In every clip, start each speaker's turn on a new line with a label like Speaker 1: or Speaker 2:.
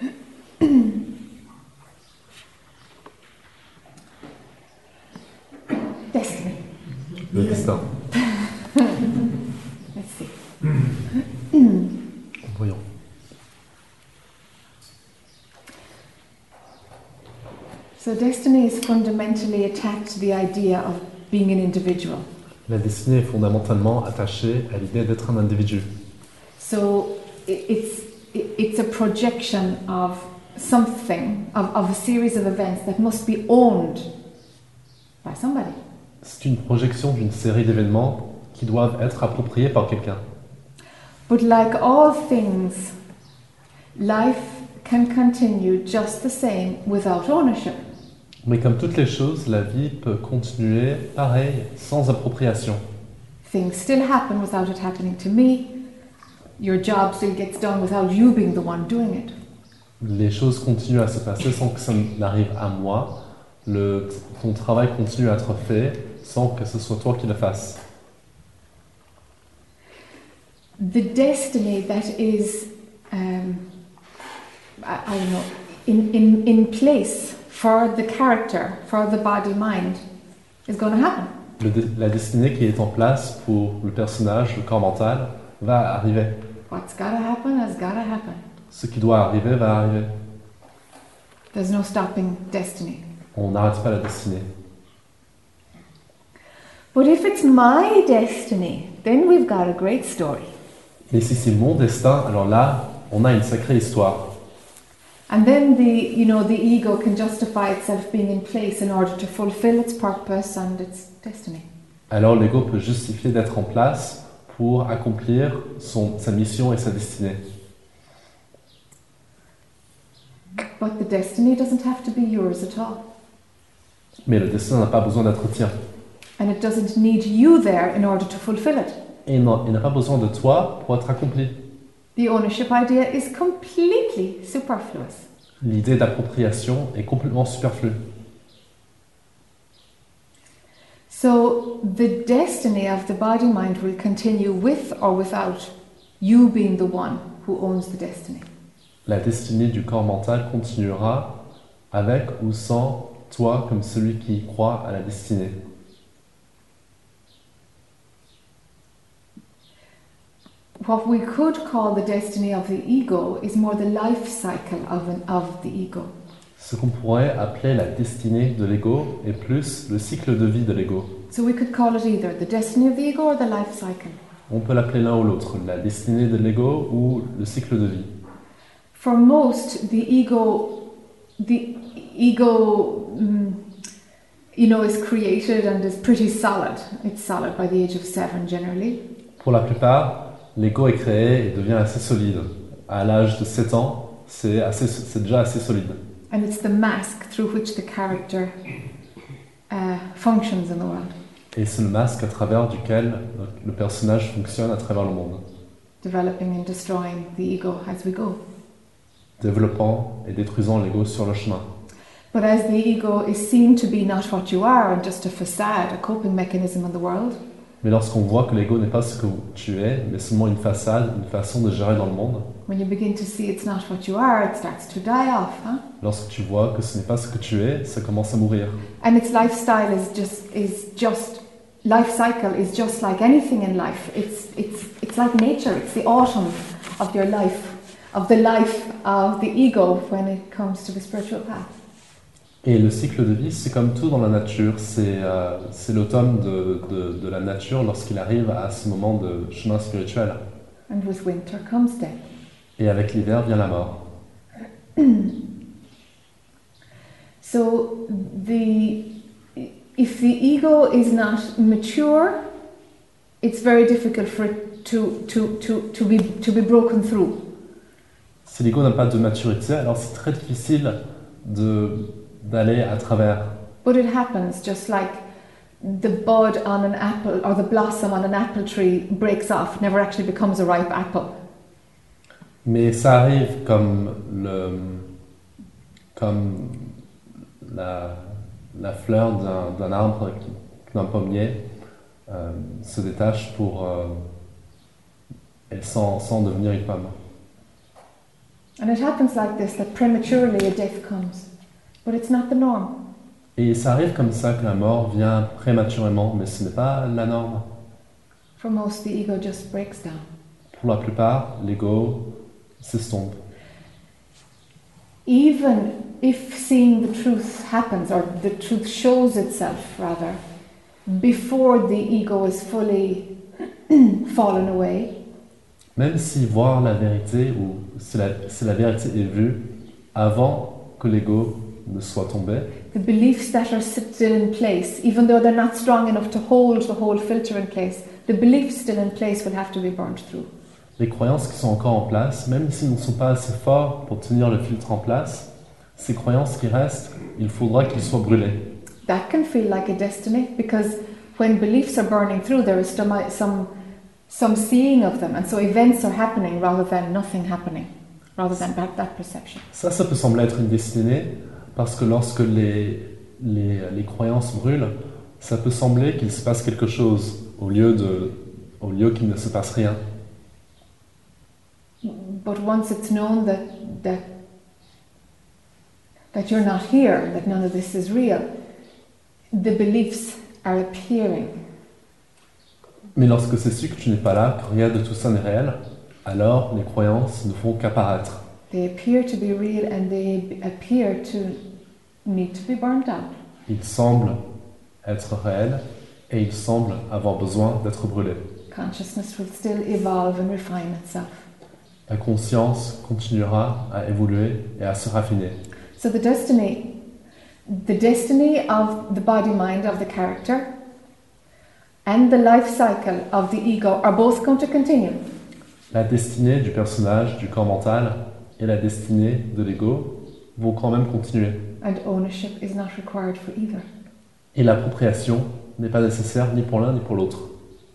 Speaker 1: le destin.
Speaker 2: Merci.
Speaker 1: Voyons.
Speaker 2: So destiny is fundamentally attached to the idea of being an individual.
Speaker 1: La destinée est fondamentalement attachée à l'idée d'être un individu.
Speaker 2: So i- it's i- it's a projection of something of, of a series of events that must be owned by somebody.
Speaker 1: C'est une projection d'une série d'événements qui doivent être appropriés par quelqu'un.
Speaker 2: But like all things, life can continue just the same without ownership.
Speaker 1: Mais comme toutes les choses, la vie peut continuer pareil, sans appropriation.
Speaker 2: Things still happen without it happening to me. Your job still gets done without you being the one doing it.
Speaker 1: Les choses continuent à se passer sans que ça n'arrive à moi. Le, ton travail continue à être fait sans que ce soit toi qui le fasses.
Speaker 2: The destiny that is, um, I, I don't know, in, in, in place for the character, for the body mind, is going to happen.
Speaker 1: Le dé- la destinée qui est en place pour le personnage, le corps mental, va arriver.
Speaker 2: What's got to happen has got to happen.
Speaker 1: Ce qui doit arriver va arriver.
Speaker 2: There's no stopping destiny.
Speaker 1: On n'arrête pas la destinée.
Speaker 2: But if it's my destiny, then we've got a great story.
Speaker 1: Mais si c'est mon destin, alors là, on a une sacrée histoire.
Speaker 2: And then the, you know, the ego can justify itself being in place in order to fulfill its purpose and its destiny.
Speaker 1: Alors l'ego peut justifier d'être en place pour accomplir son- sa mission et sa destinée.
Speaker 2: But the destiny doesn't have to be yours at all.
Speaker 1: Mais le destin n'a pas besoin d'être tien.
Speaker 2: And it doesn't need you there in order to fulfill it.
Speaker 1: Et il n'a il n'a pas besoin de toi pour être accompli.
Speaker 2: The ownership idea is completely superfluous.
Speaker 1: L'idée d'appropriation est complètement superflue.
Speaker 2: So the destiny of the body mind will continue with or without you being the one who owns the destiny.
Speaker 1: La destinée du corps mental continuera avec ou sans toi comme celui qui y croit à la destinée.
Speaker 2: What we could call the destiny of the ego is more the life cycle of, an, of the ego.
Speaker 1: Ce qu'on pourrait appeler la destinée de l'ego est plus le cycle de vie de l'ego.
Speaker 2: So we could call it either the destiny of the ego or the life cycle.
Speaker 1: On peut l'appeler l'un ou l'autre, la destinée de l'ego ou le cycle de vie.
Speaker 2: For most, the ego, the ego, mm, you know, is created and is pretty solid. It's solid by the age of seven, generally.
Speaker 1: Pour la plupart, l'ego est créé et devient assez solide. À l'âge de 7 ans, c'est assez- c'est déjà assez solide.
Speaker 2: And it's the mask through which the character uh, functions in the world,
Speaker 1: Et c'est le masque à travers duquel le personnage fonctionne à travers le monde,
Speaker 2: developing and destroying the ego as we go.
Speaker 1: développant et détruisant l'ego sur le chemin.
Speaker 2: But as the ego is seen to be not what you are and just a facade, a coping mechanism in the world,
Speaker 1: Mais lorsqu'on voit que l'ego n'est pas ce que tu es, mais seulement une façade, une façon de gérer dans le monde,
Speaker 2: when you begin to see it's not what you are, it starts to die off, huh?
Speaker 1: lorsque tu vois que ce n'est pas ce que tu es, ça commence à mourir.
Speaker 2: And its lifestyle is just is just life cycle is just like anything in life. It's it's it's like nature. It's the autumn of your life, of the life of the ego when it comes to the spiritual path.
Speaker 1: Et le cycle de vie, c'est comme tout dans la nature, c'est euh, c'est l'automne de, de- de la nature lorsqu'il arrive à ce moment de chemin spirituel.
Speaker 2: And with winter comes death.
Speaker 1: Et avec l'hiver vient la mort.
Speaker 2: So the if the ego is not mature, it's very difficult for it to to, to, to be to be broken through.
Speaker 1: Si l'ego n'a pas de maturité, alors c'est très difficile de- d'aller à travers.
Speaker 2: But it happens just like the bud on an apple or the blossom on an apple tree breaks off, never actually becomes a ripe apple.
Speaker 1: Mais ça arrive comme le comme la, la fleur d'un- d'un arbre, qui- d'un pommier, euh, se détache pour euh, et sans, sans devenir une pomme.
Speaker 2: And it happens like this that prematurely a death comes. But it's not the norm.
Speaker 1: Et ça arrive comme ça que la mort vient prématurément, mais ce n'est pas la norme.
Speaker 2: For most, the ego just breaks down.
Speaker 1: Pour la plupart, l'ego s'estompe.
Speaker 2: Even if seeing the truth happens, or the truth shows itself rather, before the ego is fully fallen away,
Speaker 1: Même si voir la vérité, ou si la, si la vérité est vue avant que l'ego ne soit tombé,
Speaker 2: the beliefs that are still in place, even though they're not strong enough to hold the whole filter in place, the beliefs still in place will have to be burnt through.
Speaker 1: les croyances qui sont encore en place, même s'ils ne sont pas assez forts pour tenir le filtre en place, ces croyances qui restent, il faudra qu'ils soient brûlés.
Speaker 2: That can feel like a destiny because when beliefs are burning through, there is some, some, some seeing of them, and so events are happening rather than nothing happening, rather than that, that perception.
Speaker 1: Ça, ça peut sembler être une destinée, parce que lorsque les, les, les croyances brûlent, ça peut sembler qu'il se passe quelque chose, au lieu, de, au lieu qu'il ne se passe rien.
Speaker 2: But once it's known that, that, that you're not here, that none of this is real, the beliefs are appearing.
Speaker 1: Mais lorsque c'est su que tu n'es pas là, que rien de tout ça n'est réel, alors les croyances ne font qu'apparaître.
Speaker 2: They appear to be real and they appear to need to be burnt out.
Speaker 1: Ils semblent être réels et ils semblent avoir besoin d'être brûlés.
Speaker 2: Consciousness will still evolve and refine itself.
Speaker 1: La conscience continuera à évoluer et à se raffiner.
Speaker 2: So the destiny, the destiny of the body mind of the character and the life cycle of the ego are both going to continue.
Speaker 1: La destinée du personnage, du corps mental et la destinée de l'ego vont quand même continuer.
Speaker 2: And ownership is not required for either.
Speaker 1: Et l'appropriation n'est pas nécessaire ni pour l'un ni pour l'autre.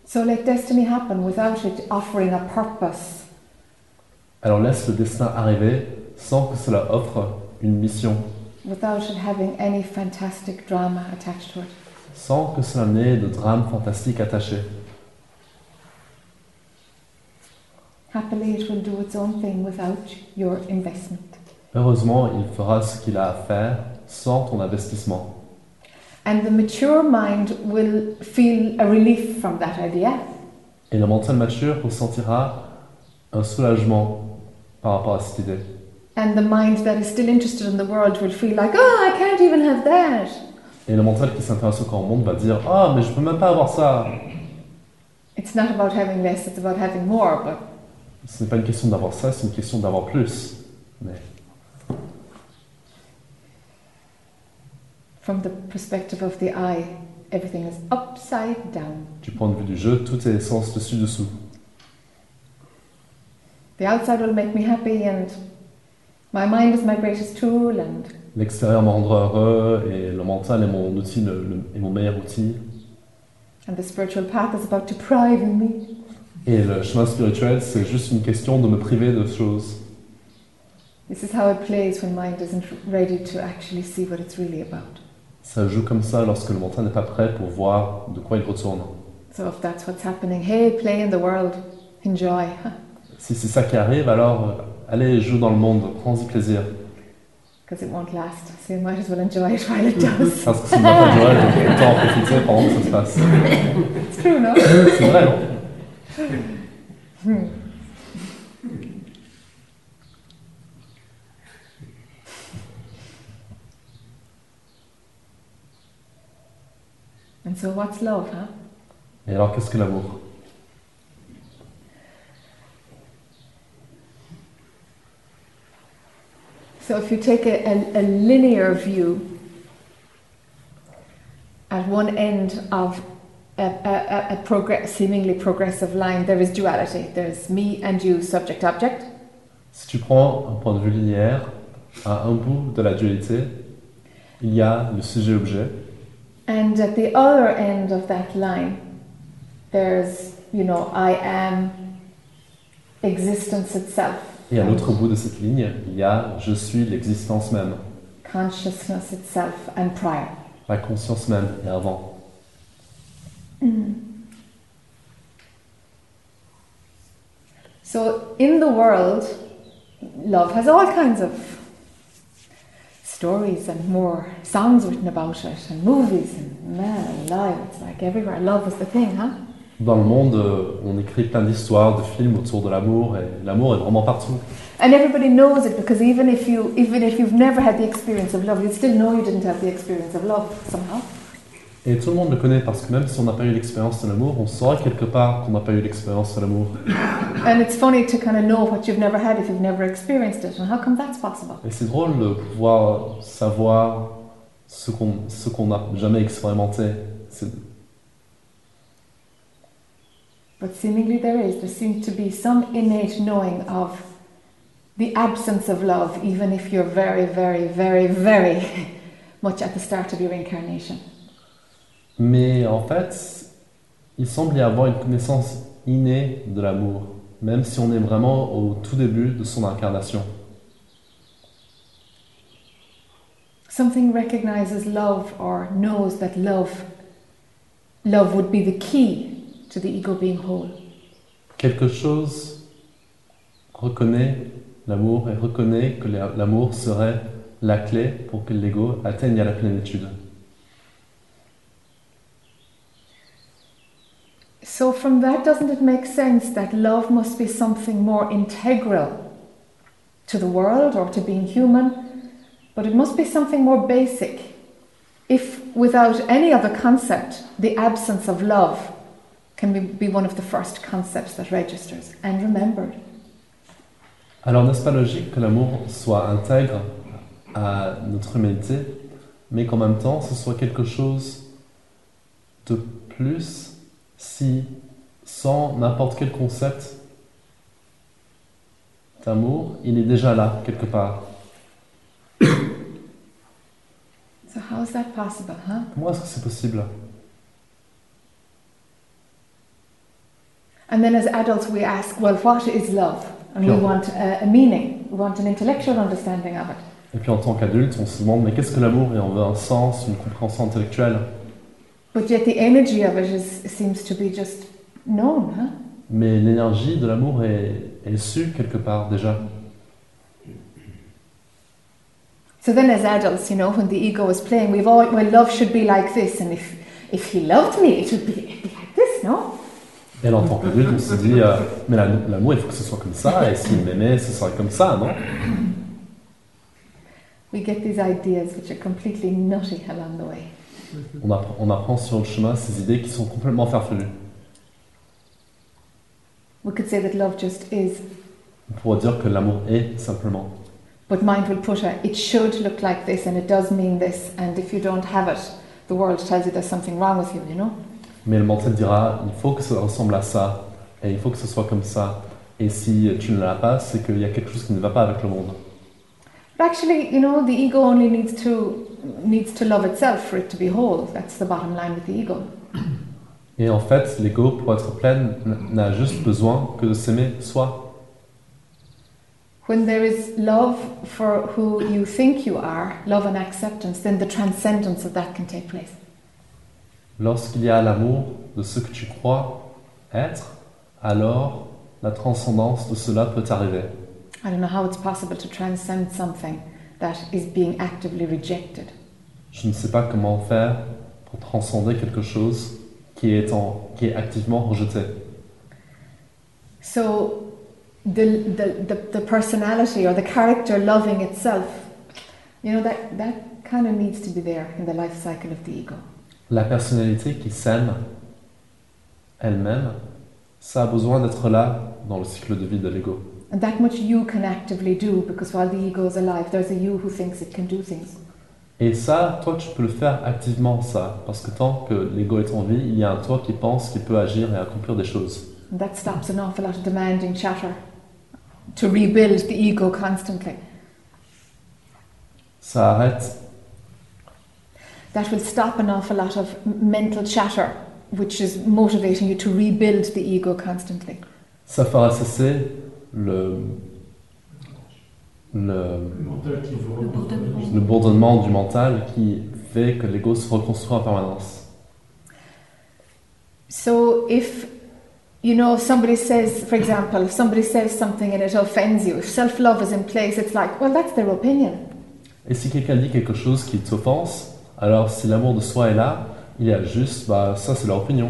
Speaker 2: So let destiny happen without it offering a purpose.
Speaker 1: Alors laisse le destin arriver sans que cela offre une mission,
Speaker 2: Without it having any fantastic drama attached to it.
Speaker 1: sans que cela n'ait de drame fantastique attaché.
Speaker 2: Happily, it will do its own thing without your investment.
Speaker 1: Heureusement, il fera ce qu'il a à faire sans ton investissement.
Speaker 2: And the mature mind will feel a relief from that idea.
Speaker 1: Et le mental mature ressentira un soulagement par rapport à cette idée.
Speaker 2: And the mind that is still interested in the world will feel like, oh, I can't even have that.
Speaker 1: Et le mental qui s'intéresse au corps monde va dire Ah, mais je peux même pas avoir ça
Speaker 2: It's not about having less, it's about having more, but
Speaker 1: Ce n'est pas une question d'avoir ça, c'est une question d'avoir plus. Mais
Speaker 2: from the perspective of the eye, everything is upside down.
Speaker 1: du point de vue du jeu, tout est sens dessus-dessous.
Speaker 2: The outside will make me happy, and my mind is my greatest tool, and
Speaker 1: L'extérieur me rendra heureux et le mental est mon outil, le- le- est mon meilleur outil.
Speaker 2: and the spiritual path is about depriving me.
Speaker 1: Et le chemin spirituel, c'est juste une question de me priver de choses.
Speaker 2: This is how it plays when mind isn't ready to actually see what it's really about.
Speaker 1: Ça joue comme ça lorsque le mental n'est pas prêt pour voir de quoi il retourne.
Speaker 2: So if that's what's happening, hey, play in the world, enjoy.
Speaker 1: Si c'est ça qui arrive, alors euh, allez, joue dans le monde, prends-y plaisir.
Speaker 2: Because it won't last, so you might as well enjoy it while it does.
Speaker 1: Parce que c'est pas Noël, donc autant en profiter pendant que ça se passe.
Speaker 2: it's true, no?
Speaker 1: C'est vrai, non
Speaker 2: And so, what's love, huh?
Speaker 1: Et alors, qu'est-ce que l'amour
Speaker 2: So, if you take a, a, a linear view at one end of a, a, a, a progress, seemingly progressive line, there is duality. There's me and you, subject object.
Speaker 1: Si tu prends un point de vue linéaire, à un bout de la dualité, il y a le sujet-objet,
Speaker 2: And at the other end of that line, there's, you know, I am existence itself.
Speaker 1: et à l'autre bout de cette ligne, il y a je suis l'existence même,
Speaker 2: Consciousness itself and prior.
Speaker 1: la conscience même et avant.
Speaker 2: So in the world, love has all kinds of stories and more songs written about it and movies and man alive, it's like everywhere. Love is the thing, huh?
Speaker 1: Dans le monde, euh, on écrit plein d'histoires, de films autour de l'amour, et l'amour est vraiment partout.
Speaker 2: And everybody knows it because even if you even if you've never had the experience of love, you still know you didn't have the experience of love somehow.
Speaker 1: Et tout le monde le connaît parce que même si on n'a pas eu l'expérience de l'amour, on saura quelque part qu'on n'a pas eu l'expérience de l'amour.
Speaker 2: And it's funny to kind of know what you've never had if you've never experienced it. And how come that's possible?
Speaker 1: Et c'est drôle de pouvoir savoir ce qu'on ce qu'on n'a jamais expérimenté. C'est-
Speaker 2: But seemingly there is. There seems to be some innate knowing of the absence of love, even if you're very, very, very, very much at the start of your incarnation.
Speaker 1: Mais en fait, il semble y avoir une connaissance innée de l'amour, même si on est vraiment au tout début de son incarnation.
Speaker 2: Something recognizes love or knows that love love would be the key to the ego being whole.
Speaker 1: Quelque chose reconnaît l'amour et reconnaît que la- l'amour serait la clé pour que l'ego atteigne à la plénitude.
Speaker 2: So from that doesn't it make sense that love must be something more integral to the world or to being human but it must be something more basic if without any other concept the absence of love can be, be one of the first concepts that registers and remembered
Speaker 1: Alors n'est-ce pas logique que l'amour soit intègre à notre humanité, mais qu'en même temps ce soit quelque chose de plus si sans n'importe quel concept d'amour, il est déjà là quelque part.
Speaker 2: so how is that possible huh
Speaker 1: Comment est-ce que c'est possible
Speaker 2: And then as adults, we ask, well, what is love? And
Speaker 1: Sure.
Speaker 2: we want a, a meaning, we want an intellectual understanding of it.
Speaker 1: Et puis en tant qu'adulte, on se demande mais qu'est-ce que l'amour Et on veut un sens, une compréhension intellectuelle.
Speaker 2: But yet the energy of it is, seems to be just known, huh?
Speaker 1: Mais l'énergie de l'amour est, est su quelque part déjà.
Speaker 2: So then as adults, you know, when the ego is playing, we've all, well, love should be like this, and if, if he loved me, it would be, it'd be like this, no?
Speaker 1: Et là, en tant qu'adulte, on se dit, euh, mais la- l'amour, il faut que ce soit comme ça, et s'il m'aimait, ce serait comme ça, non
Speaker 2: We get these ideas which are completely nutty along the way.
Speaker 1: on, appre- on apprend sur le chemin ces idées qui sont complètement farfelues.
Speaker 2: We could say that love just is,
Speaker 1: On pourrait dire que l'amour est simplement.
Speaker 2: but mind will push her, it should look like this, and it does mean this, and if you don't have it, the world tells you there's something wrong with you, you know?
Speaker 1: Mais le mental dira, il faut que ça ressemble à ça, et il faut que ce soit comme ça. Et si tu ne l'as pas, c'est qu'il y a quelque chose qui ne va pas avec le monde.
Speaker 2: But actually, you know, the ego only needs to needs to love itself for it to be whole. That's the bottom line with the ego.
Speaker 1: Et en fait, l'ego, pour être pleine, n'a juste besoin que de s'aimer soi.
Speaker 2: When there is love for who you think you are, love and acceptance, then the transcendence of that can take place.
Speaker 1: Lorsqu'il y a l'amour de ce que tu crois être, alors la transcendance de cela peut arriver.
Speaker 2: I don't know how it's possible to transcend something that is being actively rejected.
Speaker 1: Je ne sais pas comment faire pour transcender quelque chose qui est, en- qui est activement rejeté.
Speaker 2: So the, the, the, the personality or the character loving itself, you know, that, that kind of needs to be there in the life cycle of the ego.
Speaker 1: La personnalité qui s'aime elle-même, ça a besoin d'être là dans le cycle de vie de l'ego.
Speaker 2: And that much you can actively do because while the ego is alive, there's a you who thinks it can do things.
Speaker 1: Et ça, toi, tu peux le faire activement, ça. Parce que tant que l'ego est en vie, il y a un toi qui pense, qui peut agir et accomplir des choses.
Speaker 2: And that stops an awful lot of demanding chatter to rebuild the ego constantly.
Speaker 1: Ça arrête,
Speaker 2: That will stop an awful lot of m- mental chatter, which is motivating you to rebuild the ego constantly.
Speaker 1: ça fera cesser le, le,
Speaker 3: Le mental qui vous
Speaker 4: Le
Speaker 3: remonte.
Speaker 4: bourdonnement.
Speaker 1: le bourdonnement du mental qui fait que l'ego se reconstruit en permanence.
Speaker 2: So if you know somebody says, for example, if somebody says something and it offends you, if self-love is in place, it's like, well, that's their opinion.
Speaker 1: Et si quelqu'un dit quelque chose qui t'offense, alors si l'amour de soi est là, il y a juste, bah, ça c'est leur opinion.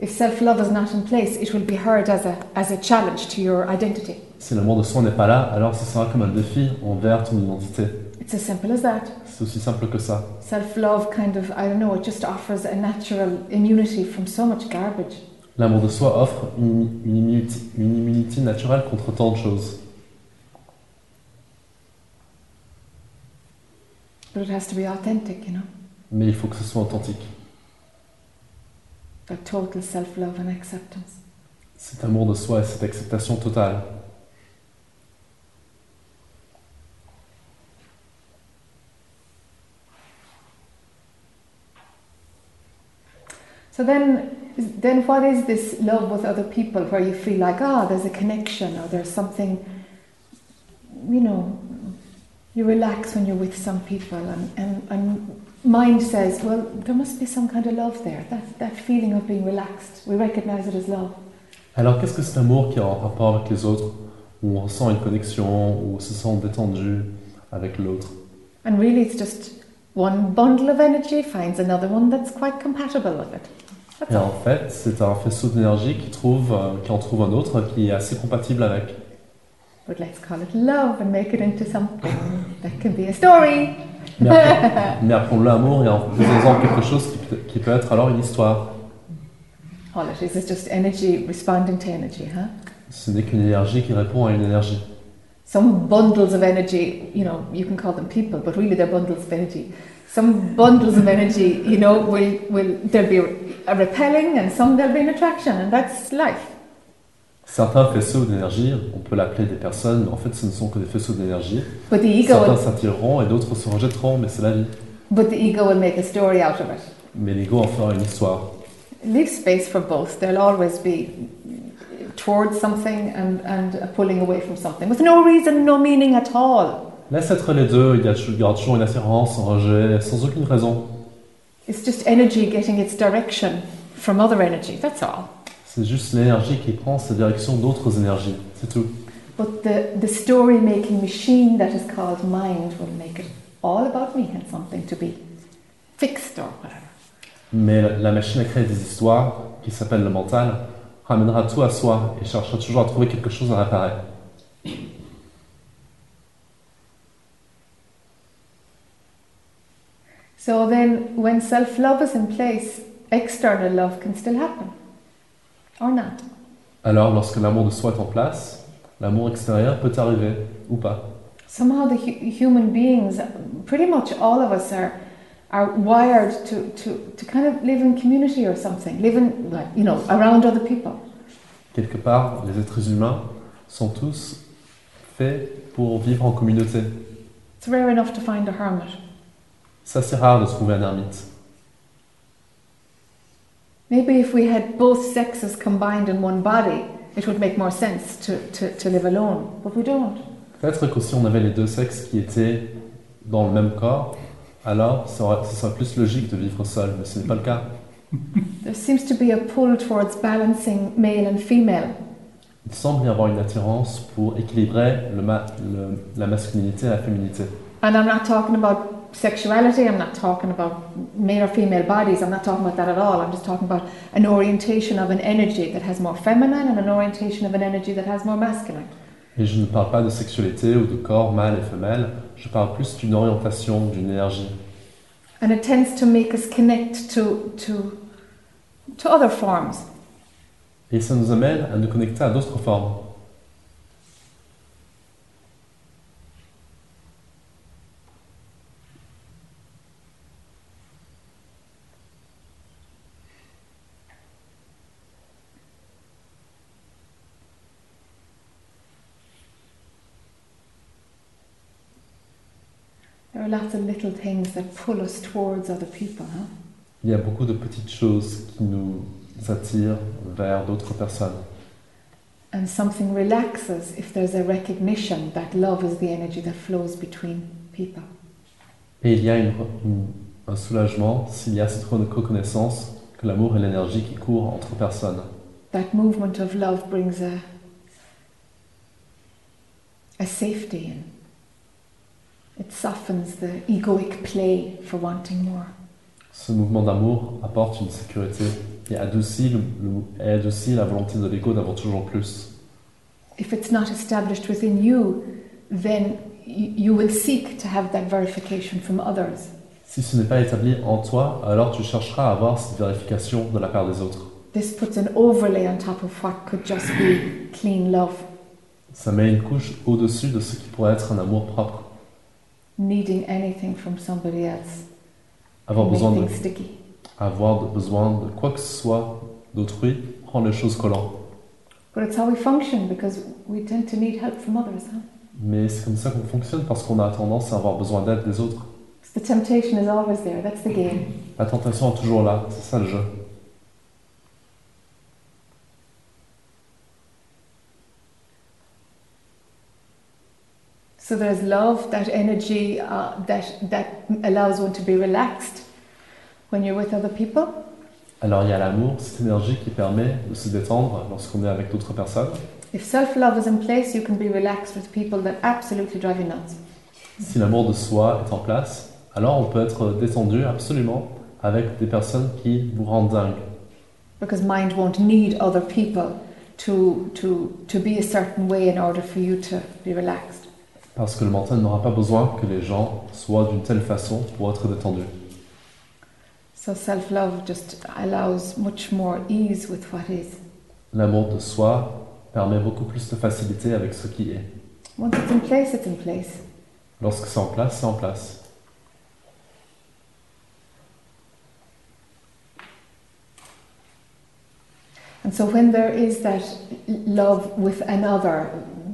Speaker 2: If self love is not in place, it will be heard as a, as a challenge to your identity.
Speaker 1: Si l'amour de soi n'est pas là, alors ce sera comme un défi envers ton identité.
Speaker 2: It's as simple as that.
Speaker 1: C'est aussi simple que ça.
Speaker 2: Self love kind of, I don't know, it just offers a natural immunity from so much garbage.
Speaker 1: L'amour de soi offre une, une immunité, une immunité naturelle contre tant de choses.
Speaker 2: But it has to be authentic, you know,
Speaker 1: Mais il faut que ce soit authentique.
Speaker 2: that total self love and acceptance.
Speaker 1: Cet amour de soi et cette acceptation totale.
Speaker 2: So then, then what is this love with other people where you feel like, ah, there's a connection or there's something, you know, you relax when you're with some people and, and, and mind says, well, there must be some kind of love there. That, that feeling of being relaxed, we recognize it as love.
Speaker 1: Alors qu'est-ce que cet amour qui est en rapport avec les autres, où on ressent une connexion, où on se sent détendu avec l'autre
Speaker 2: And really, it's just one bundle of energy finds another one that's quite compatible with it. That's
Speaker 1: Et
Speaker 2: all.
Speaker 1: en fait, c'est un faisceau d'énergie qui, trouve, euh, qui en trouve un autre qui est assez compatible avec.
Speaker 2: But let's call it love and make it into something that can be a story.
Speaker 1: Mais, appelons- mais appelons-le l'amour et en faisant quelque chose qui, peut- qui peut être alors une histoire.
Speaker 2: All it is is just energy responding to energy, huh?
Speaker 1: Ce n'est qu'une énergie qui répond à une énergie.
Speaker 2: Some bundles of energy, you know, you can call them people, but really they're bundles of energy. Some bundles of energy, you know, will, will there'll be a repelling and some there'll be an attraction, and that's life.
Speaker 1: Certains faisceaux d'énergie, on peut l'appeler des personnes, mais en fait ce ne sont que des faisceaux d'énergie.
Speaker 2: But the ego,
Speaker 1: Certains
Speaker 2: will,
Speaker 1: s'attireront et d'autres se rejetteront, mais c'est la vie.
Speaker 2: but the ego will make a story out of it.
Speaker 1: Mais l'ego en fera une histoire.
Speaker 2: Leave space for both. There'll always be towards something and, and a pulling away from something with no reason, no meaning at all.
Speaker 1: Laisse être les deux, il y a tou- il y aura toujours une attirance, un rejet, sans aucune raison.
Speaker 2: It's just energy getting its direction from other energy, that's all.
Speaker 1: C'est juste l'énergie qui prend sa direction d'autres énergies, c'est tout.
Speaker 2: But the, the story making machine that is called mind will make it all about me and something to be fixed or whatever.
Speaker 1: Mais la- la machine à créer des histoires, qui s'appelle le mental, ramènera tout à soi et cherchera toujours à trouver quelque chose à réparer.
Speaker 2: So then, when self love is in place, external love can still happen or not.
Speaker 1: Alors, lorsque l'amour de soi est en place, l'amour extérieur peut arriver, ou pas.
Speaker 2: somehow the hu- human beings pretty much all of us are are wired to, to, to kind of live in community or something live in like you know around other people
Speaker 1: Quelque part, les êtres humains sont tous faits pour vivre en communauté.
Speaker 2: it's rare enough to find a hermit
Speaker 1: Ça, c'est rare de trouver un ermite.
Speaker 2: maybe if we had both sexes combined in one body it would make more sense to, to, to live alone but we don't
Speaker 1: Peut-être que si on avait les deux sexes qui étaient dans le même corps, alors ça aurait- ce serait plus logique de vivre seul, mais ce n'est pas le cas.
Speaker 2: there seems to be a pull towards balancing male and female
Speaker 1: Il semble y avoir une attirance pour équilibrer le ma- le- la masculinité et la féminité.
Speaker 2: and i'm not talking about sexuality i'm not talking about male or female bodies i'm not talking about that at all i'm just talking about an orientation of an energy that has more feminine and an orientation of an energy that has more masculine
Speaker 1: Et je ne parle pas de sexualité ou de corps mâle et femelle, je parle plus d'une orientation, d'une énergie.
Speaker 2: and it tends to make us connect to to to other forms
Speaker 1: Et ça nous amène à nous connecter à d'autres formes.
Speaker 2: there are lots of little things that pull us towards other people huh?
Speaker 1: Il y a beaucoup de petites choses qui nous attirent vers d'autres personnes.
Speaker 2: and something relaxes if there's a recognition that love is the energy that flows between people
Speaker 1: Et il y a une- une- un soulagement s'il y a cette reconnaissance que l'amour est l'énergie qui court entre personnes.
Speaker 2: that movement of love brings a a safety in It softens the egoic play for wanting more.
Speaker 1: Ce mouvement d'amour apporte une sécurité et adoucit, le- le- et adoucit la volonté de l'ego d'avoir toujours plus.
Speaker 2: If it's not established within you, then y- you will seek to have that verification from others.
Speaker 1: Si ce n'est pas établi en toi, alors tu chercheras à avoir cette vérification de la part des autres.
Speaker 2: This puts an overlay on top of what could just be clean love,
Speaker 1: Ça met une couche au-dessus de ce qui pourrait être un amour propre,
Speaker 2: needing anything from somebody else,
Speaker 1: avoir
Speaker 2: make
Speaker 1: besoin de,
Speaker 2: things sticky.
Speaker 1: avoir de- besoin de quoi que ce soit d'autrui, rend les choses collantes.
Speaker 2: But it's how we function because we tend to need help from others. Huh?
Speaker 1: Mais c'est comme ça qu'on fonctionne parce qu'on a tendance à avoir besoin d'aide des autres.
Speaker 2: So the temptation is always there. That's the game.
Speaker 1: La tentation est toujours là, c'est ça le jeu.
Speaker 2: So there's love, that energy uh, that that allows one to be relaxed when you're with other people.
Speaker 1: Alors il y a l'amour, cette énergie qui permet de se détendre lorsqu'on est avec d'autres personnes.
Speaker 2: If self-love is in place, you can be relaxed with people that absolutely drive you nuts.
Speaker 1: Si l'amour de soi est en place, alors on peut être détendu absolument avec des personnes qui vous rendent dingue.
Speaker 2: because mind won't need other people to to to be a certain way in order for you to be relaxed.
Speaker 1: Parce que le mental n'aura pas besoin que les gens soient d'une telle façon pour être détendus.
Speaker 2: So self-love just allows much more ease with what is.
Speaker 1: L'amour de soi permet beaucoup plus de facilité avec ce qui est.
Speaker 2: Once it's in place, it's in place.
Speaker 1: Lorsque c'est en place, c'est en place.
Speaker 2: And so when there is that love with another,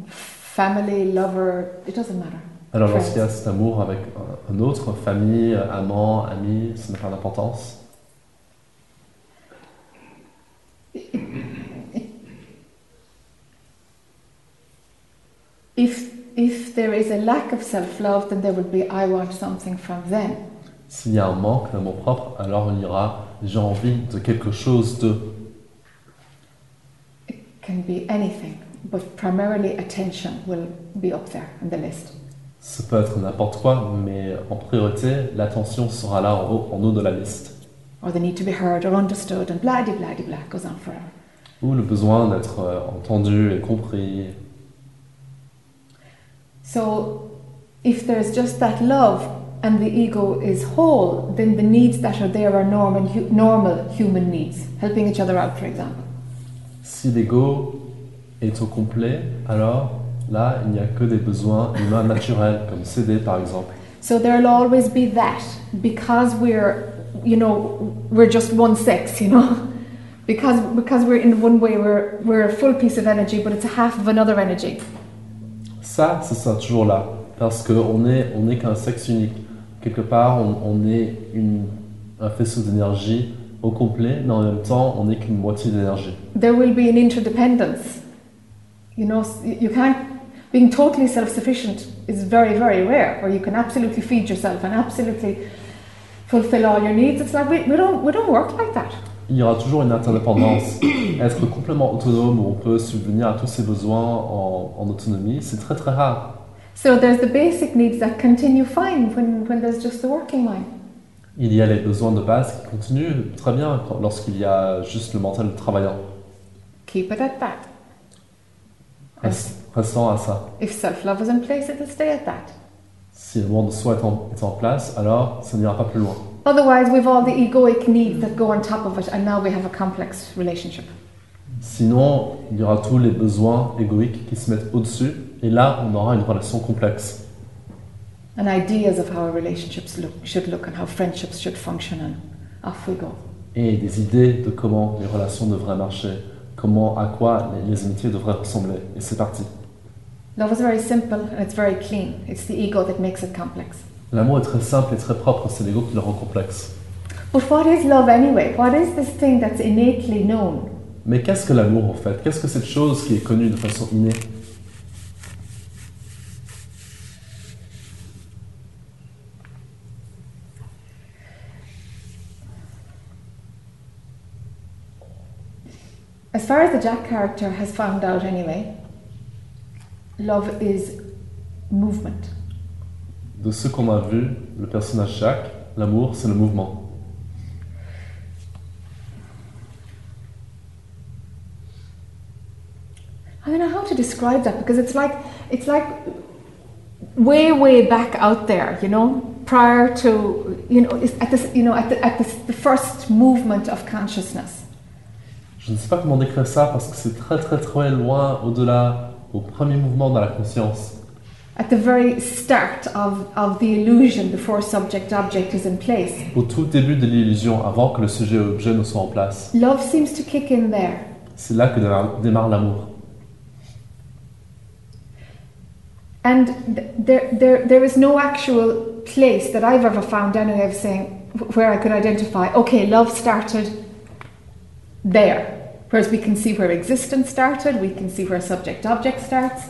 Speaker 2: family, lover, it doesn't matter.
Speaker 1: Alors lorsqu'il y a cet amour avec un- un autre, famille, amant, ami, ça n'a pas d'importance.
Speaker 2: If if there is a lack of self-love, then there will be I want something from them.
Speaker 1: S'il y a un manque d'amour propre, alors il y aura j'ai envie de quelque chose de.
Speaker 2: Can be anything, but primarily attention will be up there on the list.
Speaker 1: Ça peut être n'importe quoi, mais en priorité, l'attention sera là en haut, en haut de la liste.
Speaker 2: or the need to be heard or understood, and blah de blah de blah goes on forever.
Speaker 1: Ou le besoin d'être euh, entendu et compris.
Speaker 2: So, if there's just that love and the ego is whole, then the needs that are there are normal, hu- normal human needs, helping each other out, for example.
Speaker 1: Si l'ego est au complet, alors là, il n'y a que des besoins humains naturels, comme s'aider par exemple.
Speaker 2: So there'll always be that because we're, you know, we're just one sex, you know. Because, because we're in one way, we're, we're a full piece of energy, but it's a half of another energy.
Speaker 1: Ça, ça sera toujours là, parce qu'on est, on est qu'un sexe unique. Quelque part, on, on est une- un faisceau d'énergie au complet, mais en même temps, on n'est qu'une moitié d'énergie.
Speaker 2: there will be an interdependence. You know, s- you can't, being totally self sufficient is very, very rare, where you can absolutely feed yourself and absolutely fulfill all your needs. It's like we, we, don't, we don't work like that.
Speaker 1: Il y aura toujours une interdépendance. Être complètement autonome, où on peut subvenir à tous ses besoins en, en autonomie, c'est très très rare.
Speaker 2: So there's the basic needs that continue fine when, when there's just the working mind.
Speaker 1: Il y a les besoins de base qui continuent très bien quand- lorsqu'il y a juste le mental travaillant,
Speaker 2: Keep it at that.
Speaker 1: rest- restant à ça.
Speaker 2: If self love is in place, it'll stay at that.
Speaker 1: Si le monde de soi est en, est en place, alors ça n'ira pas plus loin.
Speaker 2: Otherwise, we've all the egoic needs that go on top of it, and now we have a complex relationship.
Speaker 1: Sinon, il y aura tous les besoins égoïques qui se mettent au-dessus, et là, on aura une relation complexe.
Speaker 2: and ideas of how relationships look, should look and how friendships should function, and off we go.
Speaker 1: Et des idées de comment les relations devraient marcher, comment, à quoi les, les amitiés devraient ressembler. Et c'est parti.
Speaker 2: Love is very simple and it's very clean. It's the ego that makes it complex.
Speaker 1: L'amour est très simple et très propre, c'est l'ego qui le rend complexe.
Speaker 2: But what is love anyway? What is this thing that's innately known?
Speaker 1: Mais qu'est-ce que l'amour en fait Qu'est-ce que cette chose qui est connue de façon innée
Speaker 2: As far as the Jack character has found out anyway, love is movement.
Speaker 1: de ce qu'on a vu, le personnage Jacques, l'amour, c'est le mouvement.
Speaker 2: I don't know how to describe that because it's like it's like way way back out there, you know, prior to you know it's at this you know at the at this, the first movement of consciousness.
Speaker 1: Je ne sais pas comment décrire ça parce que c'est très très très loin au-delà, au premier mouvement dans la conscience.
Speaker 2: At the very start of, of the illusion before subject object is in place,
Speaker 1: Au tout début de l'illusion, avant que le sujet et objet ne soient en place,
Speaker 2: love seems to kick in there.
Speaker 1: c'est là que démarre- démarre l'amour.
Speaker 2: And th- there, there, there is no actual place that I've ever found anyway of saying wh- where I could identify, okay, love started there. Whereas we can see where existence started, we can see where subject object starts.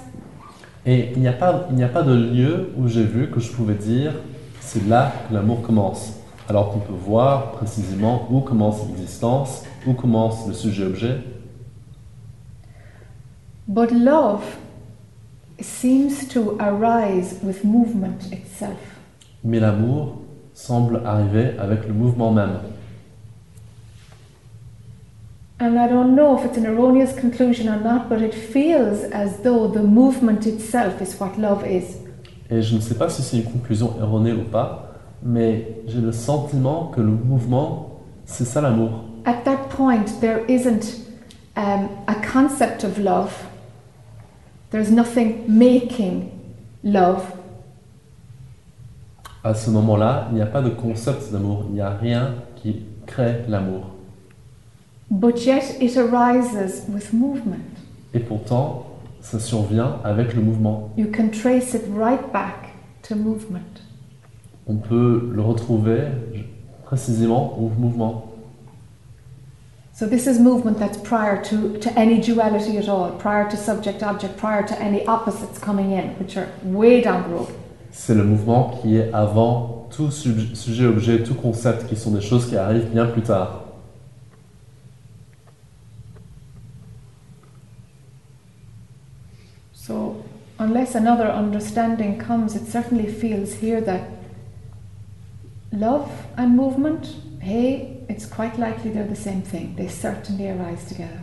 Speaker 1: Et il n'y a, pas- il n'y a pas de lieu où j'ai vu que je pouvais dire c'est là que l'amour commence. Alors qu'on peut voir précisément où commence l'existence, où commence le sujet-objet.
Speaker 2: But love seems to arise with movement itself.
Speaker 1: Mais l'amour semble arriver avec le mouvement même.
Speaker 2: And I don't know if it's an erroneous conclusion or not, but it feels as though the movement itself is what love is.
Speaker 1: Et je ne sais pas si c'est une conclusion erronée ou pas, mais j'ai le sentiment que le mouvement, c'est ça l'amour.
Speaker 2: At that point, there isn't um, a concept of love. There's nothing making love.
Speaker 1: À ce moment-là, il n'y a pas de concept d'amour, il n'y a rien qui crée l'amour.
Speaker 2: But yet it arises with movement.
Speaker 1: Et pourtant, ça survient avec le mouvement.
Speaker 2: You can trace it right back to movement.
Speaker 1: On peut le retrouver précisément au mouvement.
Speaker 2: So this is movement that's prior to, to any duality at all, prior to subject object, prior to any opposites coming in, which are way down the road.
Speaker 1: C'est le mouvement qui est avant tout sub- sujet-objet, tout concept, qui sont des choses qui arrivent bien plus tard.
Speaker 2: So, unless another understanding comes, it certainly feels here that love and movement, hey, it's quite likely they're the same thing. They certainly arise together.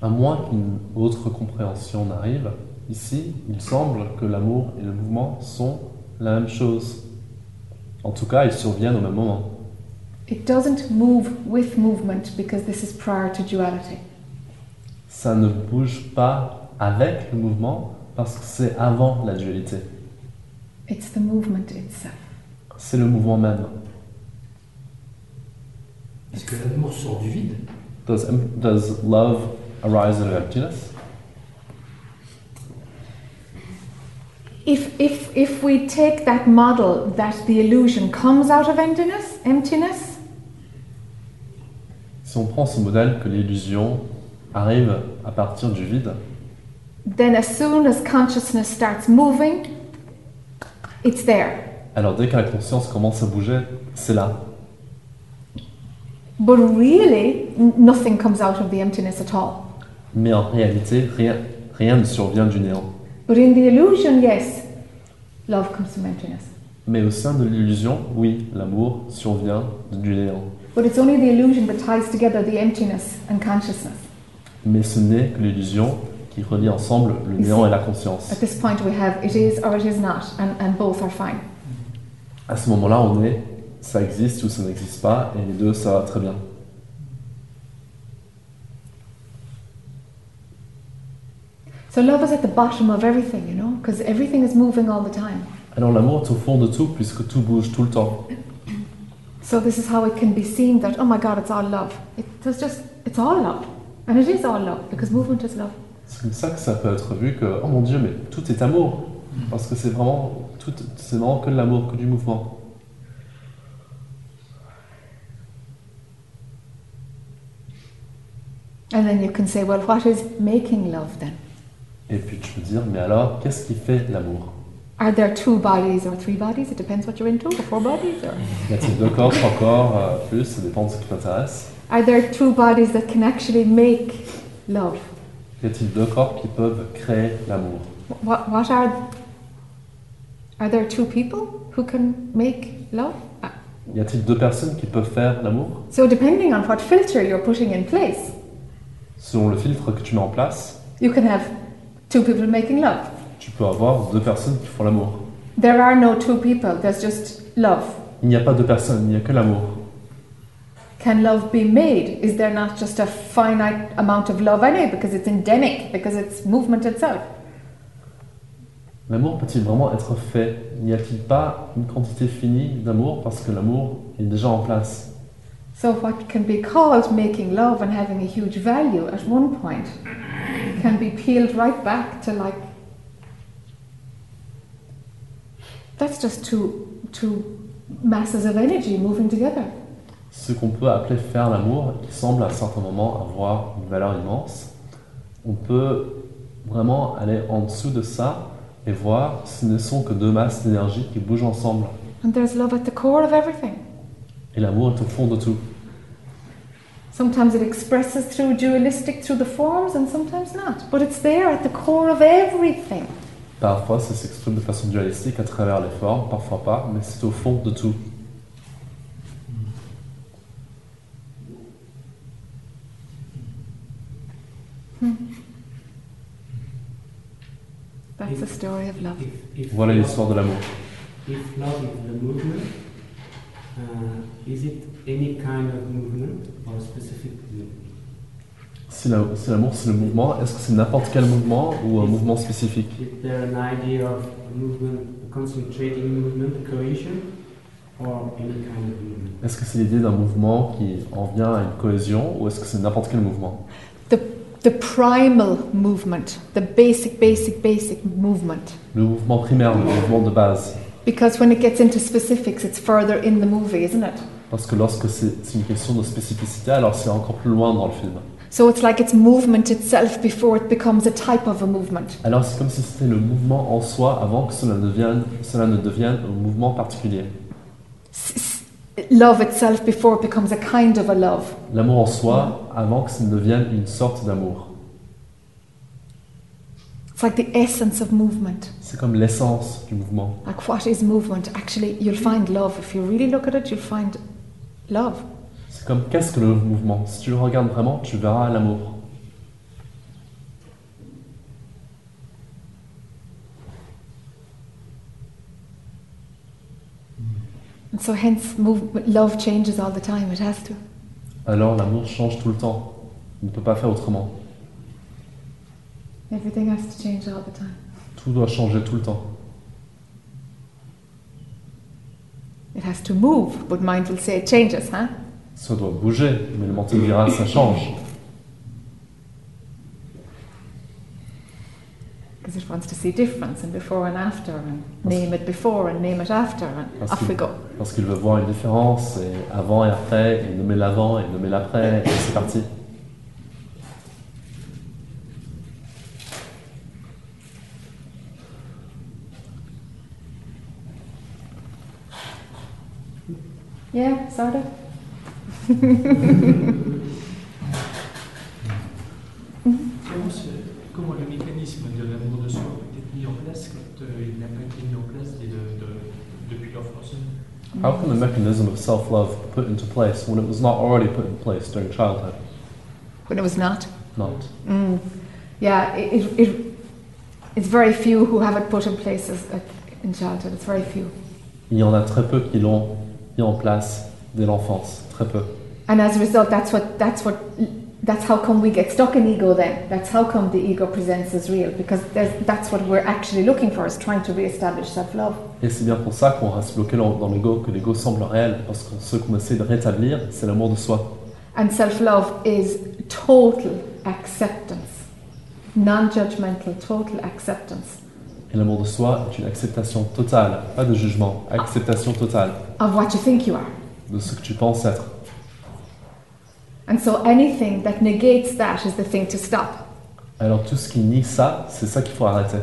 Speaker 1: À moins qu'une autre compréhension n'arrive, ici, il semble que l'amour et le mouvement sont la même chose. En tout cas, ils surviennent au même moment.
Speaker 2: It doesn't move with movement because this is prior to duality.
Speaker 1: Ça ne bouge pas avec le mouvement parce que c'est avant la dualité.
Speaker 2: It's the movement itself.
Speaker 1: C'est le mouvement même.
Speaker 3: Est-ce que l'amour sort du vide
Speaker 1: Does, does love arise out of emptiness?
Speaker 2: If, if, if we take that model that the illusion comes out of emptiness, emptiness,
Speaker 1: Si on prend ce modèle que l'illusion arrive à partir du vide,
Speaker 2: then as soon as consciousness starts moving, it's there.
Speaker 1: alors dès que la conscience commence à bouger, c'est là.
Speaker 2: But really, n- nothing comes out of the emptiness at all.
Speaker 1: Mais en réalité, rien, rien ne survient du néant.
Speaker 2: But in the illusion, yes, love comes from emptiness.
Speaker 1: Mais au sein de l'illusion, oui, l'amour survient du néant.
Speaker 2: But it's only the illusion that ties together the emptiness and consciousness.
Speaker 1: Mais ce n'est que l'illusion qui relie ensemble le néant et la conscience.
Speaker 2: At this point, we have it is or it is not, and, and both are fine.
Speaker 1: À ce moment-là, on est, ça existe ou ça n'existe pas, et les deux, ça va très bien.
Speaker 2: So love is at the bottom of everything, you know, because everything is moving all the time.
Speaker 1: Alors l'amour est au fond de tout, puisque tout bouge tout le temps.
Speaker 2: So this is how it can be seen that oh my God, it's all love. It, it's just it's all love, and it is all love because movement is love.
Speaker 1: C'est comme ça que ça peut être vu que, oh mon Dieu, mais tout est amour. Parce que c'est vraiment, tout, c'est vraiment que de l'amour, que du mouvement.
Speaker 2: And then you can say, well, what is making love then?
Speaker 1: Et puis tu peux dire, mais alors, qu'est-ce qui fait l'amour
Speaker 2: Are there two bodies or three bodies? It depends what you're into, or four bodies, or
Speaker 1: Y a-t-il deux corps, trois corps, euh, plus, ça dépend de ce qui t'intéresse.
Speaker 2: are there two bodies that can actually make love?
Speaker 1: Y a-t-il deux corps qui peuvent créer l'amour
Speaker 2: What, what are Are there two people who can make love? Uh,
Speaker 1: Y a-t-il deux personnes qui peuvent faire l'amour
Speaker 2: So, depending on what filter you're putting in place,
Speaker 1: Selon le filtre que tu mets en place,
Speaker 2: you can have two people making love.
Speaker 1: tu peux avoir deux personnes qui font l'amour.
Speaker 2: There are no two people, there's just love.
Speaker 1: Il n'y a pas deux personnes, il n'y a que l'amour.
Speaker 2: Can love be made? Is there not just a finite amount of love? I know because it's endemic, because it's movement itself.
Speaker 1: L'amour peut-il vraiment être fait N'y a-t-il pas une quantité finie d'amour parce que l'amour est déjà en place
Speaker 2: So, what can be called making love and having a huge value at one point can be peeled right back to like that's just two two masses of energy moving together.
Speaker 1: Ce qu'on peut appeler faire l'amour, qui semble à certains moments avoir une valeur immense, on peut vraiment aller en dessous de ça et voir ce ne sont que deux masses d'énergie qui bougent ensemble.
Speaker 2: And there's love at the core of everything.
Speaker 1: Et l'amour est au fond de tout.
Speaker 2: Sometimes it expresses through dualistic through the forms and sometimes not. But it's there at the core of everything.
Speaker 1: Parfois, ça s'exprime de façon dualistique à travers les formes, parfois pas, mais c'est au fond de tout.
Speaker 2: That's the story of love.
Speaker 3: If, if
Speaker 1: Voilà
Speaker 3: love-
Speaker 1: l'histoire de l'amour.
Speaker 3: If love is the movement, uh, is it any kind of movement or specific movement?
Speaker 1: Si la- si l'amour c'est le mouvement, est-ce que c'est n'importe quel mouvement ou un mouvement spécifique
Speaker 3: Is there an idea of a movement, a concentrating movement, a cohesion, or any kind of movement?
Speaker 1: Est-ce que c'est l'idée d'un mouvement qui en vient à une cohésion ou est-ce que c'est n'importe quel mouvement
Speaker 2: The primal movement, the basic, basic, basic movement.
Speaker 1: Le mouvement primaire, le mouvement de base.
Speaker 2: Because when it gets into specifics, it's further in the movie, isn't it?
Speaker 1: Parce que lorsque c'est c'est une question de spécificité, alors c'est encore plus loin dans le film.
Speaker 2: So it's like it's movement itself before it becomes a type of a movement.
Speaker 1: Alors c'est comme si c'était le mouvement en soi avant que cela, devienne, cela ne devienne un mouvement particulier.
Speaker 2: S- s- love itself before it becomes a kind of a love.
Speaker 1: L'amour en soi avant que ça ne devienne une sorte d'amour.
Speaker 2: It's like the essence of movement.
Speaker 1: C'est comme l'essence du mouvement.
Speaker 2: Like what is movement? Actually, you'll find love. If you really look at it, you'll find love.
Speaker 1: C'est comme qu'est-ce que le mouvement Si tu le regardes vraiment, tu verras l'amour.
Speaker 2: And so hence movement, love changes all the time. It has to.
Speaker 1: Alors l'amour change tout le temps. On ne peut pas faire autrement.
Speaker 2: Everything has to change all the time.
Speaker 1: Tout doit changer tout le temps.
Speaker 2: It has to move, but mind will say it changes, huh?
Speaker 1: Ça doit bouger, mais le mental dira ça change.
Speaker 2: Because it wants to see difference and before and after and name it before and name it after and
Speaker 1: That's
Speaker 2: off
Speaker 1: good.
Speaker 2: we go.
Speaker 1: Parce qu'il veut voir une différence, et avant et après, et nommer l'avant et nommer l'après, et c'est parti.
Speaker 2: Yeah, sort of.
Speaker 4: Comment, se- comment le mécanisme de l'amour de soi peut être mis en place quand euh, il n'a pas été mis en place dès le- de- depuis l'enfance
Speaker 2: Mm.
Speaker 1: How can the mechanism of self-love be put into place when it was not already put in place during childhood?
Speaker 2: When it was not.
Speaker 1: Not.
Speaker 2: Mm. Yeah, it, it, it, it's very few who have it put in place as, at, in childhood. It's very few.
Speaker 1: Il y en a très peu qui l'ont mis en place dès l'enfance. Très peu.
Speaker 2: And as a result, that's what, that's what, that's how come we get stuck in ego then. That's how come the ego presents as real because there's, that's what we're actually looking for is trying to reestablish self-love.
Speaker 1: Et c'est bien pour ça qu'on reste bloqué dans dans l'ego, que l'ego semble réel, parce que ce qu'on essaie de rétablir, c'est l'amour de soi.
Speaker 2: And self love is total acceptance, non judgmental, total acceptance
Speaker 1: Et l'amour de soi est une acceptation totale, pas de jugement, acceptation totale
Speaker 2: of what you think you are.
Speaker 1: de ce que tu penses être.
Speaker 2: And so anything that negates that is the thing to stop.
Speaker 1: Alors tout ce qui nie ça, c'est ça qu'il faut arrêter.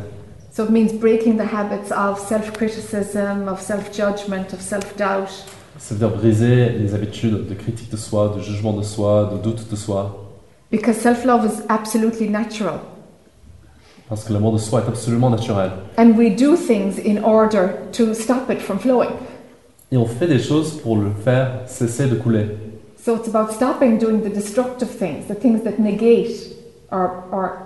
Speaker 2: So it means breaking the habits of self criticism, of self judgment, of self doubt,
Speaker 1: Ça veut dire briser les habitudes de critique de soi, de jugement de soi, de doute de soi.
Speaker 2: because self love is absolutely natural.
Speaker 1: Parce que le monde de soi est absolument naturel.
Speaker 2: And we do things in order to stop it from flowing.
Speaker 1: Et on fait des choses pour le faire cesser de couler.
Speaker 2: So it's about stopping doing the destructive things, the things that negate or, or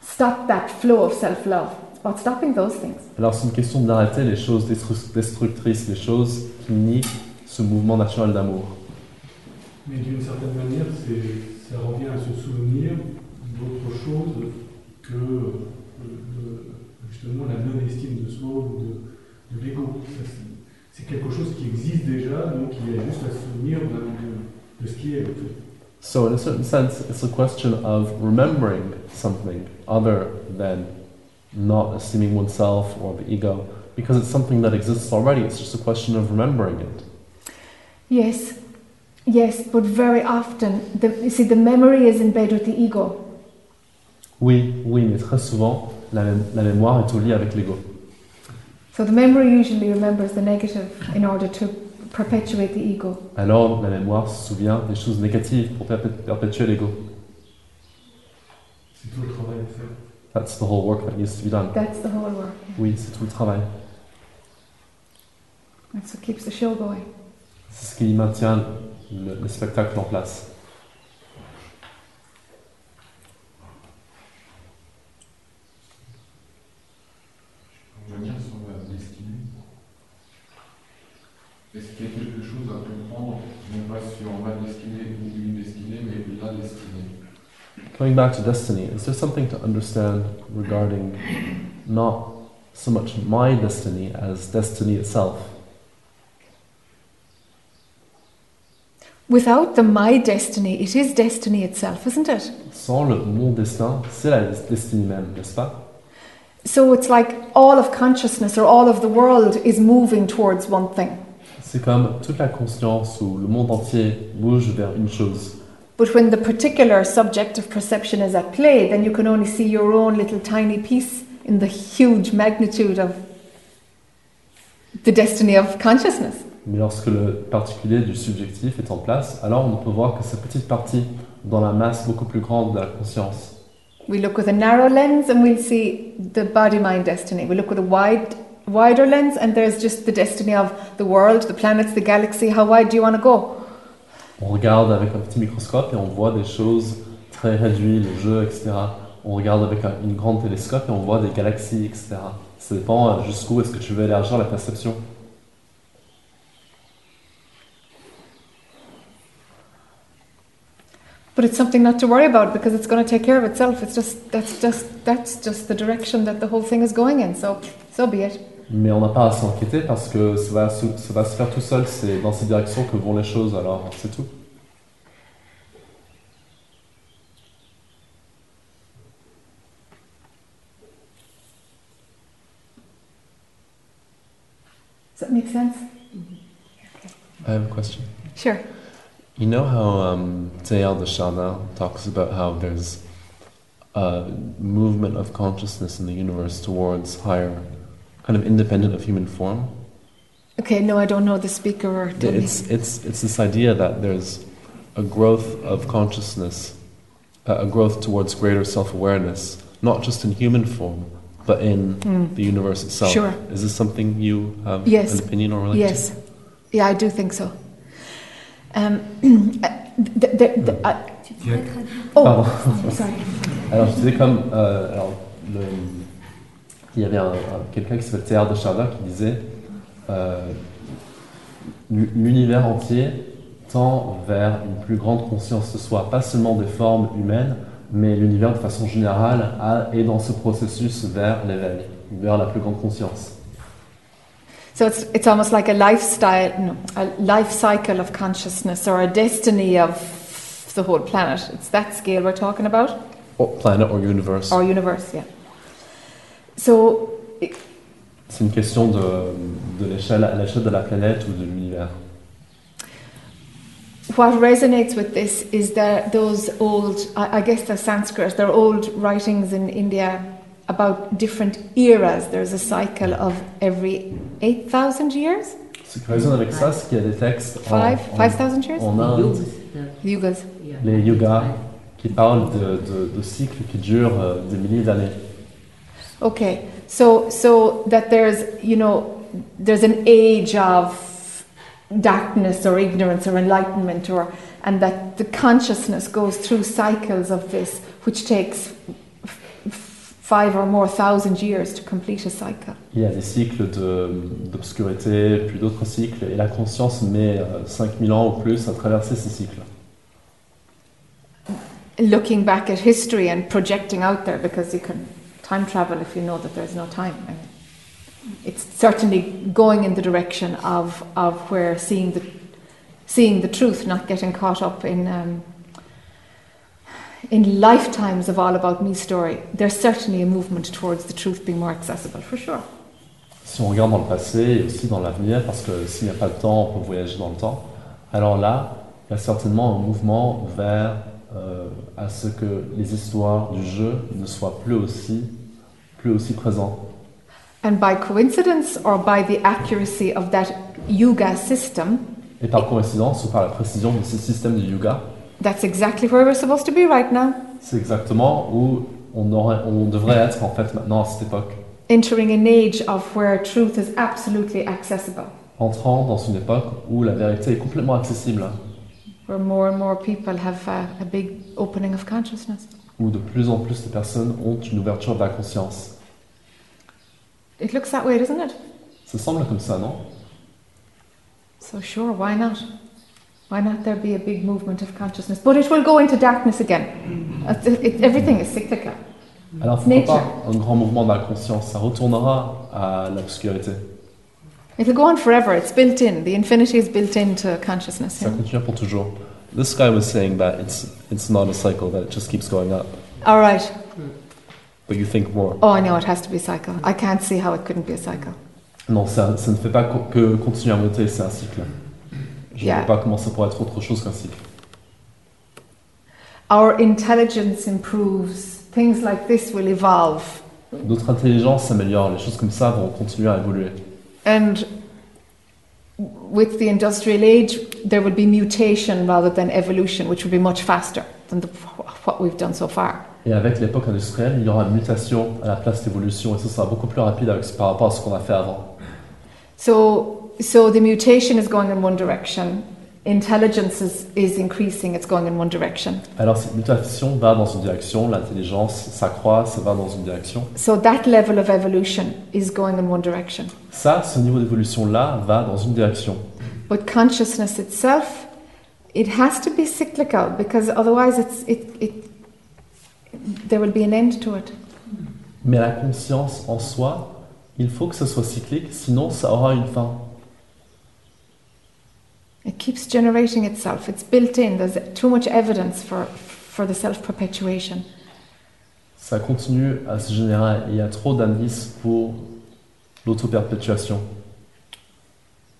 Speaker 2: stop that flow of self love. It's about stopping those things.
Speaker 1: Alors c'est une question d'arrêter les choses destru- destructrices, les choses qui nient ce mouvement naturel d'amour.
Speaker 5: Mais d'une certaine manière, c'est- ça revient à se souvenir d'autre chose que euh, le- justement la non-estime de soi ou de, de l'ego. Ça, c'est- C'est quelque chose qui existe déjà, donc il y a juste à se souvenir de, de- de ce qui est. en fait.
Speaker 1: So in a certain sense, it's a question of remembering something other than not esteeming oneself or the ego, because it's something that exists already. It's just a question of remembering it.
Speaker 2: Yes, yes, but very often, the, you see, the memory is in bed with the ego.
Speaker 1: Oui, oui, mais très souvent, la, mé- la mémoire est au lit avec l'ego.
Speaker 2: So the memory usually remembers the negative in order to perpetuate the ego.
Speaker 1: Alors, la mémoire se souvient des choses négatives pour perpé- perpétuer l'ego.
Speaker 5: C'est tout le travail à faire.
Speaker 1: That's the whole work that needs to be done.
Speaker 2: That's the whole work. yeah.
Speaker 1: Oui, c'est tout le travail.
Speaker 2: That's what keeps the show going.
Speaker 1: C'est ce qui maintient le, le spectacle en place.
Speaker 6: On revient sur la destinée. Est-ce qu'il y a quelque chose à comprendre, non pas sur ma destinée ou une destinée, mais la destinée
Speaker 1: Coming back to destiny, is there something to understand regarding not so much my destiny as destiny itself?
Speaker 2: Without the my destiny, it is destiny itself, isn't it?
Speaker 1: Sans le mon destin, c'est la destinée même, n'est-ce pas
Speaker 2: So it's like all of consciousness or all of the world is moving towards one thing.
Speaker 1: C'est comme toute la conscience ou le monde entier bouge vers une chose.
Speaker 2: But when the particular subject of perception is at play, then you can only see your own little tiny piece in the huge magnitude of the destiny of consciousness.
Speaker 1: Mais lorsque le particulier du subjectif est en place, alors on ne peut voir que cette petite partie dans la masse beaucoup plus grande de la conscience.
Speaker 2: We look with a narrow lens and we'll see the body mind destiny. We look with a wide wider lens and there's just the destiny of the world, the planets, the galaxy. How wide do you want to go?
Speaker 1: On regarde avec un petit microscope et on voit des choses très réduites, le jeu, etc. On regarde avec un une grande télescope et on voit des galaxies, etc. Ça dépend euh, jusqu'où est-ce que tu veux élargir la perception.
Speaker 2: But it's something not to worry about because it's going to take care of itself. It's just that's just that's just the direction that the whole thing is going in. So so be it.
Speaker 1: Mais on n'a pas à s'inquiéter parce que ça va, se, ça va se faire tout seul, c'est dans cette direction que vont les choses, alors c'est tout.
Speaker 2: Does that make sense?
Speaker 1: I have a question.
Speaker 2: Sure.
Speaker 1: You know how um, Teilhard de Chardin talks about how there's a movement of consciousness in the universe towards higher, kind of independent of human form?
Speaker 2: Okay, no, I don't know the speaker or don't
Speaker 1: It's, it's, it's this idea that there's a growth of consciousness, uh, a growth towards greater self awareness, not just in human form, but in
Speaker 2: Hmm.
Speaker 1: the universe itself.
Speaker 2: Sure.
Speaker 1: Is this something you have
Speaker 2: Yes.
Speaker 1: an opinion or relate to?
Speaker 2: Yes, yeah, I do think so. Um, the, the, the, I-
Speaker 7: Tu pourrais traduire
Speaker 2: oh,
Speaker 1: Pardon.
Speaker 2: sorry.
Speaker 1: Alors je disais comme euh, alors, le- il y avait un- un- quelqu'un qui s'appelle Teilhard de Chardin qui disait euh, l'u- l'univers entier tend vers une plus grande conscience de soi, pas seulement des formes humaines, mais l'univers de façon générale a- est dans ce processus vers l'éveil, vers la plus grande conscience.
Speaker 2: So it's it's almost like a lifestyle, no, a life cycle of consciousness or a destiny of the whole planet. It's that scale we're talking about.
Speaker 1: Or Oh, planet or universe.
Speaker 2: Our universe, yeah. So,
Speaker 1: C'est une question de, de l'échelle à l'échelle de la planète ou de l'univers.
Speaker 2: what resonates with this is that those old, I, I guess they're Sanskrit, they're old writings in India about different eras. There's a cycle of every 8,000 years,
Speaker 1: Ce qui résonne avec ça, Oh, c'est qu'il y a des textes en-
Speaker 2: five
Speaker 1: en,
Speaker 3: Oh.
Speaker 2: 5,000 years,
Speaker 1: en Inde
Speaker 2: yugas.
Speaker 1: les yogas qui parle de, de- de cycles qui durent euh, des milliers d'années.
Speaker 2: Okay, so so that there's you know there's an age of darkness or ignorance or enlightenment or and that the consciousness goes through cycles of this which takes f- f- five or more thousand years to complete a cycle.
Speaker 1: Il y a des cycles de- d'obscurité, puis d'autres cycles, et la conscience met euh, 5000 ans ou plus à traverser ces cycles.
Speaker 2: Looking back at history and projecting out there because you can time travel if you know that there's no time. I mean, it's certainly going in the direction of, of where seeing the seeing the truth, not getting caught up in um, in lifetimes of all about me story. There's certainly a movement towards the truth being more accessible, for sure.
Speaker 1: Si on regarde dans le passé et aussi dans l'avenir, parce que s'il n'y a pas de temps, on peut voyager dans le temps, alors là, il y a certainement un mouvement vers euh, à ce que les histoires du jeu ne soient plus aussi, plus aussi présentes.
Speaker 2: And by coincidence or by the accuracy of that yuga system,
Speaker 1: Et par coïncidence, ou par la précision de ce système de yoga,
Speaker 2: that's exactly where we're supposed to be right now,
Speaker 1: c'est exactement où on, aurait, on devrait être en fait maintenant à cette époque.
Speaker 2: entering an age of where truth is absolutely accessible.
Speaker 1: Entrant dans une époque où la vérité est complètement accessible,
Speaker 2: where more and more people have uh, a big opening of consciousness.
Speaker 1: où de plus en plus de personnes ont une ouverture de la conscience.
Speaker 2: It looks that way, doesn't it?
Speaker 1: Ça semble comme ça, non
Speaker 2: So sure, why not? Why not there be a big movement of consciousness? But it will go into darkness again. Uh, It, it- everything is cyclical.
Speaker 1: Alors pourquoi
Speaker 2: Nature.
Speaker 1: pas un grand mouvement de la conscience Ça retournera à l'obscurité.
Speaker 2: It'll go on forever. It's built in. The infinity is built into consciousness.
Speaker 1: Ça
Speaker 2: yeah.
Speaker 1: continue pour toujours. This guy was saying that it's, it's not a cycle, that it just keeps going up.
Speaker 2: All right.
Speaker 1: But you think more.
Speaker 2: Oh, I know it has to be cycle. I can't see how it couldn't be a cycle.
Speaker 1: Non, ça, ça ne fait pas co- que continuer à monter, c'est un cycle. Je ne
Speaker 2: Yeah.
Speaker 1: vois pas comment ça pourrait être autre chose qu'un cycle.
Speaker 2: Our intelligence improves. Things like this will evolve.
Speaker 1: Notre intelligence s'améliore, les choses comme ça vont continuer à évoluer.
Speaker 2: And with the industrial age, there would be mutation rather than evolution, which would be much faster than the, what we've done so far.
Speaker 1: Et avec l'époque industrielle, il y aura une mutation à la place d'évolution, et ça sera beaucoup plus rapide avec- par rapport à ce qu'on a fait avant.
Speaker 2: So, so the mutation is going in one direction. Intelligence is, is increasing, it's going in one direction.
Speaker 1: Alors cette mutation va dans une direction, l'intelligence s'accroît, ça va dans une direction.
Speaker 2: So that level of evolution is going in one direction.
Speaker 1: Ça, ce niveau d'évolution-là va dans une direction.
Speaker 2: But consciousness itself, it has to be cyclical because otherwise it's, it, it, there will be an end to it.
Speaker 1: Mais la conscience en soi, il faut que ce soit cyclique, sinon ça aura une fin.
Speaker 2: It keeps generating itself. It's built in. There's too much evidence for, for the self perpetuation.
Speaker 1: Ça continue à se générer, il y a trop d'indices pour l'auto-perpétuation.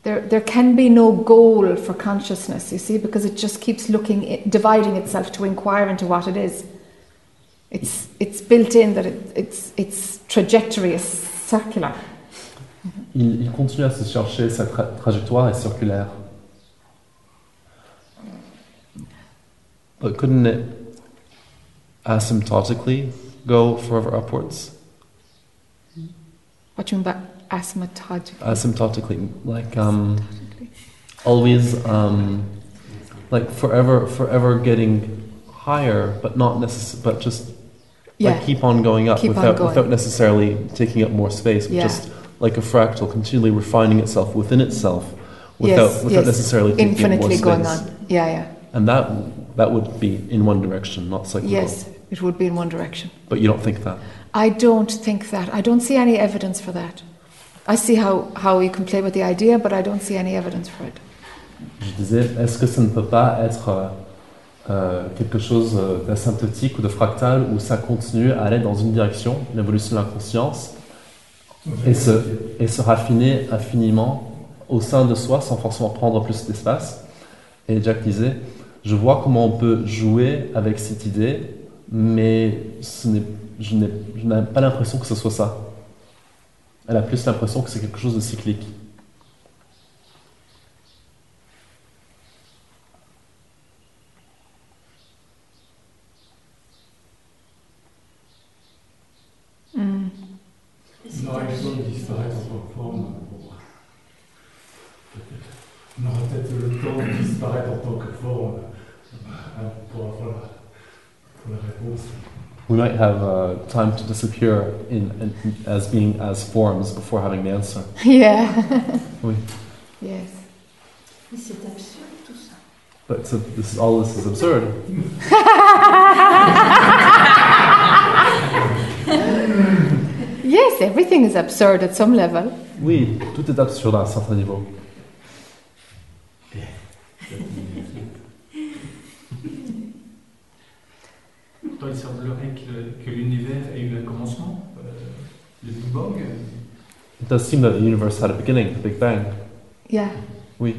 Speaker 2: There, there can be no goal for consciousness, you see, because it just keeps looking, i dividing itself to inquire into what it is. It's, it's built in that it, it's, its trajectory is circular.
Speaker 1: Il, il continue à se chercher, sa tra- trajectoire est circulaire. But couldn't it asymptotically go forever upwards?
Speaker 2: What do you mean by asymptotic?
Speaker 1: Asymptotically, like um, always, um, like forever, forever getting higher, but not necess- but just
Speaker 2: Yeah,
Speaker 1: like keep on going up
Speaker 2: Keep on
Speaker 1: without
Speaker 2: going.
Speaker 1: without necessarily taking up more space, but
Speaker 2: Yeah.
Speaker 1: just like a fractal, continually refining itself within itself, without
Speaker 2: Yes,
Speaker 1: without
Speaker 2: yes.
Speaker 1: necessarily taking up more
Speaker 2: infinitely
Speaker 1: space.
Speaker 2: going on. Yeah, yeah.
Speaker 1: And that that would be in one direction, not cyclical.
Speaker 2: Yes, it would be in one direction.
Speaker 1: But you don't think that.
Speaker 2: I don't think that. I don't see any evidence for that. I see how, how you can play with the idea, but I don't see any evidence for it.
Speaker 1: Je disais, est-ce que ça ne peut pas être euh, euh, quelque chose euh, d'asymptotique ou de fractal où ça continue à aller dans une direction, l'évolution de la conscience, et se, et se raffiner infiniment au sein de soi sans forcément prendre plus d'espace Et Jack disait, je vois comment on peut jouer avec cette idée, mais ce n'est- je n'ai je n'ai pas l'impression que ce soit ça. Elle a plus l'impression que c'est quelque chose de cyclique.
Speaker 2: Mm.
Speaker 5: forme. bon. On aura peut-être le temps de disparaître en tant que forme euh, pour avoir la, pour la réponse.
Speaker 1: We might have uh, time to disappear in, in, as being as forms before having the answer.
Speaker 2: Yeah.
Speaker 1: Oui.
Speaker 2: Yes.
Speaker 7: Mais c'est absurde tout ça.
Speaker 1: But so this is, all this is absurd.
Speaker 2: Yes, everything is absurd at some level.
Speaker 1: Oui, tout est absurde à un certain niveau.
Speaker 4: Pourtant, il semblerait que, que l'univers ait eu un commencement, euh, le Big Bang.
Speaker 1: It does seem that the universe had a beginning, the Big Bang.
Speaker 2: Yeah.
Speaker 1: Oui.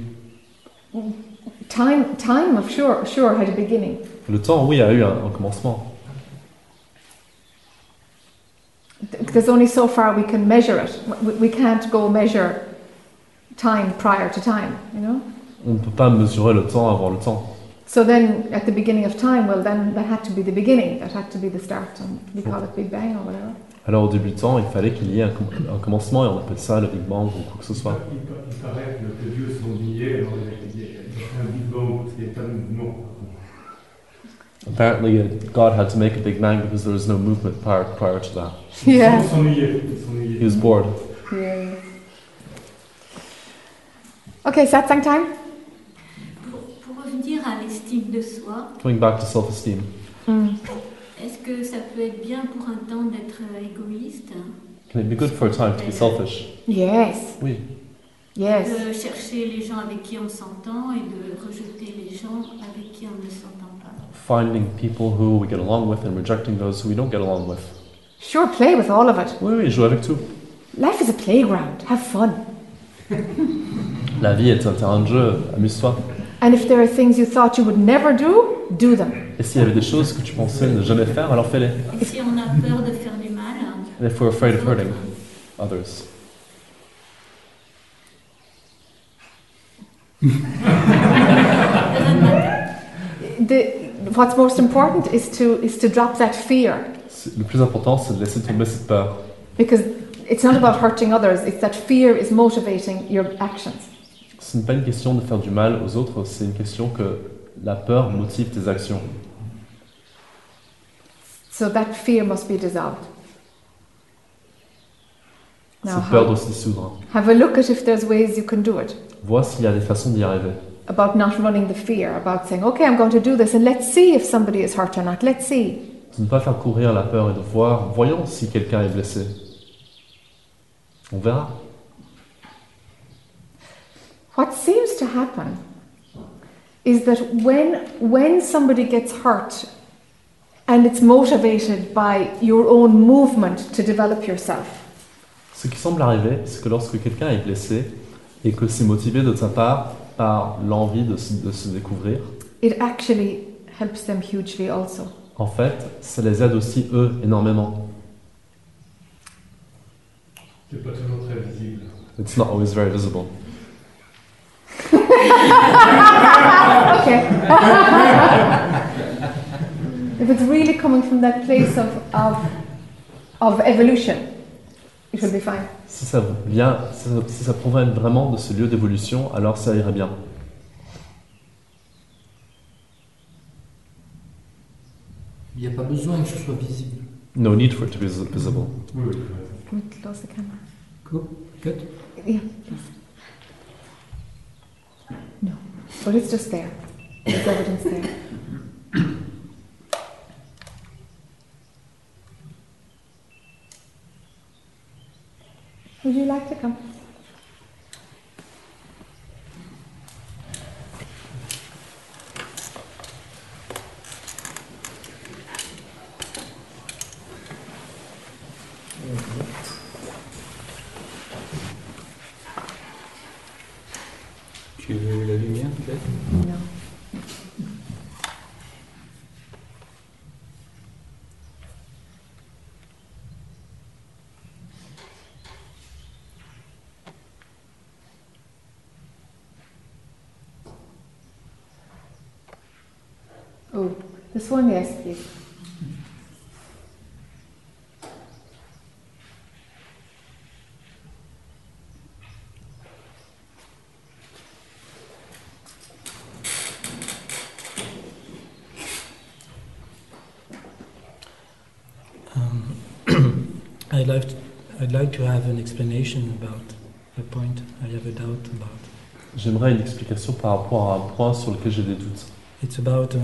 Speaker 2: Time, time of sure, sure had a beginning,
Speaker 1: Le temps, oui, a eu un, un commencement.
Speaker 2: Th- because only so far we can measure it. We, we can't go measure time prior to time, you know.
Speaker 1: On ne peut pas mesurer le temps avant le temps.
Speaker 2: So then, at the beginning of time, well, then that had to be the beginning. That had to be the start, and we call it Big Bang or whatever.
Speaker 1: Alors au début du temps, il fallait qu'il y ait un, com- un commencement et on appelle ça le Big Bang ou quoi que ce soit.
Speaker 5: Il, pa- il paraît que, que Dieu s'ennuyait, alors il a dit, un Big Bang, il n'y a pas de mouvement.
Speaker 1: Apparently, uh, God had to make a Big Bang because there was no movement prior, prior to that.
Speaker 2: Yeah.
Speaker 5: Il s'ennuyait, il
Speaker 1: He
Speaker 5: s'ennuyait.
Speaker 1: was bored.
Speaker 2: Yeah. Okay, satsang time.
Speaker 7: Pour, pour revenir à l'estime de soi,
Speaker 1: Coming back to self esteem.
Speaker 7: est-ce que ça peut être bien pour un temps d'être euh, égoïste
Speaker 1: Can it be good for a time to be selfish?
Speaker 2: Yes.
Speaker 1: Oui.
Speaker 2: Yes.
Speaker 7: De chercher les gens avec qui on s'entend et de rejeter les gens avec qui on ne s'entend pas
Speaker 1: Finding people who we get along with and rejecting those who we don't get along with.
Speaker 2: Sure, play with all of it.
Speaker 1: Oui, oui, jouer avec tout.
Speaker 2: Life is a playground. Have fun.
Speaker 1: La vie est un terrain de jeu, amuse-toi.
Speaker 2: And if there are things you thought you would never do, do them.
Speaker 1: Et s'il y avait des choses que tu pensais ne jamais faire, alors fais-les.
Speaker 7: Et si on a peur de faire du mal, hein?
Speaker 1: And if we're afraid of hurting others.
Speaker 2: The, what's most important is to is to drop that fear
Speaker 1: C'est- Le plus important, c'est de laisser tomber cette peur.
Speaker 2: because it's not about hurting others. It's that fear is motivating your actions.
Speaker 1: Ce n'est pas une question de faire du mal aux autres, c'est une question que la peur motive tes actions.
Speaker 2: So that fear must be dissolved. Now,
Speaker 1: Cette peur
Speaker 2: have,
Speaker 1: doit se dissoudre.
Speaker 2: have a look at if there's ways you can do it.
Speaker 1: Vois s'il y a des façons d'y arriver.
Speaker 2: About not running the fear, about saying, okay, I'm going to do this and let's see if somebody is hurt or not. Let's see.
Speaker 1: De ne pas faire courir la peur et de voir, voyons si quelqu'un est blessé. On verra.
Speaker 2: What seems to happen is that when, when somebody gets hurt and it's motivated by your own movement to develop yourself,
Speaker 1: Ce qui semble arriver, c'est que lorsque quelqu'un est blessé et que c'est motivé de sa part par l'envie de se, de se découvrir,
Speaker 2: it actually helps them hugely also.
Speaker 1: en fait, ça les aide aussi eux énormément.
Speaker 5: C'est pas toujours très visible.
Speaker 1: It's not always very visible.
Speaker 2: Okay. if it's really coming from that place of, of, of evolution, it will be fine.
Speaker 1: Si ça vient, si ça, si ça provient vraiment de ce lieu d'évolution, alors ça irait bien.
Speaker 8: Il n'y a pas besoin que ce soit visible.
Speaker 1: No need for it to be vis- visible.
Speaker 5: Oui, oui.
Speaker 2: Can we close the camera?
Speaker 8: Cool. Cut.
Speaker 2: Yeah, please. No, but it's just there. There's evidence there. Would you like to come?
Speaker 8: Tu veux la lumière peut-être
Speaker 2: No. Oh, this one, yes, please.
Speaker 9: Um, I'd like, to, I'd like to have an explanation about a point I have a doubt about.
Speaker 1: J'aimerais une explication par rapport à un point sur lequel j'ai des doutes.
Speaker 9: It's about um,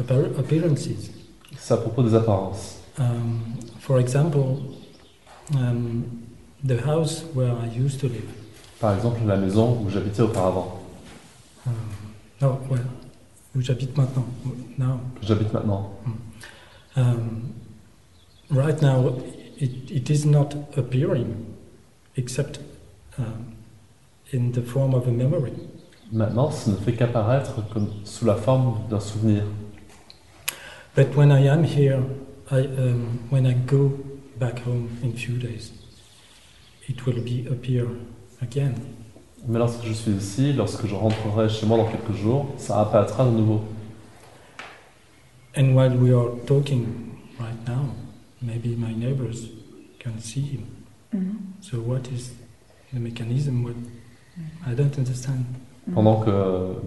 Speaker 9: appar- appearances.
Speaker 1: C'est à propos des apparences.
Speaker 9: Um, for example, um, the house where I used to live.
Speaker 1: Par exemple, la maison où j'habitais auparavant,
Speaker 9: Um, no, well, où j'habite maintenant. Now,
Speaker 1: que j'habite maintenant.
Speaker 9: um, right now, it, it is not appearing, except um, in the form of a memory.
Speaker 1: Maintenant, ça ne fait qu'apparaître comme sous la forme d'un souvenir.
Speaker 9: But when I am here, I, um, when I go back home in few days, it will be appear again.
Speaker 1: Mais lorsque je suis ici, lorsque je rentrerai chez moi dans quelques jours, ça apparaîtra de nouveau.
Speaker 9: And while we are talking right now, maybe my neighbors can see him.
Speaker 5: Uhum.
Speaker 9: So what is the mechanism? What I don't understand.
Speaker 1: Pendant que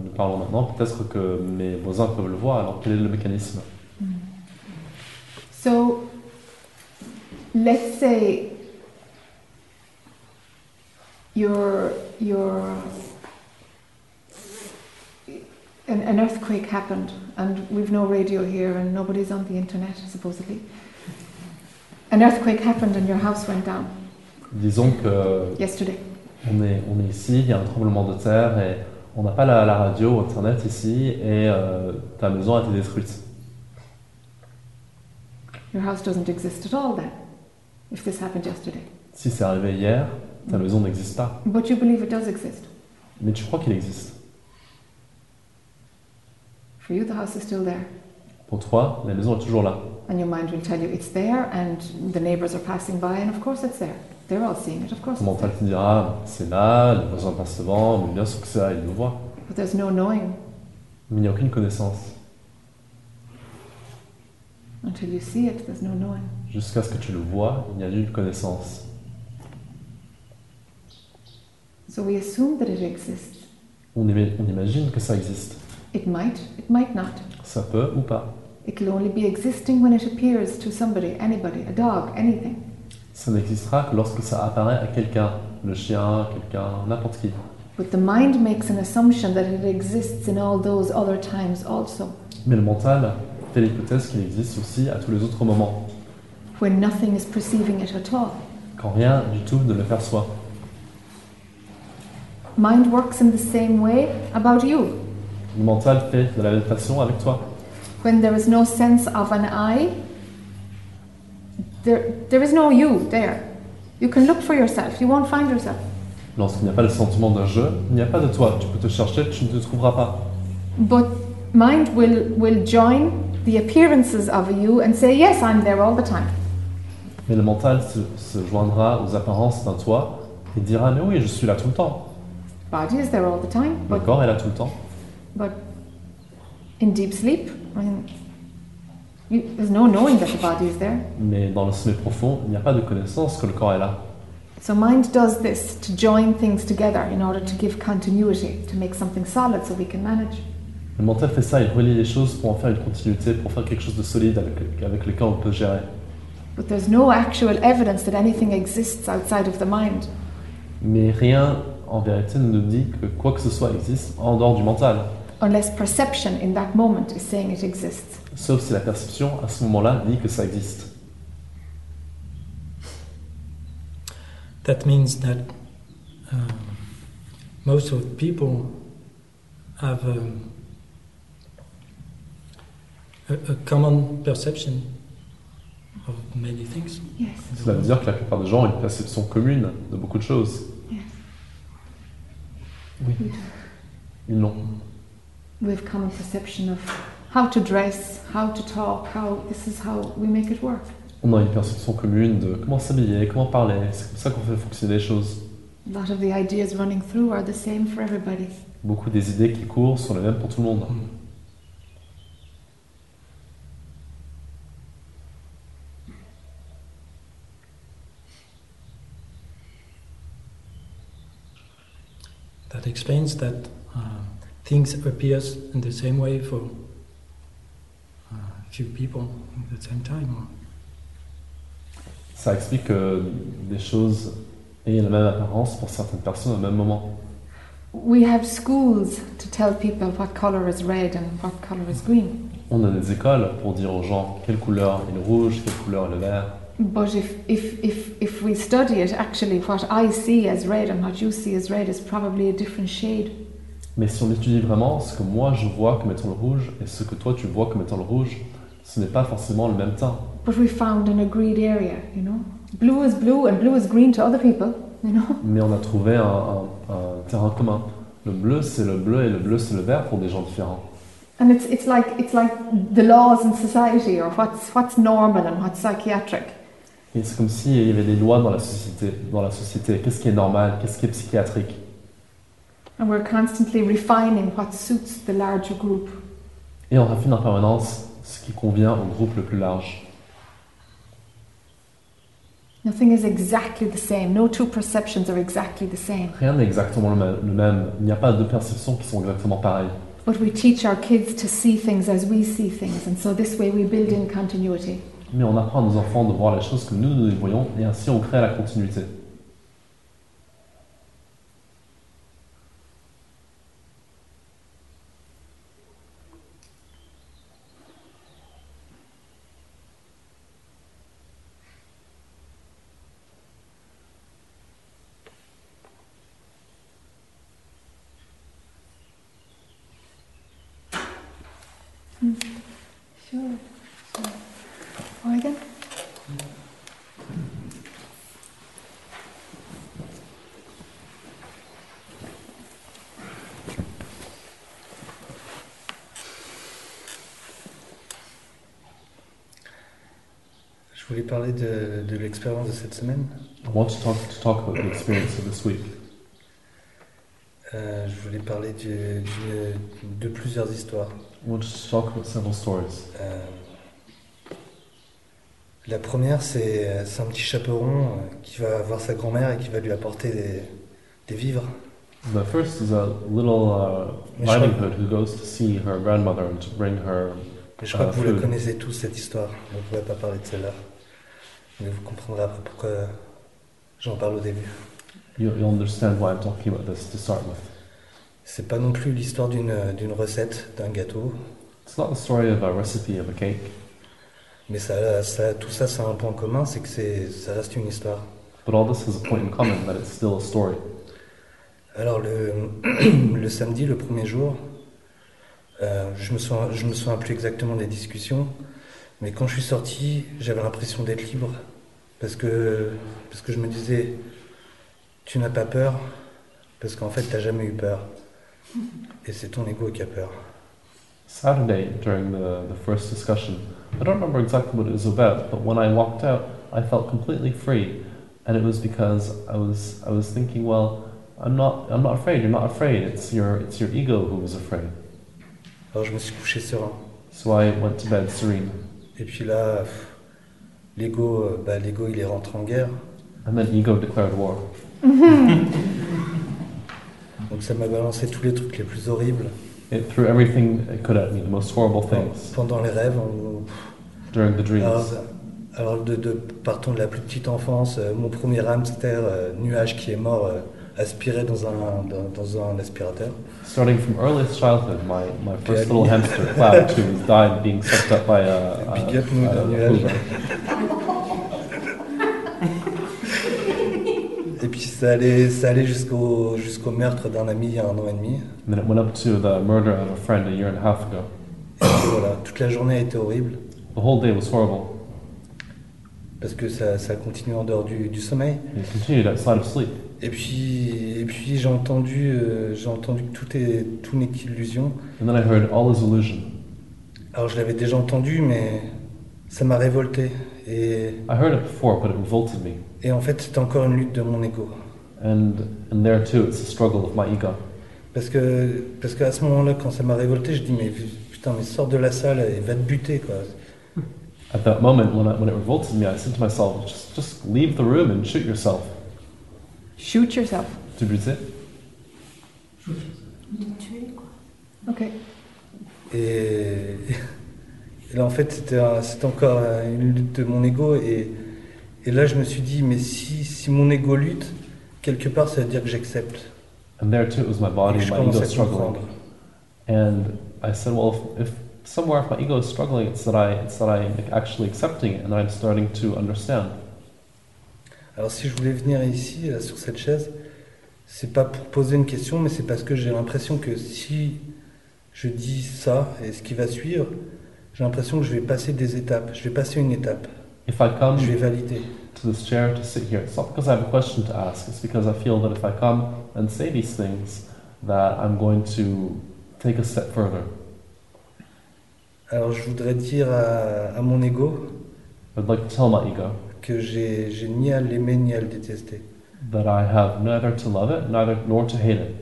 Speaker 1: nous parlons maintenant, peut-être que mes voisins peuvent le voir, alors quel est le mécanisme
Speaker 2: So let's say your your an, an earthquake happened and we've no radio here and nobody's on the internet supposedly. An earthquake happened and your house went down
Speaker 1: Disons que
Speaker 2: yesterday.
Speaker 1: on est, on est ici, il y a un tremblement de terre et on n'a pas la, la radio, internet ici, et euh, ta maison a été détruite.
Speaker 2: Your house doesn't exist at all then, if this happened yesterday.
Speaker 1: Si c'est arrivé hier, ta maison n'existe pas,
Speaker 2: But you believe it does exist.
Speaker 1: mais tu crois qu'il existe.
Speaker 2: For you, the house is still there,
Speaker 1: Pour toi, la maison est toujours là.
Speaker 2: and your mind will tell you it's there, and the neighbors are passing by, and of course it's there. They're all seeing it, of course.
Speaker 1: Ton
Speaker 2: It's
Speaker 1: mental
Speaker 2: there.
Speaker 1: te dira, c'est là, les voisins passent devant, mais bien sûr que c'est là, ils le voient.
Speaker 2: But there's no knowing
Speaker 1: Mais il n'y a aucune connaissance.
Speaker 2: until you see it, there's no knowing.
Speaker 1: Jusqu'à ce que tu le vois, il n'y a nulle connaissance.
Speaker 2: So we assume that it exists.
Speaker 1: On, ima- on imagine que ça existe.
Speaker 2: It might, it might not.
Speaker 1: Ça peut ou pas.
Speaker 2: It'll only be existing when it appears to somebody, anybody, a dog, anything.
Speaker 1: Ça n'existera que lorsque ça apparaît à quelqu'un. Le chien, quelqu'un, n'importe qui.
Speaker 2: But the mind makes an assumption that it exists in all those other times also,
Speaker 1: Mais le mental fait l'hypothèse qu'il existe aussi à tous les autres moments,
Speaker 2: when nothing is perceiving it at all.
Speaker 1: quand rien du tout ne le perçoit.
Speaker 2: Mind works in the same way about you.
Speaker 1: Le mental fait de la même façon avec toi.
Speaker 2: when there is no sense of an I, there, there is no you there. You can look for yourself, you won't find yourself.
Speaker 1: Lorsqu'il n'y a pas le sentiment d'un jeu, il n'y a pas de toi. Tu peux te chercher, tu ne te trouveras pas.
Speaker 2: But mind will, will join the appearances of a you and say, Yes, I'm there all the time.
Speaker 1: Mais le mental se, se joindra aux apparences d'un toi et dira Mais oui, je suis là tout le temps.
Speaker 2: Body is there all the time,
Speaker 1: Le
Speaker 2: but,
Speaker 1: corps est là tout le temps.
Speaker 2: but in deep sleep, I mean, you, there's no knowing that the body is there.
Speaker 1: Mais dans le sommeil profond, il n'y a pas de connaissance que le corps est là.
Speaker 2: So mind does this to join things together in order to give continuity, to make something solid so we can manage.
Speaker 1: Le mental fait ça, il relie les choses pour en faire une continuité, pour faire quelque chose de solide avec, avec lequel on peut gérer.
Speaker 2: But there's no actual evidence that anything exists outside of the mind.
Speaker 1: Mais rien, en vérité, ne nous dit que quoi que ce soit existe en dehors du mental.
Speaker 2: unless perception in that moment is saying it exists.
Speaker 1: Sauf si la perception, à ce moment-là, dit que ça existe.
Speaker 9: That means that um, most of people have um, a, a common perception of many things.
Speaker 2: Yes.
Speaker 1: Cela veut dire que la plupart des gens ont une perception commune de beaucoup de choses.
Speaker 2: Yes.
Speaker 1: Oui. Ils l'ont.
Speaker 2: We have common perception of how to dress, how to talk, how this is how we make it work.
Speaker 1: On a une perception commune de comment s'habiller, comment parler. C'est comme ça qu'on fait fonctionner les choses.
Speaker 2: A lot of the ideas running through are the same for everybody.
Speaker 1: Beaucoup des idées qui courent sont les mêmes pour tout le monde.
Speaker 9: That explains that uh, things appears in the same way for uh, a few people at the same time. or-
Speaker 1: ça explique que des choses aient la même apparence pour certaines personnes au même moment.
Speaker 2: We have schools to tell people what color is red and what color is green.
Speaker 1: On a des écoles pour dire aux gens quelle couleur est le rouge, quelle couleur est le vert.
Speaker 2: But if, if, if, if we study it, actually, what I see as red and what you see as red is probably a different shade.
Speaker 1: Mais si on étudie vraiment ce que moi je vois comme étant le rouge et ce que toi tu vois comme étant le rouge, ce n'est pas forcément le même teint.
Speaker 2: But we found an agreed area, you know. Blue is blue and blue is green to other people, you know.
Speaker 1: Mais on a trouvé un, un- un terrain commun. Le bleu c'est le bleu et le bleu c'est le vert pour des gens différents.
Speaker 2: And it's, it's like it's like the laws in society or what's what's normal and what's psychiatric.
Speaker 1: Et c'est comme s'il y avait des lois dans la société. Dans la société, qu'est-ce qui est normal, qu'est-ce qui est psychiatrique
Speaker 2: And we're constantly refining what suits the larger group.
Speaker 1: Et on raffine en permanence ce qui convient au groupe le plus large.
Speaker 2: Nothing is exactly the same. No two perceptions are exactly the same.
Speaker 1: Rien n'est exactement le même- le même. Il n'y a pas deux perceptions qui sont exactement pareilles.
Speaker 2: But we teach our kids to see things as we see things, and so this way we build in continuity.
Speaker 1: Mais on apprend à nos enfants de voir les choses comme nous, nous les voyons, et ainsi on crée la continuité.
Speaker 2: Sure. Or again.
Speaker 10: Je voulais parler de, de l'expérience de cette semaine.
Speaker 1: I want to talk, to talk about the experience of this week.
Speaker 10: Euh, je voulais parler du- d'une- de plusieurs histoires.
Speaker 1: I want to talk about several stories.
Speaker 10: Euh, la première, c'est euh, c'est un petit chaperon euh, qui va voir sa grand-mère et qui va lui apporter des, des vivres.
Speaker 1: The first is a little uh,
Speaker 10: Mais je
Speaker 1: Riding
Speaker 10: crois-
Speaker 1: Hood who goes to see her grandmother and to bring her.
Speaker 10: Mais je crois
Speaker 1: Ah,
Speaker 10: que vous la
Speaker 1: feu.
Speaker 10: connaissez tous, cette histoire. On ne pourrait pas parler de celle-là. Mais vous comprendrez après pourquoi j'en parle au début.
Speaker 1: You, you understand why I'm talking about this to start with.
Speaker 10: C'est pas non plus l'histoire d'une d'une recette, d'un gâteau.
Speaker 1: It's not the story of a recipe of a cake,
Speaker 10: Mais ça, ça- tout ça, ça a un point commun, c'est que c'est- ça reste une histoire.
Speaker 1: but all this has a point in common that it's still a story.
Speaker 10: Alors le, le samedi, le premier jour, euh, je me souviens, je me souviens plus exactement des discussions, mais quand je suis sorti, j'avais l'impression d'être libre parce que parce que je me disais, tu n'as pas peur parce qu'en fait t'as jamais eu peur et c'est ton ego qui a peur.
Speaker 1: Saturday, during the, the first discussion, I don't remember exactly what it was about, but when I walked out, I felt completely free, and it was because I was I was thinking, well, I'm not I'm not afraid. You're not afraid. It's your it's your ego who was afraid.
Speaker 10: Alors je me suis couché serein.
Speaker 1: So I went to bed serene,
Speaker 10: Et puis là, pff, l'ego, euh, bah, l'ego il est rentré en guerre,
Speaker 1: and then ego declared war.
Speaker 10: donc ça m'a balancé tous les trucs les plus horribles
Speaker 1: It threw everything it could at me, the most horrible things
Speaker 10: pendant les rêves. on-
Speaker 1: during the
Speaker 10: Alors,
Speaker 1: dreams.
Speaker 10: alors de, de- partons de la plus petite enfance, euh, mon premier hamster, euh, nuage qui est mort, euh, aspiré dans un, dans, dans un aspirateur.
Speaker 1: Starting from earliest childhood, my, my
Speaker 10: Yeah.
Speaker 1: first little hamster, Cloud, who was died being sucked up by a, a,
Speaker 10: Big up, nous,
Speaker 1: a- a
Speaker 10: Daniel.
Speaker 1: hoover.
Speaker 10: Et puis ça allait, ça allait jusqu'au jusqu'au meurtre d'un ami il y a un an et demi.
Speaker 1: And then it went up to the murder of a friend a year and a half ago.
Speaker 10: Et puis voilà, toute la journée a été horrible
Speaker 1: The whole day was horrible.
Speaker 10: parce que ça, ça continue en dehors du, du sommeil.
Speaker 1: It continued outside of sleep.
Speaker 10: Et puis, et puis j'ai entendu, euh, j'ai entendu que tout est tout n'est qu'illusion.
Speaker 1: And then I heard all is illusion.
Speaker 10: Alors je l'avais déjà entendu, mais ça m'a révolté. Et,
Speaker 1: I heard it before, but it revolted me.
Speaker 10: et en fait, c'était encore une lutte de mon ego.
Speaker 1: And, and there too, it's a struggle of my ego.
Speaker 10: Parce que parce qu'à ce moment-là, quand ça m'a révolté, je dis mais putain, mais sors de la salle et va te buter quoi.
Speaker 1: At that moment, when, I, when it revolted me, I said to myself, just, just leave the room and shoot yourself.
Speaker 2: Shoot yourself.
Speaker 1: Tu brisais?
Speaker 7: de tuer, quoi.
Speaker 2: Okay.
Speaker 10: Et, et là en fait c'était un- c'était encore euh, une lutte de mon ego et, Et là, je me suis dit, mais si, si mon ego lutte, quelque part, ça veut dire que j'accepte.
Speaker 1: And there too, it was my body,
Speaker 10: Je
Speaker 1: my
Speaker 10: commence
Speaker 1: ego
Speaker 10: à
Speaker 1: struggling. And I said, well, if, if somewhere if my ego is struggling, it's that I, it's that I'm actually accepting it, and I'm starting to understand.
Speaker 10: Alors, si je voulais venir ici, là, sur cette chaise, c'est pas pour poser une question, mais c'est parce que j'ai l'impression que si je dis ça et ce qui va suivre, j'ai l'impression que je vais passer des étapes, je vais passer une étape.
Speaker 1: If I come
Speaker 10: Je vais valider.
Speaker 1: to this chair to sit here, it's not because I have a question to ask. It's because I feel that if I come and say these things, that I'm going to take a step further.
Speaker 10: Alors, je voudrais dire à, à mon ego
Speaker 1: I'd like to tell my ego
Speaker 10: que j'ai j'ai ni à l'aimer ni à le détester.
Speaker 1: that I have neither to love it, neither nor to hate it.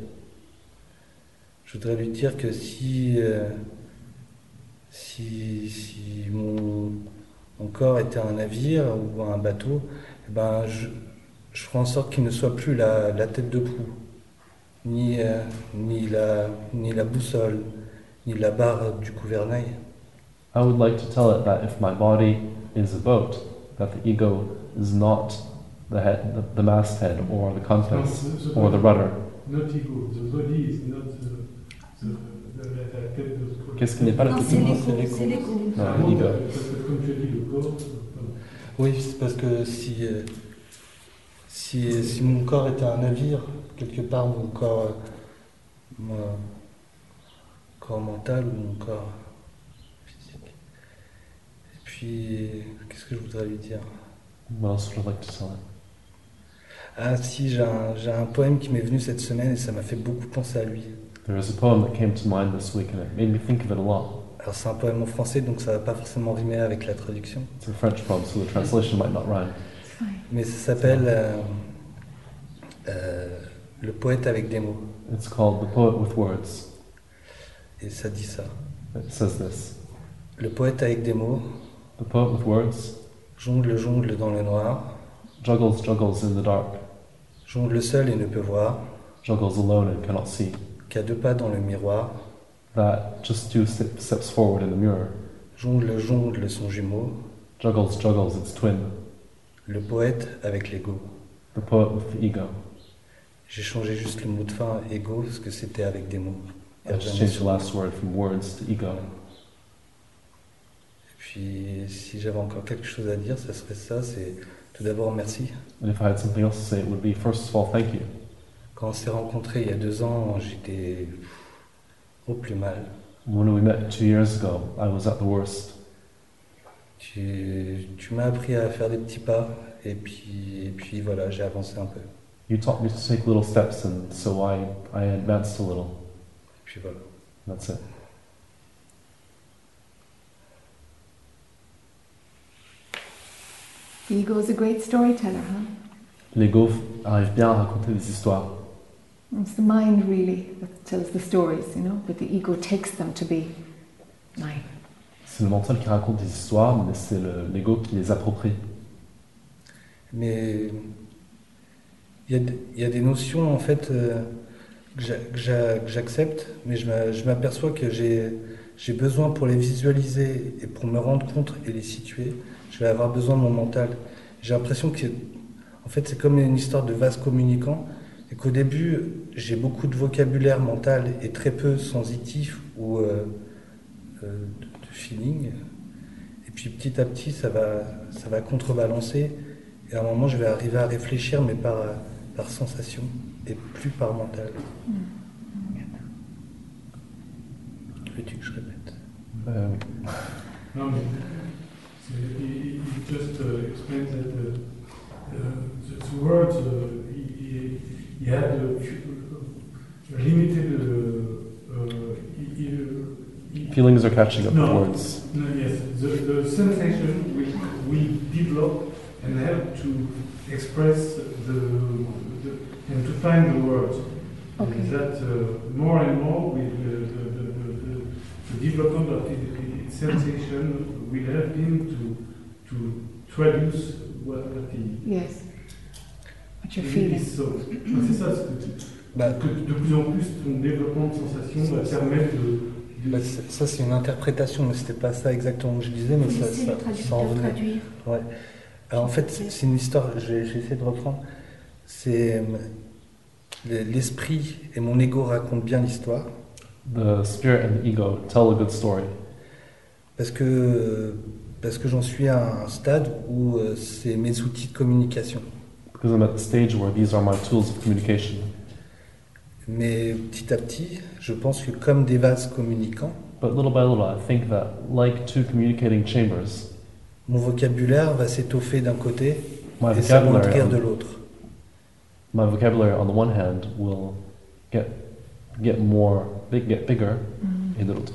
Speaker 10: Je voudrais lui dire que si, euh, si, si mon, mon corps était un navire ou un bateau, eh ben je, je ferai en sorte qu'il ne soit plus la, la tête de proue, ni, euh, ni, la, ni la boussole, ni la barre du gouvernail.
Speaker 1: I would like to tell it that if my body is a boat, that the ego is not the head, the, the masthead, or the compass, or the rudder.
Speaker 5: Not ego. The body is not the, the, the, la, la tête de ce
Speaker 1: Qu'est-ce qui n'est pas la
Speaker 7: Non,
Speaker 1: tête
Speaker 7: c'est
Speaker 1: de
Speaker 7: l'ego,
Speaker 1: proue
Speaker 7: c'est l'ego.
Speaker 1: Non,
Speaker 5: Ah,
Speaker 1: l'ego.
Speaker 5: Parce que comme tu as dit, le corps, euh,
Speaker 10: Oui, c'est parce que si, euh, si, euh, si mon corps était un navire, quelque part mon corps, euh, mon corps mental ou mon corps physique. Et puis, qu'est-ce que je voudrais lui dire
Speaker 1: What else would I like to tell it?
Speaker 10: Ah si, j'ai un, j'ai un poème qui m'est venu cette semaine et ça m'a fait beaucoup penser à lui.
Speaker 1: There is a poem that came to mind this week, and it made me think of it a lot.
Speaker 10: Alors c'est un poème en français, donc ça va pas forcément rimer avec la traduction.
Speaker 1: It's a French poem, so the translation might not rhyme.
Speaker 10: Mais ça s'appelle euh, euh, Le poète avec des mots.
Speaker 1: It's called "The Poet with Words."
Speaker 10: Et ça dit ça.
Speaker 1: It says this:
Speaker 10: Le poète avec des mots
Speaker 1: "The poet with words
Speaker 10: jongle, jongle dans le noir,
Speaker 1: juggles, juggles in the dark,
Speaker 10: jongle seul et ne peut voir,
Speaker 1: juggles alone and cannot see.
Speaker 10: qu'à deux pas dans le miroir,
Speaker 1: That just two step, steps forward in the mirror,
Speaker 10: jongle, jongle son jumeau,
Speaker 1: juggles, juggles its twin.
Speaker 10: le poète avec l'ego.
Speaker 1: The poet with the ego."
Speaker 10: J'ai changé juste le mot de fin, ego, parce que c'était avec des mots. Et
Speaker 1: I just
Speaker 10: jamais
Speaker 1: changed the
Speaker 10: sur-
Speaker 1: last word from words to ego.
Speaker 10: Et puis, si j'avais encore quelque chose à dire, ça serait ça, c'est tout d'abord merci.
Speaker 1: And if I had something else to say, it would be first of all, thank you.
Speaker 10: Quand on s'est rencontrés il y a deux ans, j'étais au plus mal.
Speaker 1: When we met two years ago, I was at the worst.
Speaker 10: Tu, tu m'as appris à faire des petits pas, et puis, et puis voilà, j'ai avancé un peu.
Speaker 1: You taught me to take little steps, and so I, I advanced a little.
Speaker 10: Puis voilà.
Speaker 1: That's it.
Speaker 2: The ego is a great storyteller, huh?
Speaker 1: L'ego f- arrive bien à raconter des histoires.
Speaker 2: It's the mind really that tells the stories, you know, but the ego takes them to be mine.
Speaker 1: C'est le mental qui raconte des histoires, mais c'est le- l'ego qui les approprie.
Speaker 10: Mais il y, a d- il y a des notions en fait euh, que j'a- que j'a- que j'accepte, mais je m'a- je m'aperçois que j'ai j'ai besoin pour les visualiser et pour me rendre compte et les situer, je vais avoir besoin de mon mental. J'ai l'impression que en fait c'est comme une histoire de vase communicant et qu'au début j'ai beaucoup de vocabulaire mental et très peu sensitif ou euh, euh, de de feeling. Et puis petit à petit ça va ça va contrebalancer. Et à un moment, je vais arriver à réfléchir, mais par, euh, par sensation et plus par mental. Veux-tu que je répète
Speaker 1: Euh, oui.
Speaker 5: No, so he, he just uh, explained that uh, uh, the, the words uh, he, he, he had a few- uh, limited. Uh, uh, he, he, he,
Speaker 1: Feelings are catching up with
Speaker 5: No.
Speaker 1: words.
Speaker 5: no, yes, the, the sensation we, we develop and help to express the, the and to find the words.
Speaker 2: Okay.
Speaker 5: Is that uh, more and more with the, the, the, the, the development of the, the sensation will help him to, to traduce what, what he
Speaker 2: Yes. What you're
Speaker 5: he
Speaker 2: feeling.
Speaker 5: saw. Ah, C'est ça, c'est
Speaker 10: Bah,
Speaker 5: que, que de plus en plus ton développement de sensation va permettre de, de
Speaker 10: bah, c'est- Ça, c'est une interprétation, mais c'était pas ça exactement que je disais, mais ça,
Speaker 7: Laissez
Speaker 10: ça,
Speaker 7: le
Speaker 10: ça en
Speaker 7: traducteur
Speaker 10: venait.
Speaker 7: traduire.
Speaker 10: Ouais. Alors en fait, c'est une histoire, j'ai j'ai essayé de reprendre. C'est euh, le- l'esprit et mon ego racontent bien l'histoire.
Speaker 1: The spirit and ego tell a good story
Speaker 10: Parce que, euh, parce que j'en suis à un stade où euh, c'est mes outils de communication.
Speaker 1: because I'm at the stage where these are my tools of communication.
Speaker 10: Mais petit à petit, je pense que comme des vases communicants,
Speaker 1: But little by little, I think that, like two communicating chambers,
Speaker 10: mon vocabulaire va s'étoffer d'un côté
Speaker 1: my
Speaker 10: et
Speaker 1: vocabulary,
Speaker 10: s'amoindrir de
Speaker 1: on,
Speaker 10: l'autre.
Speaker 1: my vocabulary on the one hand will get get more, big, get bigger, et de l'autre.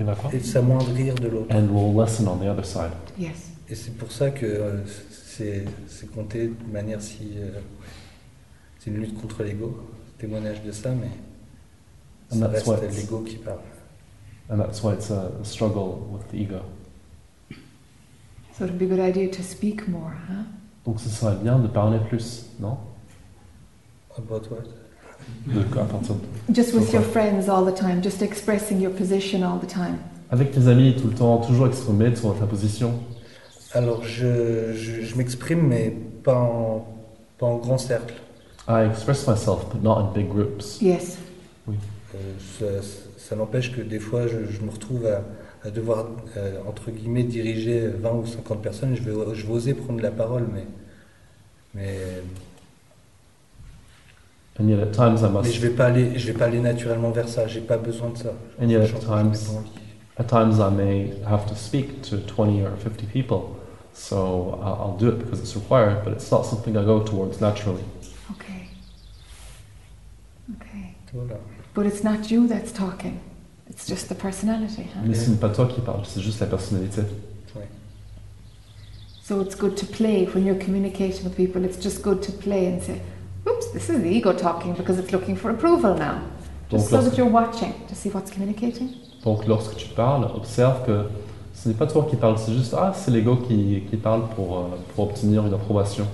Speaker 1: Et la quoi?
Speaker 10: Et s'amoindrir de l'autre.
Speaker 1: And will lessen on the other side.
Speaker 2: Yes.
Speaker 10: Et c'est pour ça que euh, c'est c'est compté de manière si... euh, c'est une lutte contre l'ego, témoignage de ça, mais
Speaker 1: And
Speaker 10: ça
Speaker 1: that's why
Speaker 10: reste
Speaker 1: it's-
Speaker 10: l'ego qui parle.
Speaker 1: And that's why it's a struggle with the ego.
Speaker 2: So it would be a good idea to speak more, huh?
Speaker 1: Donc ce serait bien de parler plus, non?
Speaker 10: About what?
Speaker 1: De, à partir de-
Speaker 2: Just
Speaker 1: sur
Speaker 2: with
Speaker 1: quoi?
Speaker 2: your friends all the time, just expressing your position all the time.
Speaker 1: Avec tes amis, tout le temps, toujours exprimer ton- ta position.
Speaker 10: Alors je, je, je m'exprime, mais pas en, pas en grand cercle.
Speaker 1: I express myself, but not in big groups.
Speaker 2: Yes.
Speaker 10: Euh, ça ça n'empêche que des fois, je, je me retrouve à, à devoir, euh, entre guillemets, diriger 20 ou 50 personnes. Je vais, je vais oser prendre la parole, mais, mais,
Speaker 1: And yet at times I
Speaker 10: mais
Speaker 1: must
Speaker 10: je vais pas aller, je vais pas aller naturellement vers ça. J'ai pas besoin de ça.
Speaker 1: And yet, at
Speaker 10: J'en- j'en ai
Speaker 1: times-
Speaker 10: pas envie.
Speaker 1: At times I may have to speak to 20 or 50 people, so I- I'll do it because it's required, but it's not something I go towards naturally.
Speaker 2: Okay. Okay.
Speaker 10: Voilà.
Speaker 2: But it's not you that's talking. It's just the personality, huh?
Speaker 1: Mais ce n'est pas toi qui parles, c'est juste la personnalité.
Speaker 10: Ouais.
Speaker 2: So it's good to play when you're communicating with people. It's just good to play and say, "Oops, this is the ego talking because it's looking for approval now." Just so
Speaker 1: Donc
Speaker 2: that
Speaker 1: lorsque-
Speaker 2: you're watching to see what's communicating.
Speaker 1: Donc lorsque tu parles, observe que ce n'est pas toi qui parles, c'est juste ah, c'est l'ego qui, qui parle pour, euh, pour obtenir une approbation.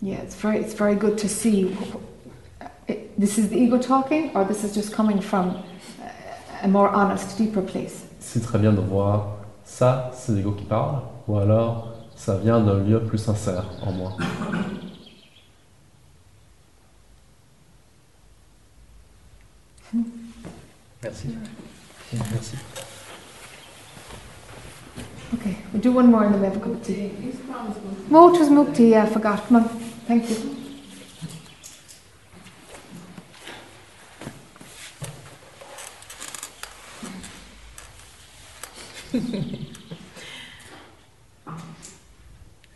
Speaker 2: Yeah, it's very it's very good to see wh- wh- it- this is the ego talking or this is just coming from uh, a more honest, deeper place.
Speaker 1: C'est très bien de voir ça, c'est l'ego qui parle, ou alors ça vient d'un lieu plus sincère en moi.
Speaker 10: Merci. Merci.
Speaker 2: Okay, we'll do one more and then we have a cup of tea.
Speaker 11: It's promising.
Speaker 2: Oh, it was mukti, yeah, I forgot. Come on, thank you.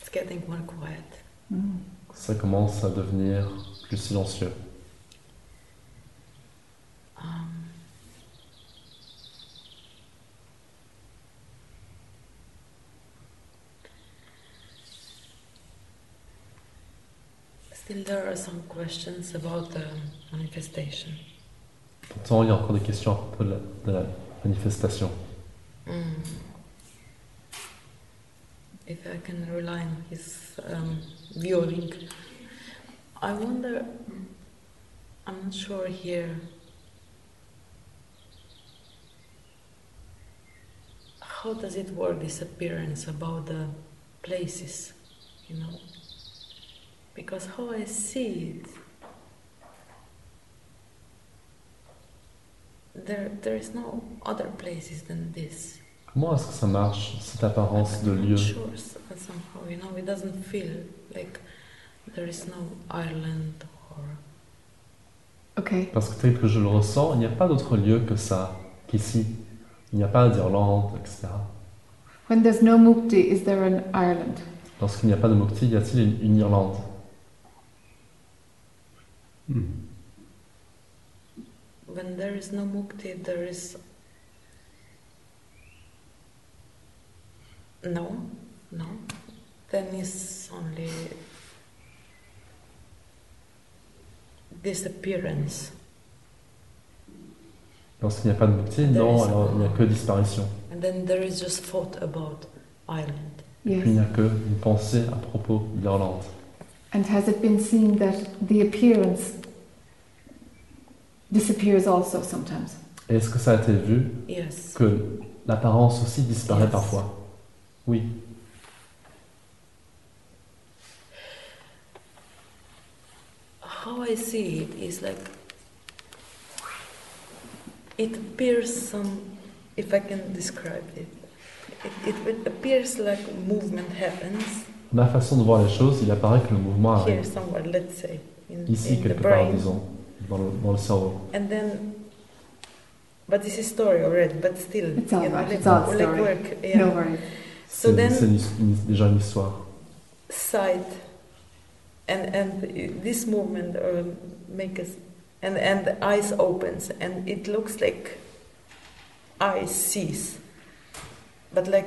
Speaker 11: It's getting more quiet.
Speaker 2: Mm,
Speaker 1: Ça commence à devenir plus silencieux.
Speaker 11: Um, still, there are some questions about the manifestation.
Speaker 1: Pourtant, il y a encore des questions à propos de la- de la manifestation.
Speaker 11: Mm. If I can rely on his um, viewing, I wonder. I'm not sure here. How does it work this appearance about the places, you know? Because how I see it, there there is no other places than this.
Speaker 1: Comment est-ce que ça marche, cette apparence de lieu
Speaker 11: Sure, s- somehow, you know, it doesn't feel like there is no island or.
Speaker 2: Okay,
Speaker 1: Parce que tel que je le ressens, il n'y a pas d'autre lieu que ça, qu'ici. Il n'y a pas d'Irlande, etc.
Speaker 2: when there's no mukti, is there an Ireland?
Speaker 1: Lorsqu'il n'y a pas de Mukti, y a-t-il une, une Irlande
Speaker 5: Mm.
Speaker 11: When there is no mukti, there is. No, no. Then it's only disappearance.
Speaker 1: Lorsqu'il n'y a pas de Mukti, non, alors il n'y a que disparition.
Speaker 11: And then there is just thought about island.
Speaker 1: Puis il
Speaker 2: Yes.
Speaker 1: n'y a que une pensée à propos d'Irlande.
Speaker 2: And has it been seen that the appearance disappears also sometimes?
Speaker 1: Est-ce que ça a été vu
Speaker 11: Yes.
Speaker 1: que l'apparence aussi disparaît
Speaker 11: Yes.
Speaker 1: parfois Oui.
Speaker 11: how I see it is like it appears some, if I can describe it, it, it, it appears like movement happens
Speaker 1: Ma façon de voir les choses, il apparaît que le mouvement
Speaker 11: here
Speaker 1: arrive
Speaker 11: somewhere, let's say, in,
Speaker 1: ici
Speaker 11: in the
Speaker 1: quelque part,
Speaker 11: brain.
Speaker 1: disons, dans le, dans le cerveau.
Speaker 11: And then, but this is story already, but still,
Speaker 2: It's all
Speaker 11: you know,
Speaker 2: right,
Speaker 11: let-
Speaker 2: it's all
Speaker 11: let
Speaker 2: story.
Speaker 11: work, yeah.
Speaker 2: No worries.
Speaker 11: So
Speaker 1: C'est c'est
Speaker 11: then,
Speaker 1: une his- une- déjà une histoire.
Speaker 11: sight and and this movement uh, make us and and the eyes opens and it looks like eyes sees, but like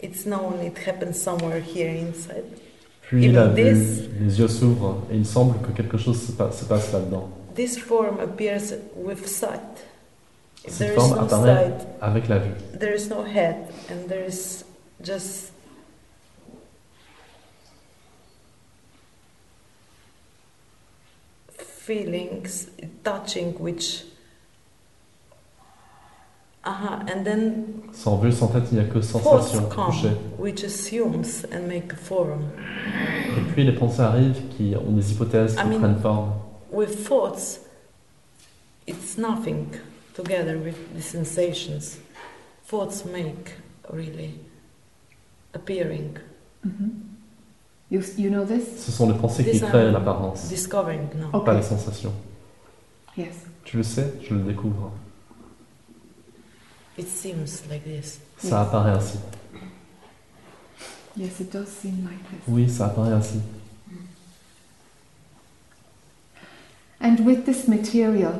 Speaker 11: it's known it happens somewhere here inside.
Speaker 1: Puis la
Speaker 11: Even
Speaker 1: vue,
Speaker 11: this
Speaker 1: les yeux s'ouvrent et il semble que quelque chose se, pa- se passe là-dedans.
Speaker 11: this form appears with sight. If
Speaker 1: Cette
Speaker 11: there is
Speaker 1: forme
Speaker 11: no
Speaker 1: apparaît
Speaker 11: sight,
Speaker 1: avec la vue.
Speaker 11: there is no head, and there is just feelings, touching, which. Aha, and then
Speaker 1: Sans vue, sans tête, il n'y a que
Speaker 11: thoughts
Speaker 1: sensation, toucher.
Speaker 11: come, which assumes and make a form.
Speaker 1: Et puis les pensées arrivent qui ont des hypothèses qui
Speaker 11: I mean-
Speaker 1: prennent forme.
Speaker 11: With thoughts, it's nothing together with the sensations. Thoughts make really appearing.
Speaker 2: Mhm. You, you know this?
Speaker 1: Ce sont les pensées qui
Speaker 11: This
Speaker 1: créent
Speaker 11: I'm
Speaker 1: l'apparence,
Speaker 11: Discovering now.
Speaker 1: pas les sensations.
Speaker 2: Yes.
Speaker 1: Tu le sais, je le découvre.
Speaker 11: It seems like this.
Speaker 1: Ça apparaît ainsi.
Speaker 2: Yes, it does seem like this.
Speaker 1: Oui, ça apparaît ainsi.
Speaker 2: And with this material,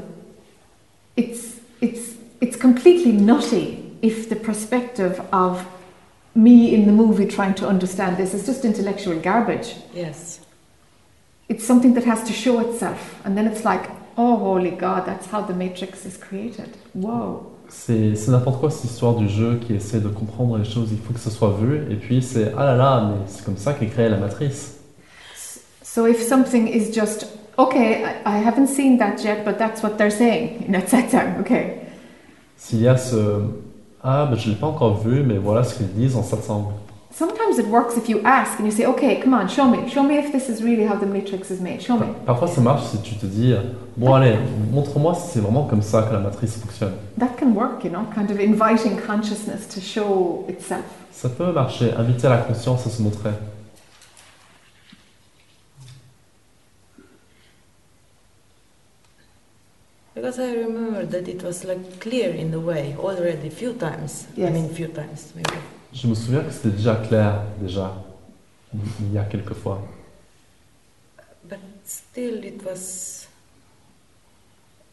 Speaker 2: it's, it's, it's completely nutty if the perspective of me in the movie trying to understand this is just intellectual garbage.
Speaker 11: Yes.
Speaker 2: It's something that has to show itself, and then it's like, oh, holy God, that's how the Matrix is created. Whoa.
Speaker 1: C'est c'est n'importe quoi cette histoire du jeu qui essaie de comprendre les choses, il faut que ce soit vu, et puis c'est ah là là, mais c'est comme ça qu'est créée la matrice.
Speaker 2: So if something is just, okay, I, I haven't seen that yet, but that's what they're saying, and etc., okay.
Speaker 1: S'il y a ce ah, mais je l'ai pas encore vu, mais voilà ce qu'ils disent en satsang.
Speaker 2: Sometimes it works if you ask and you say, okay, come on, show me. Show me if this is really how the Matrix is made. Show me.
Speaker 1: Parfois ça marche si tu te dis bon allez, montre-moi si c'est vraiment comme ça que la matrice fonctionne.
Speaker 2: That can work, you know, kind of inviting consciousness to show itself.
Speaker 1: Ça peut marcher, inviter la conscience à se montrer.
Speaker 11: Because I remember that it was like clear in the way already few times. I
Speaker 2: Yes.
Speaker 11: mean few times maybe.
Speaker 1: Je me souviens que c'était déjà clair, déjà, il y a quelques fois.
Speaker 11: But still it was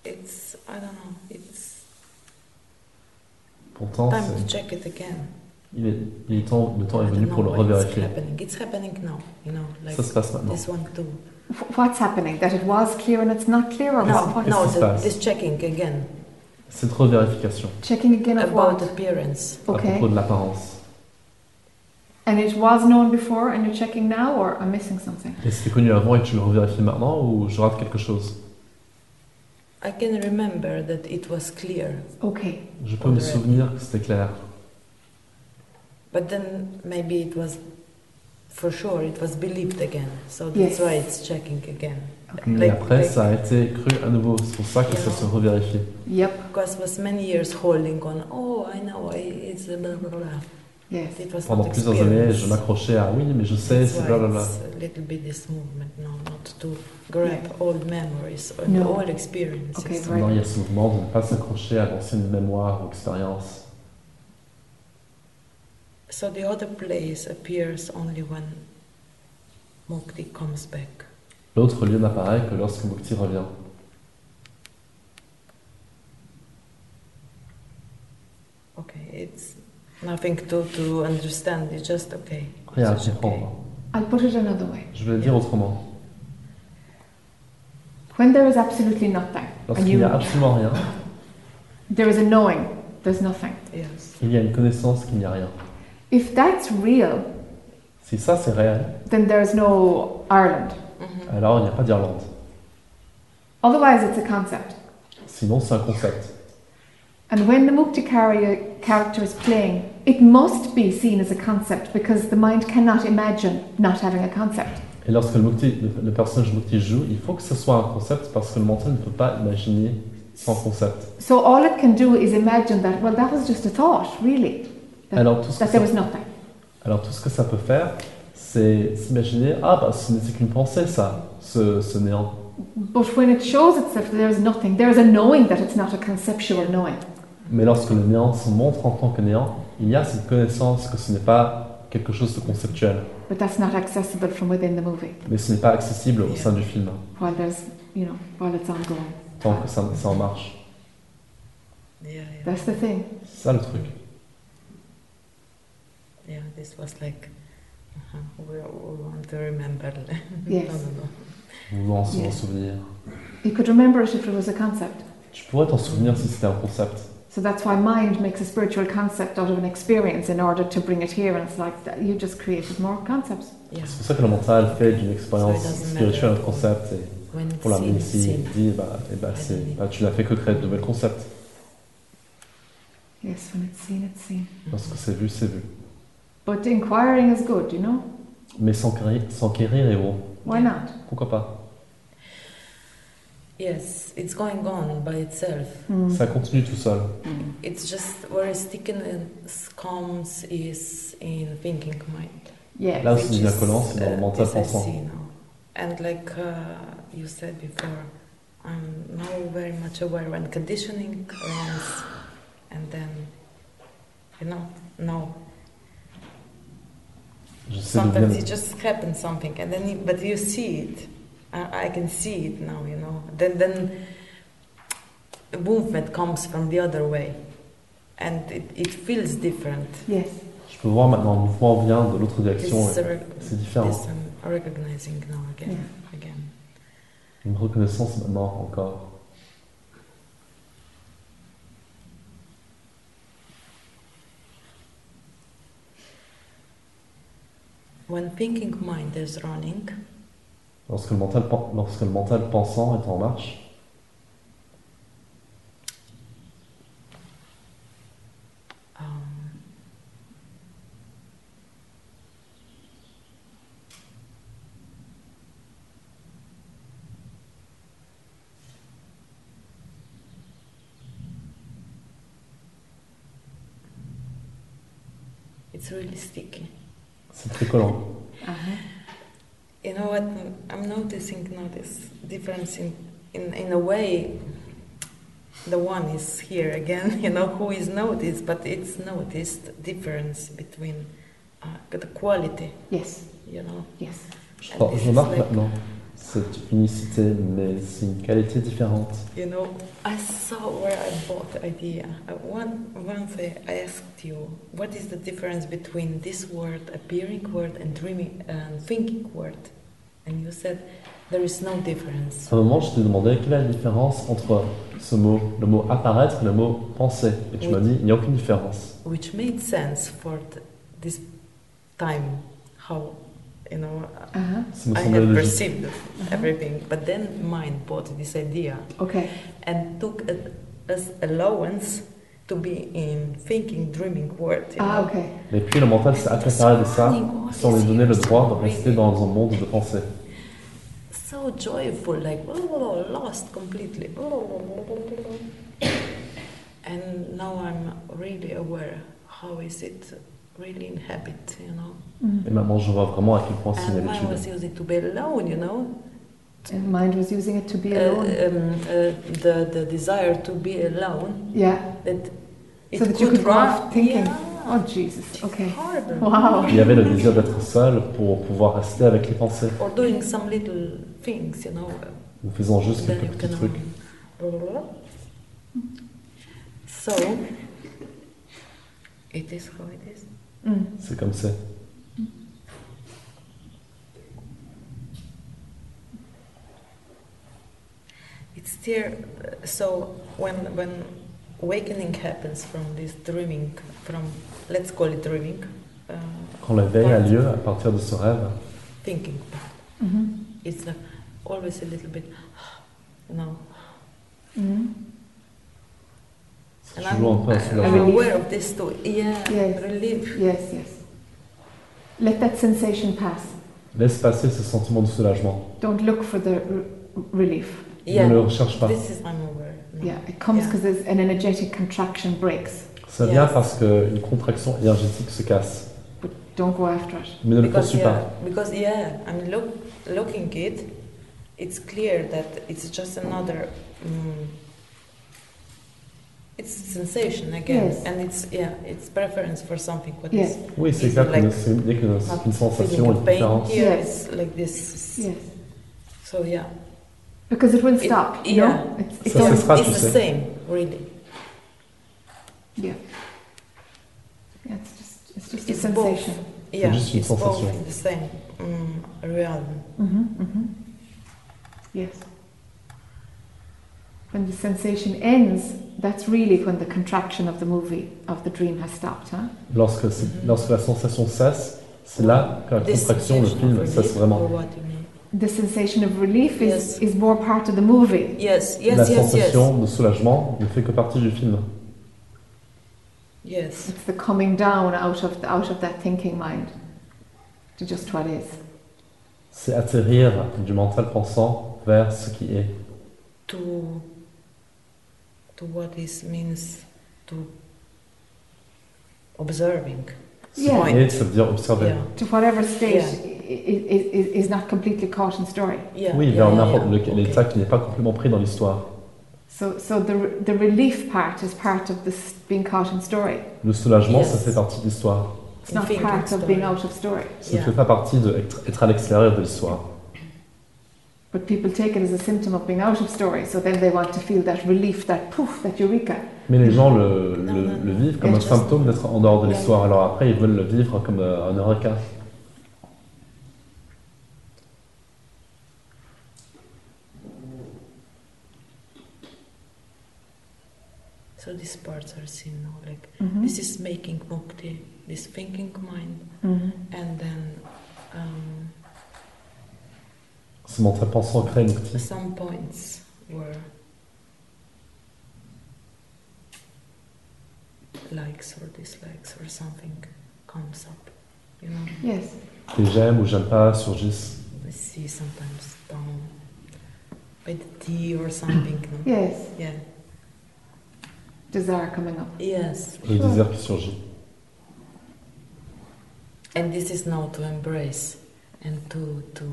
Speaker 11: it's I don't know, it's
Speaker 1: Pourtant,
Speaker 11: time to
Speaker 1: c'est-
Speaker 11: check it again.
Speaker 1: il est, il est temps, le temps est
Speaker 11: I
Speaker 1: venu
Speaker 11: don't
Speaker 1: pour le
Speaker 11: know why it's
Speaker 1: revérifier.
Speaker 11: happening. It's happening now, you know, like
Speaker 1: Ça se passe maintenant.
Speaker 11: this one too.
Speaker 2: Wh- What's happening? That it was clear and Oh, it's not clear, or
Speaker 11: No,
Speaker 2: what? what-
Speaker 11: no,
Speaker 1: qu'est-ce qui se
Speaker 11: the,
Speaker 1: passe
Speaker 11: this checking again
Speaker 1: Cette revérification
Speaker 2: Checking again of
Speaker 11: about
Speaker 2: what?
Speaker 11: appearance.
Speaker 1: à
Speaker 2: Okay.
Speaker 1: propos de l'apparence.
Speaker 2: And it was known before, and you're checking now, or I'm missing something.
Speaker 1: Et c'était connu avant et tu le revérifies maintenant ou je rate quelque chose
Speaker 11: I can remember that it was clear,
Speaker 2: Okay.
Speaker 1: Je peux me
Speaker 11: Alright.
Speaker 1: souvenir que c'était clair.
Speaker 11: but then maybe it was for sure it was believed again. So that's
Speaker 2: Yes.
Speaker 11: why it's checking again.
Speaker 1: Mais
Speaker 11: Like-
Speaker 1: après,
Speaker 11: like-
Speaker 1: ça a été cru à nouveau. C'est pour ça que ça se revérifie.
Speaker 2: Yep.
Speaker 11: Because was many years holding on. Oh, I know. I, it's a blah blah blah.
Speaker 2: Yes.
Speaker 11: It was
Speaker 1: Pendant
Speaker 11: not
Speaker 1: plusieurs années, je
Speaker 11: experience.
Speaker 1: m'accrochais à oui, mais je sais,
Speaker 11: That's
Speaker 1: c'est
Speaker 11: why
Speaker 1: blablabla.
Speaker 11: it's a little bit this movement now, not to grab old memories or
Speaker 2: No.
Speaker 11: old experiences.
Speaker 2: Okay,
Speaker 1: Maintenant, il y
Speaker 2: right.
Speaker 1: a ce mouvement de ne pas s'accrocher à d'anciennes mémoires ou expériences.
Speaker 11: So the other place appears only when Mukti comes back.
Speaker 1: L'autre lieu n'apparaît que lorsque Mukti revient.
Speaker 11: Okay, it's nothing to, to understand. It's just okay.
Speaker 1: Rien à
Speaker 11: It's just okay.
Speaker 1: comprendre.
Speaker 2: I'll put it another way.
Speaker 1: Je vais le dire autrement.
Speaker 2: When there is absolutely nothing, and
Speaker 1: Lorsqu'il
Speaker 2: you
Speaker 1: n'y a absolument rien,
Speaker 2: there is a knowing, there's nothing.
Speaker 11: Yes.
Speaker 1: il y a une connaissance qu'il n'y a rien.
Speaker 2: If that's real,
Speaker 1: Si ça, c'est réel,
Speaker 2: then there is no Ireland.
Speaker 1: alors il n'y a pas d'Irlande.
Speaker 2: Otherwise, it's a concept.
Speaker 1: Sinon, c'est un concept.
Speaker 2: And when the mukti carrier character is playing, it must be seen as a concept because the mind cannot imagine not having a concept.
Speaker 1: Et lorsque le, mukti, le, le personnage mukti joue, il faut que ce soit un concept parce que le mental ne peut pas imaginer sans concept.
Speaker 2: So all it can do is imagine that, well, that was just a thought, really. That,
Speaker 1: Alors, tout ce que
Speaker 2: that there
Speaker 1: ça-
Speaker 2: was nothing.
Speaker 1: Alors tout ce que ça peut faire, c'est s'imaginer ah bah ce n'était qu'une pensée ça, ce, ce néant.
Speaker 2: But when it shows itself that there is nothing, there is a knowing that it's not a conceptual knowing.
Speaker 1: Mais lorsque le néant se montre en tant que néant, il y a cette connaissance que ce n'est pas quelque chose de conceptuel,
Speaker 2: But that's not accessible from within the movie
Speaker 1: mais ce n'est pas accessible au sein du film
Speaker 2: while there's, you know, while it's ongoing.
Speaker 1: tant que ça, ça en marche.
Speaker 2: That's the thing.
Speaker 1: C'est ça le truc.
Speaker 11: Yeah, this was like, uh-huh, we, we want to remember.
Speaker 2: Yes.
Speaker 11: No, no, no.
Speaker 1: Vous en
Speaker 2: Yeah.
Speaker 1: souvenir.
Speaker 2: You could remember it if it was a concept.
Speaker 1: Tu pourrais t'en souvenir si c'était un concept.
Speaker 2: So that's why mind makes a spiritual concept out of an experience in order to bring it here, and it's like that you just created more concepts.
Speaker 1: C'est pour ça que le mental fait d'une expérience
Speaker 2: So it doesn't
Speaker 1: spirituelle
Speaker 2: matter
Speaker 1: un concept
Speaker 2: when
Speaker 1: et pour l'amener
Speaker 2: it's seen,
Speaker 1: ici,
Speaker 2: it's
Speaker 1: il dit eh bah, eh bah, c'est- bah, tu n'as fait que créer de nouveaux concepts.
Speaker 2: Yes, when it's seen, it's seen.
Speaker 1: Lorsque c'est vu, c'est vu.
Speaker 2: But inquiring is good, you know.
Speaker 1: Mais s'enquérir s'enquérir est bon.
Speaker 2: Why not?
Speaker 1: Pourquoi pas
Speaker 11: Yes, it's going on by itself.
Speaker 2: Hmm. Mm.
Speaker 1: Ça continue tout seul.
Speaker 12: Mm.
Speaker 11: It's just where stickiness comes is in thinking mind.
Speaker 2: Yeah.
Speaker 1: Là où c'est
Speaker 11: Which
Speaker 1: de la
Speaker 11: is,
Speaker 1: collance, c'est dans le
Speaker 11: uh,
Speaker 1: mental
Speaker 11: this I
Speaker 1: pensant.
Speaker 11: see now. And like uh, you said before, I'm now very much aware when conditioning runs, and then, you know, no.
Speaker 1: Je sais d'où
Speaker 11: Sometimes
Speaker 1: viennent-
Speaker 11: it just happens something, and then you, but you see it. I, I can see it now, you know. Then then the movement comes from the other way, and it, it feels different.
Speaker 2: Yes.
Speaker 1: Je peux voir maintenant, le mouvement vient de l'autre direction.
Speaker 11: This is
Speaker 1: et
Speaker 11: a rec-
Speaker 1: C'est différent.
Speaker 11: This I'm recognizing now again, again.
Speaker 1: Une reconnaissance maintenant encore.
Speaker 11: When thinking mind is running,
Speaker 1: Lorsque le mental, pen- lorsque le mental pensant est en marche,
Speaker 11: um, it's really sticky.
Speaker 1: c'est très collant.
Speaker 11: You know what? I'm noticing now this difference in, in, in a way. The one is here again, you know, who is noticed, but it's noticed difference between uh, the quality.
Speaker 2: Yes.
Speaker 11: You know.
Speaker 2: Yes.
Speaker 1: Je, re- Oh, je remarque maintenant cette unicité, mais c'est une qualité différente.
Speaker 11: You know, I saw where I bought the idea. Uh, One, once I I asked you, what is the difference between this word, appearing word, and dreaming, and thinking word? And you said, there is no difference.
Speaker 1: À un moment, je t'ai demandé quelle est la différence entre ce mot, le mot apparaître et le mot penser. Et tu
Speaker 11: Oui.
Speaker 1: m'as dit, il n'y a aucune différence.
Speaker 11: which made sense for th- this time how you know
Speaker 2: Uh-huh.
Speaker 1: Some
Speaker 11: i
Speaker 1: similar
Speaker 11: had
Speaker 1: logic.
Speaker 11: perceived everything but then mind bought this idea
Speaker 2: Okay.
Speaker 11: and took it as allowance to be in thinking dreaming world you
Speaker 2: Ah,
Speaker 11: know?
Speaker 2: okay.
Speaker 1: Et puis le mental s'est accaparé de ça sans lui donner le droit de rester dans un monde de pensée.
Speaker 11: so joyful like blah, blah, blah, lost completely Oh, blah, blah, blah, blah, blah, blah, blah. oh, and now i'm really aware how is it really in habit you know
Speaker 2: Hmm.
Speaker 1: Et maintenant, je vois vraiment à quel point c'est
Speaker 11: And
Speaker 1: une
Speaker 11: mine was
Speaker 1: habitude.
Speaker 11: using to be alone, you know.
Speaker 2: And mind was using it to be
Speaker 11: Uh,
Speaker 2: alone.
Speaker 11: um, uh, the the desire to be alone.
Speaker 2: Yeah.
Speaker 11: That it
Speaker 2: so that you
Speaker 11: could
Speaker 2: could go
Speaker 11: run.
Speaker 2: off thinking. Oh Jesus. Okay.
Speaker 11: Horrible.
Speaker 2: Wow.
Speaker 1: Il y avait le désir d'être seul pour pouvoir rester avec les pensées.
Speaker 11: Or doing some little things, you know.
Speaker 1: Nous faisons juste
Speaker 11: Then
Speaker 1: quelques
Speaker 11: you
Speaker 1: petits
Speaker 11: can,
Speaker 1: trucs.
Speaker 11: blah, blah, blah. So it is how it is.
Speaker 2: Mm.
Speaker 1: C'est comme c'est.
Speaker 11: It's there. So when when awakening happens from this dreaming, from let's call it dreaming. Uh,
Speaker 1: Quand l'éveil a lieu à partir de ce rêve,
Speaker 11: thinking.
Speaker 2: Mhm.
Speaker 11: It's like always a little bit, you know.
Speaker 2: Mhm.
Speaker 11: And
Speaker 1: toujours un peu un
Speaker 11: I'm
Speaker 1: soulagement.
Speaker 11: aware of this too. Yeah,
Speaker 2: Yes.
Speaker 11: relief.
Speaker 2: Yes. Yes. Let that sensation pass.
Speaker 1: Laisse passer ce sentiment de soulagement.
Speaker 2: Don't look for the r- relief.
Speaker 1: Yeah, Ne le recherche pas.
Speaker 11: This is I'm aware.
Speaker 2: Yeah, it comes because there's an energetic contraction breaks.
Speaker 1: Ça vient parce qu'une contraction énergétique se casse.
Speaker 2: Don't go after it.
Speaker 1: Mais ne le
Speaker 11: because,
Speaker 1: poursuis
Speaker 11: yeah,
Speaker 1: pas.
Speaker 11: because yeah, I'm look, looking it. It's clear that it's just another. mm it's a sensation again,
Speaker 2: Yes.
Speaker 11: and it's yeah, it's preference for something. What
Speaker 2: Yes.
Speaker 11: is
Speaker 1: Oui, c'est
Speaker 11: is
Speaker 1: clair
Speaker 11: like
Speaker 1: qu'une c'est une- qu'une-
Speaker 11: not
Speaker 1: qu'une sensation
Speaker 11: feeling
Speaker 1: est
Speaker 11: a pain
Speaker 1: différente.
Speaker 11: here.
Speaker 2: Yes.
Speaker 11: It's like this.
Speaker 2: Yes.
Speaker 11: So yeah.
Speaker 2: Because it will stop, you
Speaker 11: yeah.
Speaker 2: know? It's-
Speaker 1: it's Ça, ça
Speaker 11: it's,
Speaker 1: sera, tu
Speaker 11: the
Speaker 1: sais.
Speaker 11: same, really.
Speaker 2: Yeah. Yeah, it's just it's just a
Speaker 11: It's both.
Speaker 2: sensation.
Speaker 11: Yeah,
Speaker 1: juste une
Speaker 11: it's both
Speaker 1: sensation.
Speaker 11: in the same mm, realm.
Speaker 2: hmm hmm Yes. When the sensation ends, that's really when the contraction of the movie of the dream has stopped, huh?
Speaker 1: Lorsque, c'est- lorsque la sensation cesse, c'est là que la
Speaker 11: This
Speaker 1: contraction, le
Speaker 11: sensation of
Speaker 1: film, cesse
Speaker 11: relief, or
Speaker 1: vraiment.
Speaker 11: what you mean.
Speaker 2: The sensation of relief is,
Speaker 11: Yes.
Speaker 2: is more part of the movie.
Speaker 11: Yes,
Speaker 1: la
Speaker 11: yes, yes, yes.
Speaker 1: sensation de soulagement ne fait que partie du film.
Speaker 11: Yes.
Speaker 2: It's the coming down out of out of that thinking mind to just what is.
Speaker 1: C'est atterrir du mental pensant vers ce qui est.
Speaker 11: to to what this means to observing
Speaker 1: Ce
Speaker 2: Yeah.
Speaker 1: qui est, ça veut dire observer.
Speaker 11: yeah
Speaker 2: To whatever stage
Speaker 11: Yeah.
Speaker 2: is, is, is not completely caught in story.
Speaker 11: yeah
Speaker 1: Oui,
Speaker 11: yeah,
Speaker 1: vers
Speaker 11: yeah,
Speaker 1: n'importe
Speaker 11: yeah.
Speaker 1: lequel-
Speaker 11: Okay.
Speaker 1: l'état qui n'est pas complètement pris dans l'histoire.
Speaker 2: So, so the, re- the relief part is part of this being caught in story.
Speaker 1: Le soulagement,
Speaker 11: Yes.
Speaker 1: ça fait partie de l'histoire.
Speaker 2: It's not
Speaker 11: Thinking
Speaker 2: part of
Speaker 11: story.
Speaker 2: being out of story.
Speaker 1: Ça ne
Speaker 11: Yeah.
Speaker 1: fait pas partie de être, être à l'extérieur de l'histoire.
Speaker 2: But people take it as a symptom of being out of story, so then they want to feel that relief, that poof, that eureka.
Speaker 1: Mais les gens le, le-
Speaker 11: Non, non, non.
Speaker 1: le vivent comme
Speaker 11: Yeah,
Speaker 1: un
Speaker 11: just-
Speaker 1: symptôme d'être en dehors de
Speaker 11: Yeah.
Speaker 1: l'histoire. Alors après, ils veulent le vivre comme euh, un eureka.
Speaker 11: so these parts are seen now like
Speaker 2: Mhm.
Speaker 11: this is making mukti this thinking mind
Speaker 2: Mhm.
Speaker 11: and then um,
Speaker 1: Ce mental pensant crée une petite.
Speaker 11: some points were likes or dislikes or something comes up you know
Speaker 2: Yes.
Speaker 1: Les j'aime ou j'aime pas surgissent.
Speaker 11: I see sometimes down by the tea or something. No?
Speaker 2: Yes.
Speaker 11: Yeah.
Speaker 2: Desire coming up.
Speaker 11: Yes.
Speaker 1: Le désir qui surgit.
Speaker 11: And this is now to embrace and to to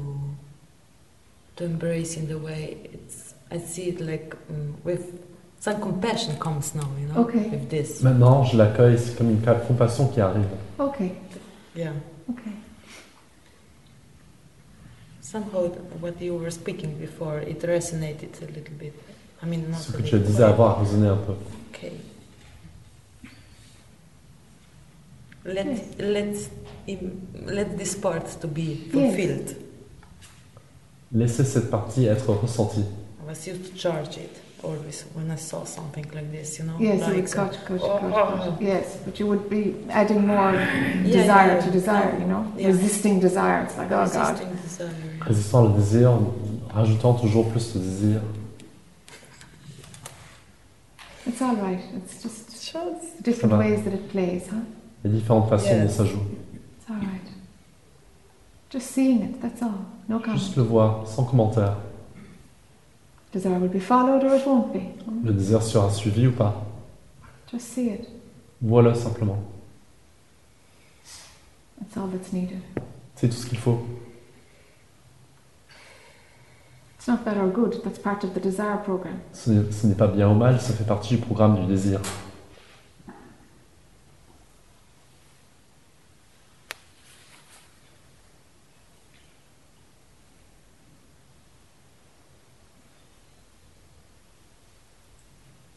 Speaker 11: to embrace in the way it's. I see it like mm, with some compassion comes now. You know.
Speaker 2: Okay.
Speaker 11: With this.
Speaker 1: Maintenant, je l'accueille, c'est comme une ca- compassion qui arrive.
Speaker 2: Okay,
Speaker 11: Yeah.
Speaker 2: okay.
Speaker 11: Somehow what you were speaking before it resonated a little bit. I mean not.
Speaker 1: Ce
Speaker 11: a
Speaker 1: que tu
Speaker 11: little
Speaker 1: disais
Speaker 11: bit.
Speaker 1: avoir à raisonner un peu.
Speaker 11: Okay. Let let him, let this part to be fulfilled.
Speaker 1: Laissez cette partie être ressentie.
Speaker 11: I was used to charge it always when I saw something like this, you know.
Speaker 2: Yes, you
Speaker 11: like
Speaker 2: would catch, catch,
Speaker 11: Oh,
Speaker 2: catch,
Speaker 11: oh.
Speaker 2: catch. Yes, but you would be adding more desire
Speaker 11: yeah,
Speaker 2: to desire, you know?
Speaker 11: yeah.
Speaker 2: Resisting desire. It's like, oh God.
Speaker 11: resisting desire.
Speaker 1: Résistant le désir, rajoutant toujours plus de désir.
Speaker 2: It's all right. It's just
Speaker 11: Shows.
Speaker 2: different
Speaker 1: Ça va.
Speaker 2: ways that it plays, huh?
Speaker 1: Les différentes façons
Speaker 11: Yeah.
Speaker 1: dont ça joue.
Speaker 2: It's all right. Just seeing it, that's all. No comment.
Speaker 1: Juste le voir, sans commentaire.
Speaker 2: Desire will be followed or it won't be. Mm.
Speaker 1: Le désir sera suivi ou pas.
Speaker 2: Just see it.
Speaker 1: Voilà simplement.
Speaker 2: That's all that's needed.
Speaker 1: C'est tout ce qu'il faut.
Speaker 2: It's not bad or good. That's part of the desire program.
Speaker 1: Ce n'est ce n'est pas bien ou mal, ça fait partie du programme du désir.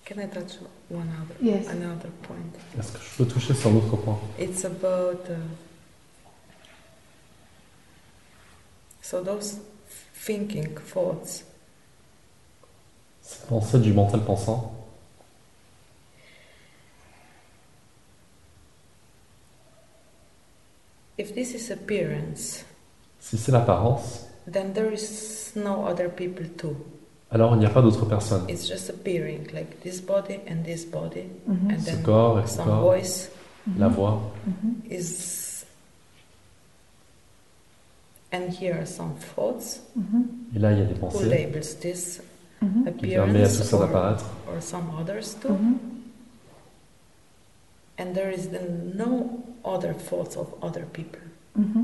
Speaker 11: Can I touch one other
Speaker 2: Yes.
Speaker 11: another point?
Speaker 1: Est-ce que je peux toucher sur l'autre point
Speaker 11: It's about uh, so those thinking thoughts.
Speaker 1: Ces pensées du mental pensant,
Speaker 11: If this is appearance,
Speaker 1: si c'est l'apparence,
Speaker 11: then there is no other people too.
Speaker 1: alors il n'y a pas d'autre personne.
Speaker 11: It's just appearing, like this body and this body,
Speaker 2: Mm-hmm.
Speaker 11: and
Speaker 1: Ce
Speaker 11: then
Speaker 1: corps et ce
Speaker 11: some
Speaker 1: corps,
Speaker 11: voice
Speaker 1: la voix,
Speaker 2: Mm-hmm.
Speaker 11: is And here are some thoughts.
Speaker 1: Et là, il y a des
Speaker 11: Who
Speaker 1: pensées
Speaker 11: labels this
Speaker 2: Mhm.
Speaker 1: qui permet à tout
Speaker 11: appearance
Speaker 1: ça
Speaker 11: or,
Speaker 1: d'apparaître.
Speaker 11: or some others too?
Speaker 2: Mhm.
Speaker 11: And there is then no other thoughts of other people.
Speaker 2: Mm-hmm.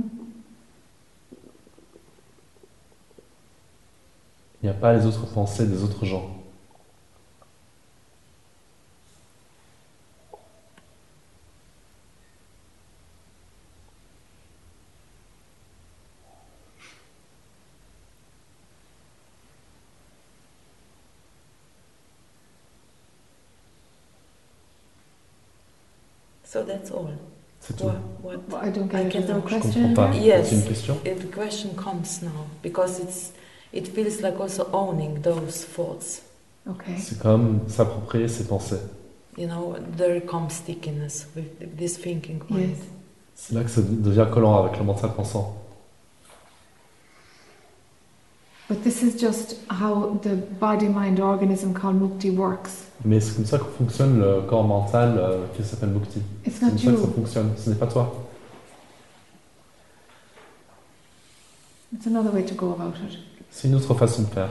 Speaker 1: Il n'y a pas les autres pensées des autres gens.
Speaker 11: So that's all.
Speaker 1: C'est
Speaker 11: Wha- What,
Speaker 2: Well, I don't get it. Is there a
Speaker 11: cannot-
Speaker 2: question in there?
Speaker 11: Yes,
Speaker 1: C'est une question
Speaker 11: it- the question comes now because it's it feels like also owning those thoughts.
Speaker 2: Okay.
Speaker 1: C'est comme s'approprier ses pensées.
Speaker 11: You know, there comes stickiness with this thinking mind.
Speaker 2: Yes.
Speaker 1: C'est là que ça devient collant avec le mental pensant.
Speaker 2: But this is just how the body mind organism called mukti works.
Speaker 1: Mais c'est comme ça que fonctionne le corps mental euh, qui s'appelle Mukti.
Speaker 2: It's
Speaker 1: C'est comme
Speaker 2: not
Speaker 1: ça que ça
Speaker 2: you.
Speaker 1: fonctionne. Ce n'est pas toi.
Speaker 2: It's another way to go about it.
Speaker 1: C'est une autre façon de faire.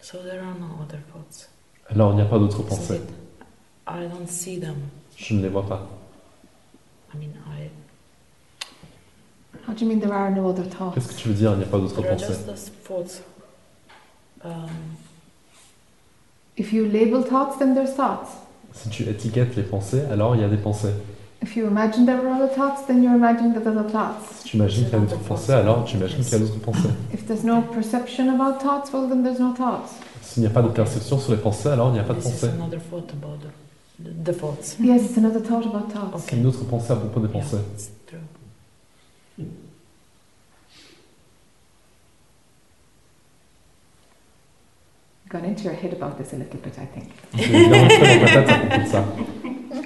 Speaker 11: So there are no other thoughts.
Speaker 1: Alors, il n'y a pas d'autres
Speaker 11: Isn't
Speaker 1: pensées.
Speaker 11: it? I don't see them.
Speaker 1: Je ne les vois pas.
Speaker 11: I mean, I
Speaker 2: How do you mean there are no other
Speaker 1: Qu'est-ce
Speaker 2: thoughts?
Speaker 1: que tu veux dire, il n'y a pas d'autres
Speaker 11: there are
Speaker 1: pensées
Speaker 11: just those thoughts. Um,
Speaker 2: If you label thoughts, then there's thoughts.
Speaker 1: Si tu étiquettes les pensées, alors il y a des pensées.
Speaker 2: If you imagine there were other thoughts, then you're imagining that there are thoughts.
Speaker 1: Si tu imagines qu'il y a d'autres pensées, alors tu imagines qu'il y a d'autres pensées.
Speaker 2: If there's no perception about thoughts, well, then there's no thoughts.
Speaker 1: S'il n'y a pas de perception sur les pensées, alors il n'y a pas de
Speaker 11: this is
Speaker 1: pensée.
Speaker 11: another thought about the, the, the thoughts.
Speaker 2: Yes, it's another thought about thoughts.
Speaker 1: C'est une autre pensée à propos des pensées.
Speaker 11: It's true.
Speaker 2: Gone into your head about this a little bit, I think.
Speaker 1: Je vais bien rentrer dans ta tête à propos de ça.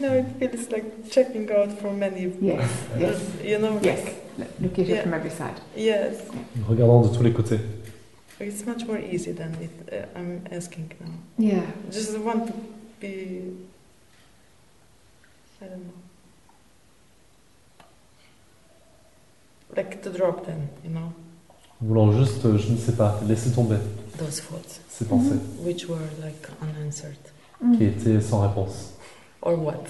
Speaker 11: No, it feels like checking out for many.
Speaker 2: Yes, yes,
Speaker 11: You know,
Speaker 2: yes.
Speaker 11: like,
Speaker 2: Look at it
Speaker 11: Yeah.
Speaker 2: from every side.
Speaker 11: yes.
Speaker 1: Regardant de tous les côtés.
Speaker 11: It's much more easy than it, uh, I'm asking now.
Speaker 2: Yeah.
Speaker 11: Just want to be. I don't know. Like to drop them, you know,
Speaker 1: Voulant juste, euh, je ne sais pas, laisser tomber
Speaker 11: those thoughts,
Speaker 1: ces pensées
Speaker 11: which were like unanswered.
Speaker 2: Mm.
Speaker 1: qui étaient sans réponse.
Speaker 11: Or what?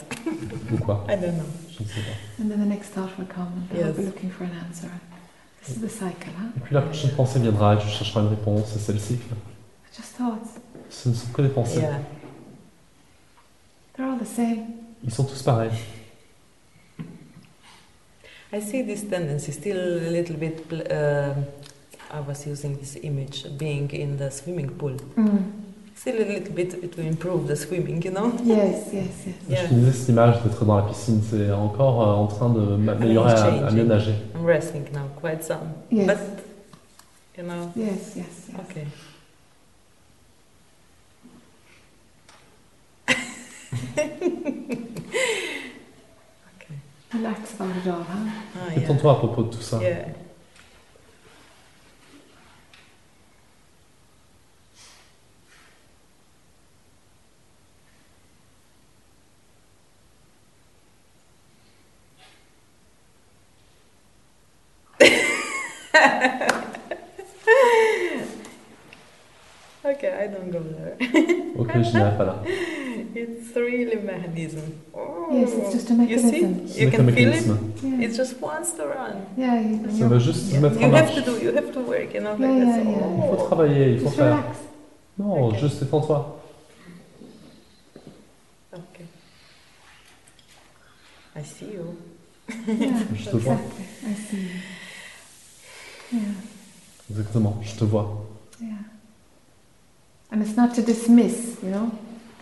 Speaker 1: Ou quoi
Speaker 11: I don't know.
Speaker 1: Je ne sais pas.
Speaker 2: And then the next thought will come, and
Speaker 11: Yes.
Speaker 2: we'll be looking for an answer. This is the cycle, huh?
Speaker 1: Et puis la prochaine pensée viendra et tu chercheras une réponse, et c'est le cycle.
Speaker 2: Just thoughts.
Speaker 1: Ce ne sont que des pensées.
Speaker 11: Yeah.
Speaker 2: They're all the same.
Speaker 1: Ils sont tous pareils.
Speaker 11: I see this tendency still a little bit. pl- Uh, I was using this image being in the swimming pool.
Speaker 2: Mm.
Speaker 11: Still a little bit to improve the swimming, you know?
Speaker 2: Yes, yes, yes.
Speaker 1: Je
Speaker 11: Yeah.
Speaker 1: utilisais cette image d'être dans la piscine, c'est encore euh, en train de m'améliorer à, à mieux nager.
Speaker 11: I'm resting now, quite some.
Speaker 2: Yes.
Speaker 11: But, you know,
Speaker 2: Yes, yes, yes.
Speaker 11: okay.
Speaker 2: Relax about it all, huh?
Speaker 11: Ah, yeah.
Speaker 1: Détends-toi à propos de tout ça.
Speaker 11: yeah. okay, I don't go there.
Speaker 1: Ok, je n'irai pas là.
Speaker 11: It's really mechanism. Oh.
Speaker 2: Yes, it's just a mechanism.
Speaker 11: You
Speaker 1: Ce
Speaker 11: see, you
Speaker 1: n'est qu'un
Speaker 11: can feel it.
Speaker 1: mécanisme.
Speaker 2: Yeah,
Speaker 11: It just wants to run.
Speaker 2: yeah. You,
Speaker 1: Ça
Speaker 2: you,
Speaker 1: va juste se mettre en
Speaker 11: You have
Speaker 1: marche.
Speaker 11: to do. You have to work. You know, like
Speaker 2: Yeah,
Speaker 11: that's
Speaker 2: yeah, yeah.
Speaker 1: Il faut
Speaker 11: all.
Speaker 1: travailler, il faut
Speaker 2: just
Speaker 1: faire.
Speaker 2: relax.
Speaker 1: Non,
Speaker 11: Ok.
Speaker 1: juste détends-toi.
Speaker 11: Okay. oh, I see you.
Speaker 2: Yeah,
Speaker 1: Je te vois.
Speaker 2: exactly. I see. you. Yeah,
Speaker 1: Exactement, je te vois.
Speaker 2: yeah. And it's not to dismiss, you know?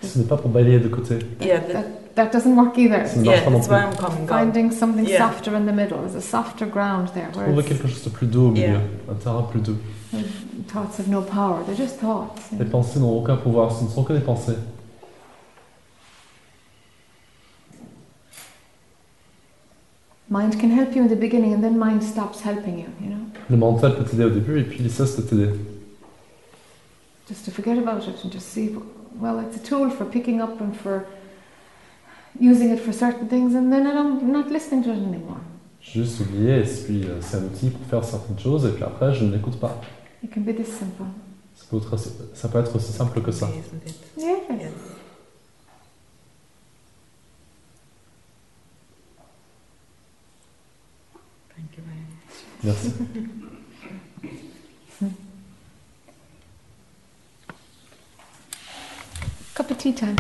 Speaker 1: Ce n'est pas pour balayer de côté.
Speaker 11: Yeah, that,
Speaker 2: That, that doesn't work either.
Speaker 1: Ça ne marche
Speaker 11: yeah.
Speaker 1: pas non
Speaker 11: That's why
Speaker 1: plus.
Speaker 11: I'm coming. out.
Speaker 2: Finding something
Speaker 11: Yeah.
Speaker 2: softer in the middle. There's a softer ground there where
Speaker 1: Trouver
Speaker 2: it's,
Speaker 1: quelque chose de plus doux au milieu,
Speaker 11: Yeah.
Speaker 1: un terrain plus doux.
Speaker 2: thoughts have no power. They're just thoughts. you
Speaker 1: Les
Speaker 2: know.
Speaker 1: pensées n'ont aucun pouvoir, ce ne sont que des pensées.
Speaker 2: Mind can help you in the beginning and then mind stops helping you, you know?
Speaker 1: Le mental peut t'aider au début et puis ça, ça t'aider.
Speaker 2: Just to forget about it and just see, well, it's a tool for picking up and for using it for certain things and then I don't, I'm not listening to it anymore.
Speaker 1: Juste oublier, et puis euh, c'est un outil pour faire certaines choses et puis après, je ne l'écoute pas.
Speaker 2: It can be this simple.
Speaker 1: Ça peut, être, ça peut être aussi simple que ça.
Speaker 2: Yeah.
Speaker 11: Thank you very much.
Speaker 1: Merci.
Speaker 2: Cup of tea time.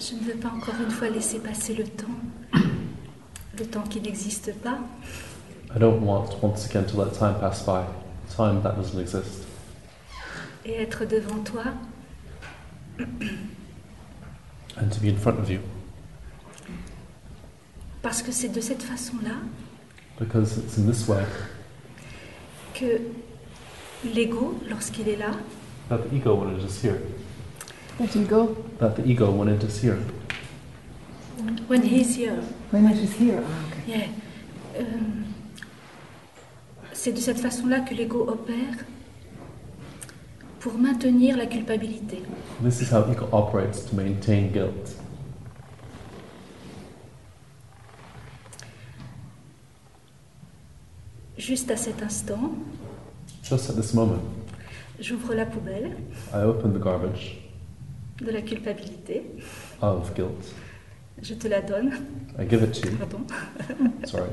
Speaker 12: Je ne veux pas encore une fois laisser passer le temps, le temps qui n'existe pas.
Speaker 1: I don't want, once again, to let time pass by. Time that doesn't exist.
Speaker 12: et être devant toi
Speaker 1: And to be in front of you.
Speaker 12: parce que c'est de cette façon-là
Speaker 1: Because it's in this way
Speaker 12: que l'ego, lorsqu'il est là,
Speaker 1: that the ego, when it is here,
Speaker 2: Let him go.
Speaker 1: that the ego, when it is here,
Speaker 12: when he's here,
Speaker 2: When it is here. ah, okay.
Speaker 12: yeah, euh, c'est de cette façon-là que l'ego opère pour maintenir la culpabilité.
Speaker 1: this is how ego operates to maintain guilt.
Speaker 12: Juste à cet instant,
Speaker 1: Just at this moment,
Speaker 12: j'ouvre la poubelle
Speaker 1: I open the garbage
Speaker 12: de la culpabilité,
Speaker 1: of guilt.
Speaker 12: je te la donne.
Speaker 1: I give it to you.
Speaker 12: Pardon.
Speaker 1: Sorry.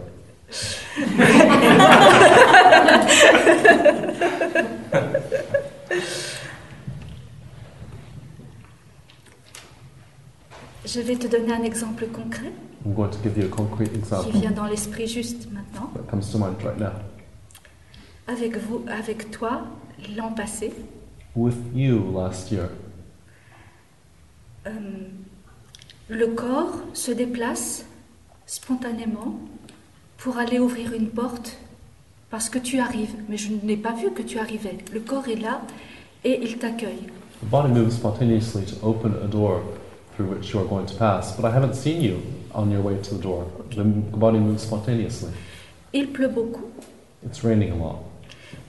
Speaker 12: Je vais te donner un exemple concret
Speaker 1: I'm going to give you a concrete
Speaker 12: qui vient
Speaker 1: example
Speaker 12: dans l'esprit juste maintenant.
Speaker 1: that comes to mind right now.
Speaker 12: Avec vous, avec toi, l'an passé,
Speaker 1: With you last year,
Speaker 12: euh, le corps se déplace spontanément pour aller ouvrir une porte parce que tu arrives. Mais je n'ai pas vu que tu arrivais. Le corps est là et il t'accueille.
Speaker 1: the body moves spontaneously to open a door through which you are going to pass, but I haven't seen you on your way to the door. The m- body moves spontaneously.
Speaker 12: Il pleut beaucoup.
Speaker 1: It's raining a lot.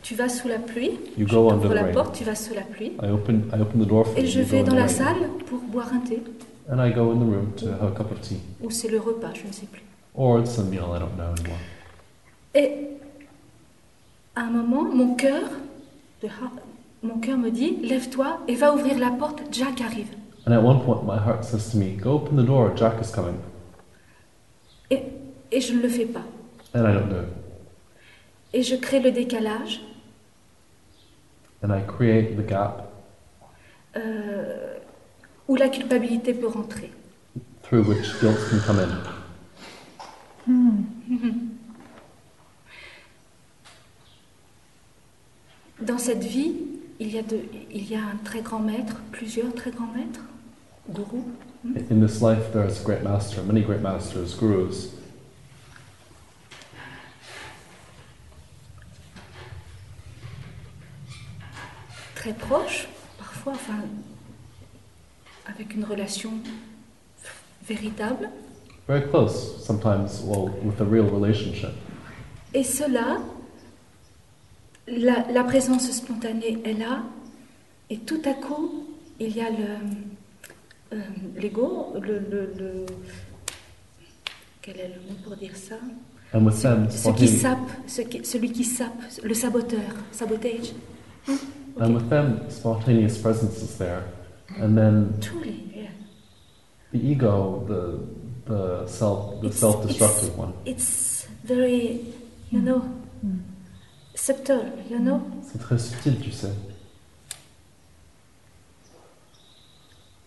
Speaker 12: Tu vas sous la pluie.
Speaker 1: You
Speaker 12: Je
Speaker 1: go under
Speaker 12: t'ouvre
Speaker 1: the
Speaker 12: la
Speaker 1: rain.
Speaker 12: porte, tu vas sous la pluie.
Speaker 1: I open, I open the door for
Speaker 12: Et
Speaker 1: you.
Speaker 12: je
Speaker 1: you go
Speaker 12: vais
Speaker 1: in
Speaker 12: dans
Speaker 1: the
Speaker 12: la
Speaker 1: rain.
Speaker 12: salle pour boire un thé.
Speaker 1: And I go in the room to have a cup of tea.
Speaker 12: Ou c'est le repas, je ne sais plus.
Speaker 1: Or it's a meal, I don't know anymore.
Speaker 12: Et à un moment, mon cœur, le ha- mon cœur me dit, lève-toi et va ouvrir la porte, Jack arrive.
Speaker 1: And at one point, my heart says to me, Go open the door, Jack is coming.
Speaker 12: Et, et je ne le fais pas.
Speaker 1: And I don't do it.
Speaker 12: Et je crée le décalage
Speaker 1: And I create the gap
Speaker 12: euh, où la culpabilité peut rentrer.
Speaker 1: through which guilt can come in.
Speaker 12: Dans cette vie, il y, a de, il y a un très grand maître, plusieurs très grands maîtres, gourous.
Speaker 1: In this life, there is a great master, many great masters, gurus.
Speaker 12: très proche, parfois, enfin, avec une relation véritable.
Speaker 1: Very close, sometimes, well, with a real relationship.
Speaker 12: Et cela, la, la présence spontanée est là, et tout à coup, il y a le, euh, l'ego, le, le- le- Quel est le mot pour dire ça
Speaker 1: And with them,
Speaker 12: Ce qui
Speaker 1: spontaneous-
Speaker 12: sape, ce qui- celui qui sape, le saboteur, sabotage. Hein?
Speaker 1: and with them, spontaneous presence is there. And then
Speaker 12: Tous les-
Speaker 1: the ego, the the self, the
Speaker 12: It's-
Speaker 1: self-destructive one.
Speaker 12: It's very, you know,
Speaker 2: Mm.
Speaker 12: subtle, you know.
Speaker 1: C'est très subtil, tu sais.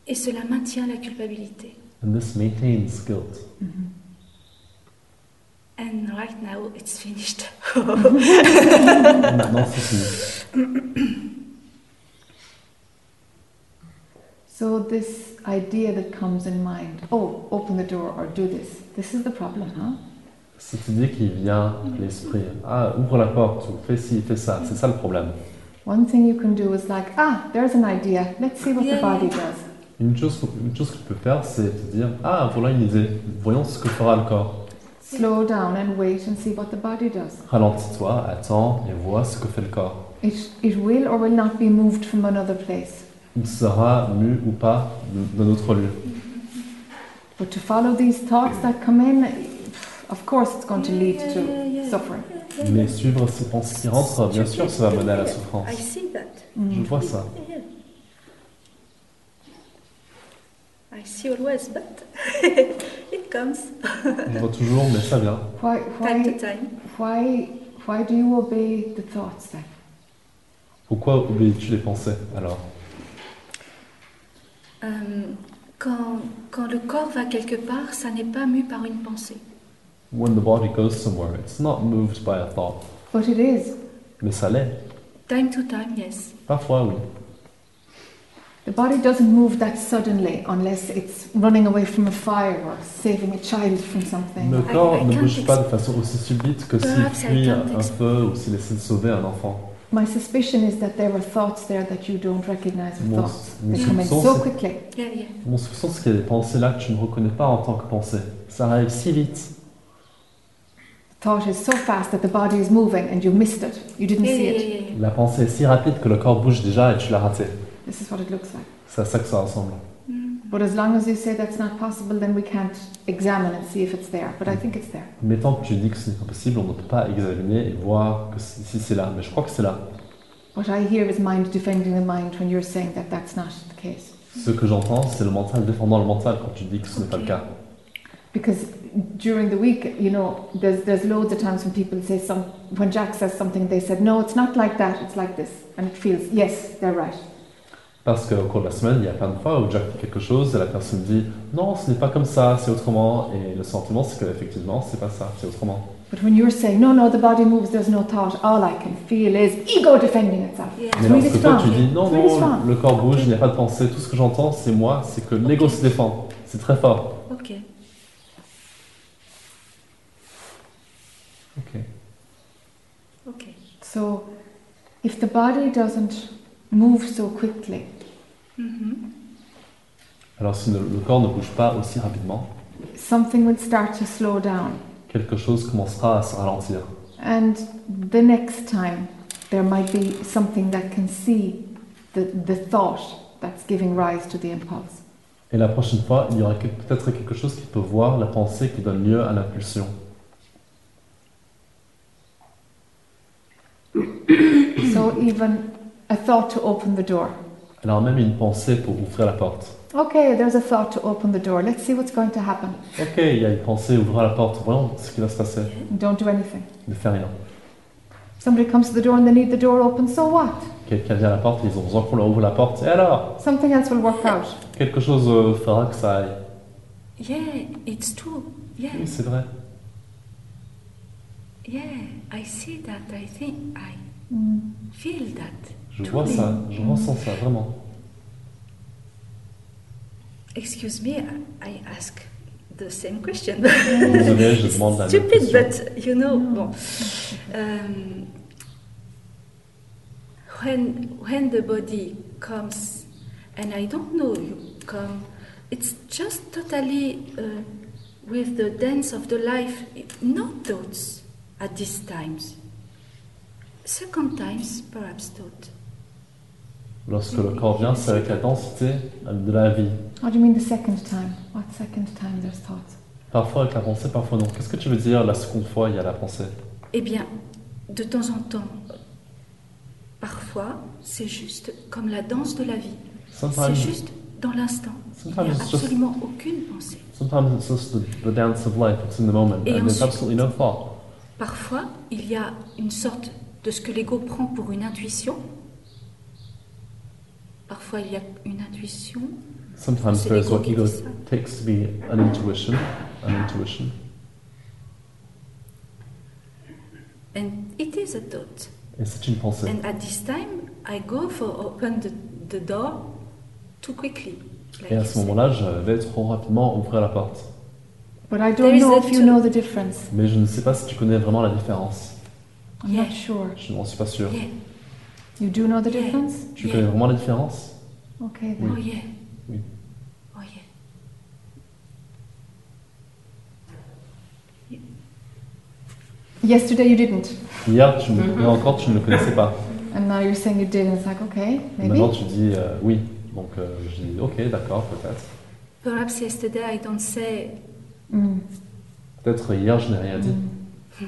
Speaker 12: Et cela maintient la culpabilité.
Speaker 1: And this maintains guilt.
Speaker 12: Mm-hmm. And right now, it's finished.
Speaker 1: And that narcissism,
Speaker 2: So, this idea that comes in mind oh, open the door or do this this is the problem, huh?
Speaker 1: Cette idée qui vient à l'esprit, ah, ouvre la porte, ou fais ci, fais ça, c'est ça le problème.
Speaker 2: One thing you can do is like, ah, there's an idea, let's see what the body does.
Speaker 1: Une chose, une chose que tu peux faire, c'est te dire, ah, voilà une idée, voyons ce que fera le corps.
Speaker 2: Slow down and wait and see what the body does.
Speaker 1: Ralentis-toi, attends et vois ce que fait le corps.
Speaker 2: It, it will or will not be moved from another place.
Speaker 1: Il sera mu ou pas de- d'un autre lieu.
Speaker 2: But to follow these thoughts that come in, of course, it's going to lead to suffering.
Speaker 1: Mais suivre ces pensées qui rentrent, bien sûr, ça va mener à la souffrance.
Speaker 11: I see that.
Speaker 1: Je
Speaker 2: Mm.
Speaker 1: vois ça.
Speaker 11: Yeah. I see always, but it comes
Speaker 1: On voit toujours, mais ça vient.
Speaker 2: Why, why, why, why do you obey the thoughts then?
Speaker 1: Pourquoi obéis-tu les pensées alors
Speaker 12: Euh, quand, quand le corps va quelque part, ça n'est pas mu par une pensée.
Speaker 1: When the body goes somewhere, it's not moved by a thought.
Speaker 2: But it is.
Speaker 1: Mais ça l'est.
Speaker 12: Time to time, yes.
Speaker 1: Parfois, oui.
Speaker 2: The body doesn't move that suddenly unless it's running away from a fire or saving a child from something.
Speaker 1: Le corps ne bouge pas de façon aussi subite que s'il
Speaker 2: Perhaps I
Speaker 1: fuit
Speaker 2: can't
Speaker 1: un
Speaker 2: exp-
Speaker 1: feu ou s'il essaie de sauver un enfant.
Speaker 2: My suspicion is that there were thoughts there that you don't recognize as
Speaker 1: Mon-
Speaker 2: thoughts.
Speaker 1: mon
Speaker 2: They come in
Speaker 1: soupçon,
Speaker 2: so
Speaker 1: c'est-
Speaker 2: quickly.
Speaker 1: Mon soupçon, c'est qu'il y a des pensées là que tu ne reconnais pas en tant que pensée. Ça arrive si vite.
Speaker 2: Thought is so fast that the body is moving and you missed it. You didn't
Speaker 12: Yeah,
Speaker 2: see
Speaker 12: yeah,
Speaker 2: it.
Speaker 12: yeah, yeah.
Speaker 1: La pensée est si rapide que le corps bouge déjà et tu l'as raté.
Speaker 2: This is what it looks like.
Speaker 1: C'est à ça que ça ressemble.
Speaker 2: But as long as you say that's not possible, then we can't examine and see if it's there. But I think it's there.
Speaker 1: Mais tant que tu dis que ce n'est pas possible, on ne peut pas examiner et voir que si si c'est là. Mais je crois que c'est là.
Speaker 2: What I hear is mind defending the mind when you're saying that that's not the case.
Speaker 1: Ce que j'entends, c'est le mental défendant le mental quand tu dis que ce n'est pas le cas.
Speaker 2: Because during the week, you know, there's, there's loads of times when people say some, when Jack says something, they said, no, it's not like that, it's like this. And it feels, yes, they're right.
Speaker 1: Parce qu'au cours de la semaine, il y a plein de fois où Jack dit quelque chose et la personne dit non, ce n'est pas comme ça, c'est autrement. Et le sentiment, c'est que effectivement, c'est pas ça, c'est autrement.
Speaker 2: But when you're saying, no, no, the body moves, there's no thought, all I can feel is ego defending itself. It's
Speaker 1: Mais
Speaker 2: really
Speaker 1: lorsque toi
Speaker 2: strong.
Speaker 1: tu dis non,
Speaker 2: it's really
Speaker 1: non,
Speaker 2: strong.
Speaker 1: le corps bouge, il n'y a pas de pensée, tout ce que j'entends, c'est moi, c'est que l'ego se défend. C'est très fort.
Speaker 12: Ok.
Speaker 1: Ok.
Speaker 12: Ok.
Speaker 2: So if the body doesn't move so quickly,
Speaker 12: Mhm.
Speaker 1: Alors si le, le corps ne bouge pas aussi rapidement,
Speaker 2: something will start to slow down.
Speaker 1: quelque chose commencera à se ralentir.
Speaker 2: And the next time, there might be something that can see the, the thought that's giving rise to the impulse.
Speaker 1: Et la prochaine fois, il y aura que- peut-être quelque chose qui peut voir la pensée qui donne lieu à l'impulsion.
Speaker 2: so even a thought to open the door.
Speaker 1: Alors même une pensée pour ouvrir la porte.
Speaker 2: Okay, there's a thought to open the door. Let's see what's going to happen.
Speaker 1: Ok, il y a une pensée, ouvrir la porte, voyons ce qui va se passer.
Speaker 2: Don't do anything.
Speaker 1: Ne fais rien.
Speaker 2: Somebody comes to the door and they need the door open, so what?
Speaker 1: Quelqu'un vient à la porte, ils ont besoin qu'on leur ouvre la porte. Et alors
Speaker 2: Something else will work out.
Speaker 1: Quelque chose euh, fera que ça aille.
Speaker 12: Yeah, it's true. Yeah.
Speaker 1: Oui, c'est vrai.
Speaker 12: Yeah, I see that. I think I
Speaker 2: Mm.
Speaker 12: feel that.
Speaker 1: Je vois
Speaker 12: Truly.
Speaker 1: ça, je ressens ça, vraiment.
Speaker 12: Excuse me, I- I ask the same question.
Speaker 1: Désolé, je demande la même
Speaker 12: Stupid,
Speaker 1: question.
Speaker 12: but you know, bon. Um, when when the body comes, and I don't know you come, it's just totally uh, with the dance of the life. It, no thoughts at these times. Second times, perhaps thought.
Speaker 1: Lorsque le corps vient, c'est avec la densité de la vie.
Speaker 2: What do you mean the second time? What second time there's thoughts?
Speaker 1: Parfois avec la pensée, parfois non. Qu'est-ce que tu veux dire la seconde fois, il y a la pensée
Speaker 12: Eh bien, de temps en temps, parfois, c'est juste comme la danse de la vie.
Speaker 1: Sometimes-
Speaker 12: C'est juste dans l'instant. Il n'y a
Speaker 1: Sometimes it's just-
Speaker 12: absolument aucune pensée.
Speaker 1: Sometimes it's just the, the dance of life, it's in the moment,
Speaker 12: Et
Speaker 1: and there's
Speaker 12: ensuite-
Speaker 1: absolutely no thought.
Speaker 12: Parfois, il y a une sorte de ce que l'ego prend pour une intuition. Parfois, il y a une intuition.
Speaker 1: Sometimes
Speaker 12: C'est
Speaker 1: there's
Speaker 12: l'ego
Speaker 1: what
Speaker 12: qui
Speaker 1: ego
Speaker 12: dit ça.
Speaker 1: takes to be an intuition, an intuition.
Speaker 12: And it is a thought.
Speaker 1: Et c'est une pensée.
Speaker 12: And at this time, I go for open the, the door too quickly. like
Speaker 1: Et à
Speaker 12: you
Speaker 1: ce
Speaker 12: said.
Speaker 1: moment-là, je vais trop rapidement ouvrir la porte.
Speaker 2: But I
Speaker 12: There
Speaker 2: don't
Speaker 12: is
Speaker 2: know
Speaker 12: that
Speaker 2: if you
Speaker 12: too.
Speaker 2: know the difference.
Speaker 1: Mais je ne sais pas si tu connais vraiment la différence.
Speaker 2: I'm not sure.
Speaker 1: Je n'en suis pas sûr.
Speaker 12: Yeah.
Speaker 2: You do know the difference?
Speaker 1: Tu connais vraiment la différence
Speaker 2: Okay then.
Speaker 1: Oui.
Speaker 12: Oh yeah.
Speaker 1: Oui.
Speaker 12: Oh yeah.
Speaker 2: Yesterday you didn't,
Speaker 1: Hier, tu
Speaker 12: Mm-hmm.
Speaker 1: ne- et encore, tu ne le connaissais pas.
Speaker 2: and now you're saying you did, and it's like, okay,
Speaker 12: Bah
Speaker 1: Et
Speaker 2: maybe.
Speaker 1: Maintenant, tu dis euh, oui. Donc, euh, je dis ok, d'accord, peut-être.
Speaker 12: Perhaps yesterday I don't say
Speaker 2: Mm.
Speaker 1: Peut-être hier, je n'ai rien
Speaker 12: Mm-hmm.
Speaker 1: dit.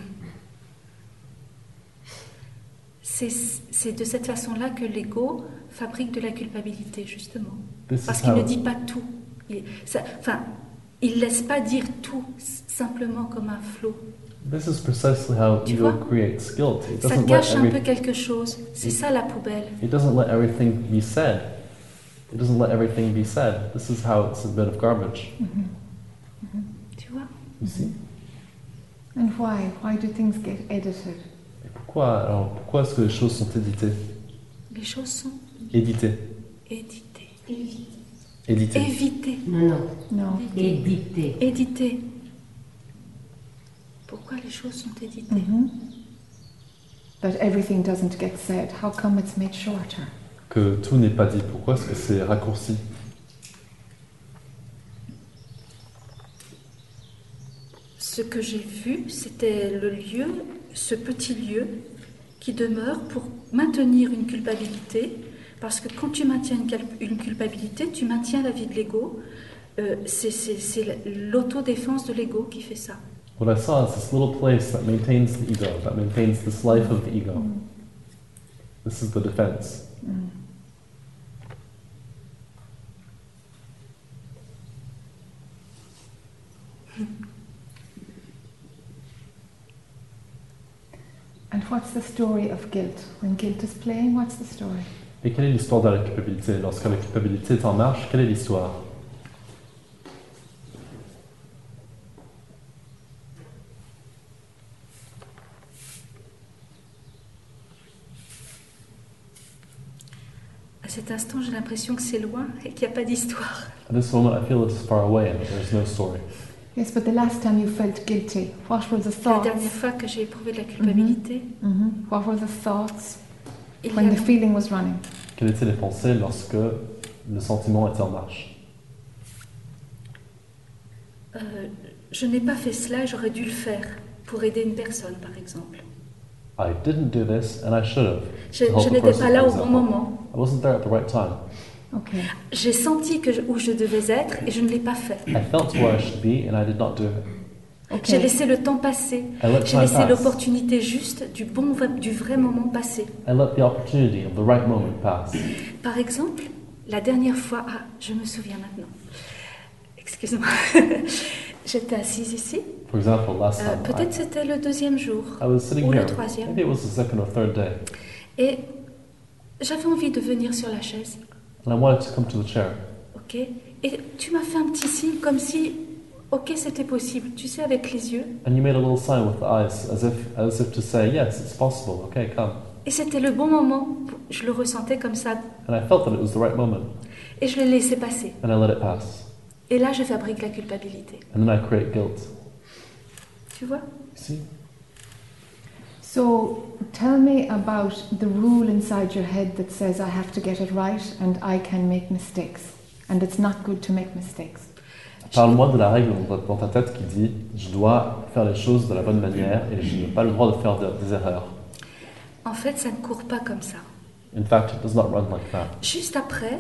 Speaker 12: C'est c'est de cette façon-là que l'ego fabrique de la culpabilité, justement.
Speaker 1: Mais c'est
Speaker 12: Parce
Speaker 1: ça,
Speaker 12: qu'il ne
Speaker 1: ouais.
Speaker 12: dit pas tout. Il, ça- enfin, il laisse pas dire tout, s- simplement comme un flot.
Speaker 1: This is precisely how
Speaker 12: Tu
Speaker 1: ego
Speaker 12: vois
Speaker 1: creates guilt. It
Speaker 12: Ça
Speaker 1: doesn't, let
Speaker 12: cache un peu
Speaker 1: every,
Speaker 12: quelque chose. C'est ça la poubelle.
Speaker 1: it doesn't let everything be said. It doesn't let everything be said. This is how it's a bit of garbage.
Speaker 2: Mm-hmm.
Speaker 12: Tu vois
Speaker 1: You see
Speaker 2: And why? Why do things get edited?
Speaker 1: Pourquoi, alors, pourquoi est-ce que les choses sont éditées
Speaker 12: Les choses sont
Speaker 1: Éditées.
Speaker 12: éditées.
Speaker 1: Éditées.
Speaker 12: Évitées.
Speaker 13: Non,
Speaker 2: non.
Speaker 13: Éditées.
Speaker 12: Éditées. Pourquoi les choses sont éditées
Speaker 2: That Mm-hmm. everything doesn't get said. How come it's made shorter?
Speaker 1: que tout n'est pas dit. Pourquoi est-ce que c'est raccourci
Speaker 12: Ce que j'ai vu, c'était le lieu, ce petit lieu qui demeure pour maintenir une culpabilité, parce que quand tu maintiens une, calp- une culpabilité, tu maintiens la vie de l'ego. Euh, c'est- c'est c'est la- l'autodéfense de l'ego qui fait ça.
Speaker 1: What I saw is this little place that maintains the ego, that maintains this life of the ego.
Speaker 2: Mm.
Speaker 1: This is the defense.
Speaker 2: And what's the story of guilt? When guilt is playing, what's the story?
Speaker 1: Et quelle est l'histoire de la culpabilité Lorsque la culpabilité est en marche, quelle est l'histoire
Speaker 12: À cet instant, j'ai l'impression que c'est loin et qu'il n'y a pas d'histoire.
Speaker 1: At this moment, I feel it's far away and there's no story.
Speaker 2: Yes, but the last time you felt guilty, what were the
Speaker 12: La
Speaker 2: thoughts?
Speaker 12: dernière fois que j'ai éprouvé de la culpabilité,
Speaker 2: Mhm. What were the thoughts
Speaker 12: Il y
Speaker 2: when the
Speaker 12: avait-
Speaker 2: feeling was running?
Speaker 1: Quelles étaient les pensées lorsque le sentiment était en marche
Speaker 12: euh, je n'ai pas fait cela et j'aurais dû le faire pour aider une personne, par exemple.
Speaker 1: I didn't do this and I should have.
Speaker 12: Je-
Speaker 1: To help
Speaker 12: je
Speaker 1: a
Speaker 12: n'étais
Speaker 1: person,
Speaker 12: pas là
Speaker 1: for
Speaker 12: au bon
Speaker 1: example.
Speaker 12: moment.
Speaker 1: I wasn't there at the right time.
Speaker 12: J'ai senti que je- où je devais être et je ne l'ai pas fait.
Speaker 1: I felt where I should be and I did not do it.
Speaker 12: J'ai laissé le temps passer.
Speaker 1: I let
Speaker 12: J'ai
Speaker 1: time
Speaker 12: laissé
Speaker 1: pass.
Speaker 12: l'opportunité juste du bon, du vrai moment passer.
Speaker 1: I let the opportunity of the right moment pass.
Speaker 12: Par exemple, la dernière fois, ah, je me souviens maintenant. Excuse-moi. J'étais assise ici.
Speaker 1: For example, last
Speaker 12: Euh,
Speaker 1: time I-
Speaker 12: Peut-être c'était le deuxième jour
Speaker 1: I was sitting
Speaker 12: ou
Speaker 1: here.
Speaker 12: le troisième.
Speaker 1: Maybe it was the second or third day,
Speaker 12: Et j'avais envie de venir sur la chaise,
Speaker 1: and I wanted to come to the chair.
Speaker 12: ok Et tu m'as fait un petit signe comme si, ok, c'était possible. Tu sais, avec les yeux.
Speaker 1: And you made a little sign with the eyes, as if as if to say, "Yes, it's possible. Okay, come."
Speaker 12: Et c'était le bon moment. Je le ressentais comme ça
Speaker 1: And I felt that it was the right moment,
Speaker 12: et je le laissais passer.
Speaker 1: and I let it pass.
Speaker 12: Et là, je fabrique la culpabilité.
Speaker 1: And then I create guilt.
Speaker 12: Tu vois
Speaker 1: See?
Speaker 2: So tell me about the rule inside your head that says I have to get it right and I can make mistakes and it's not good to make mistakes.
Speaker 1: Parle-moi de la règle dans ta- dans ta tête qui dit, je dois faire les choses de la bonne manière et je n'ai pas le droit de faire de- des erreurs.
Speaker 12: En fait, ça ne court pas comme ça.
Speaker 1: In fact, it does not run like that.
Speaker 12: Juste après,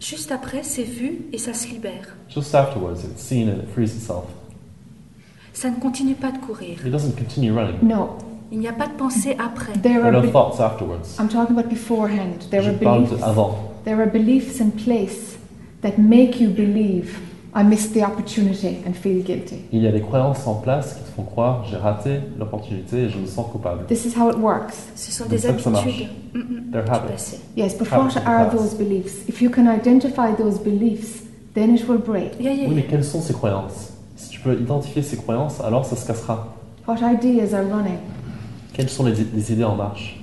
Speaker 12: juste après, c'est vu et ça se libère.
Speaker 1: Just afterwards, it's seen and it frees itself.
Speaker 12: Ça ne continue pas de courir.
Speaker 1: It doesn't continue running.
Speaker 2: No.
Speaker 12: Il n'y a pas de pensée après.
Speaker 2: There
Speaker 1: There
Speaker 2: are
Speaker 1: are no
Speaker 2: be-
Speaker 1: thoughts afterwards.
Speaker 2: I'm talking about beforehand. There
Speaker 1: Je
Speaker 2: are
Speaker 1: parle de
Speaker 2: beliefs.
Speaker 1: avant.
Speaker 2: There are beliefs in place that make you believe I missed the opportunity and feel guilty.
Speaker 1: Il y a des croyances en place qui te font croire j'ai raté l'opportunité et je me sens coupable.
Speaker 2: This is how it works.
Speaker 12: Ce sont Mm,
Speaker 1: des Donc ça, ça marche. habitudes, They're habits.
Speaker 2: Yes, but
Speaker 1: Habits
Speaker 2: what
Speaker 1: of the
Speaker 2: are
Speaker 1: past.
Speaker 2: those beliefs? If you can identify those beliefs, then it will break.
Speaker 1: Oui, mais quelles sont ces croyances Si tu peux identifier ces croyances, alors ça se cassera.
Speaker 2: What ideas are running
Speaker 1: Quelles sont les, i- les idées en marche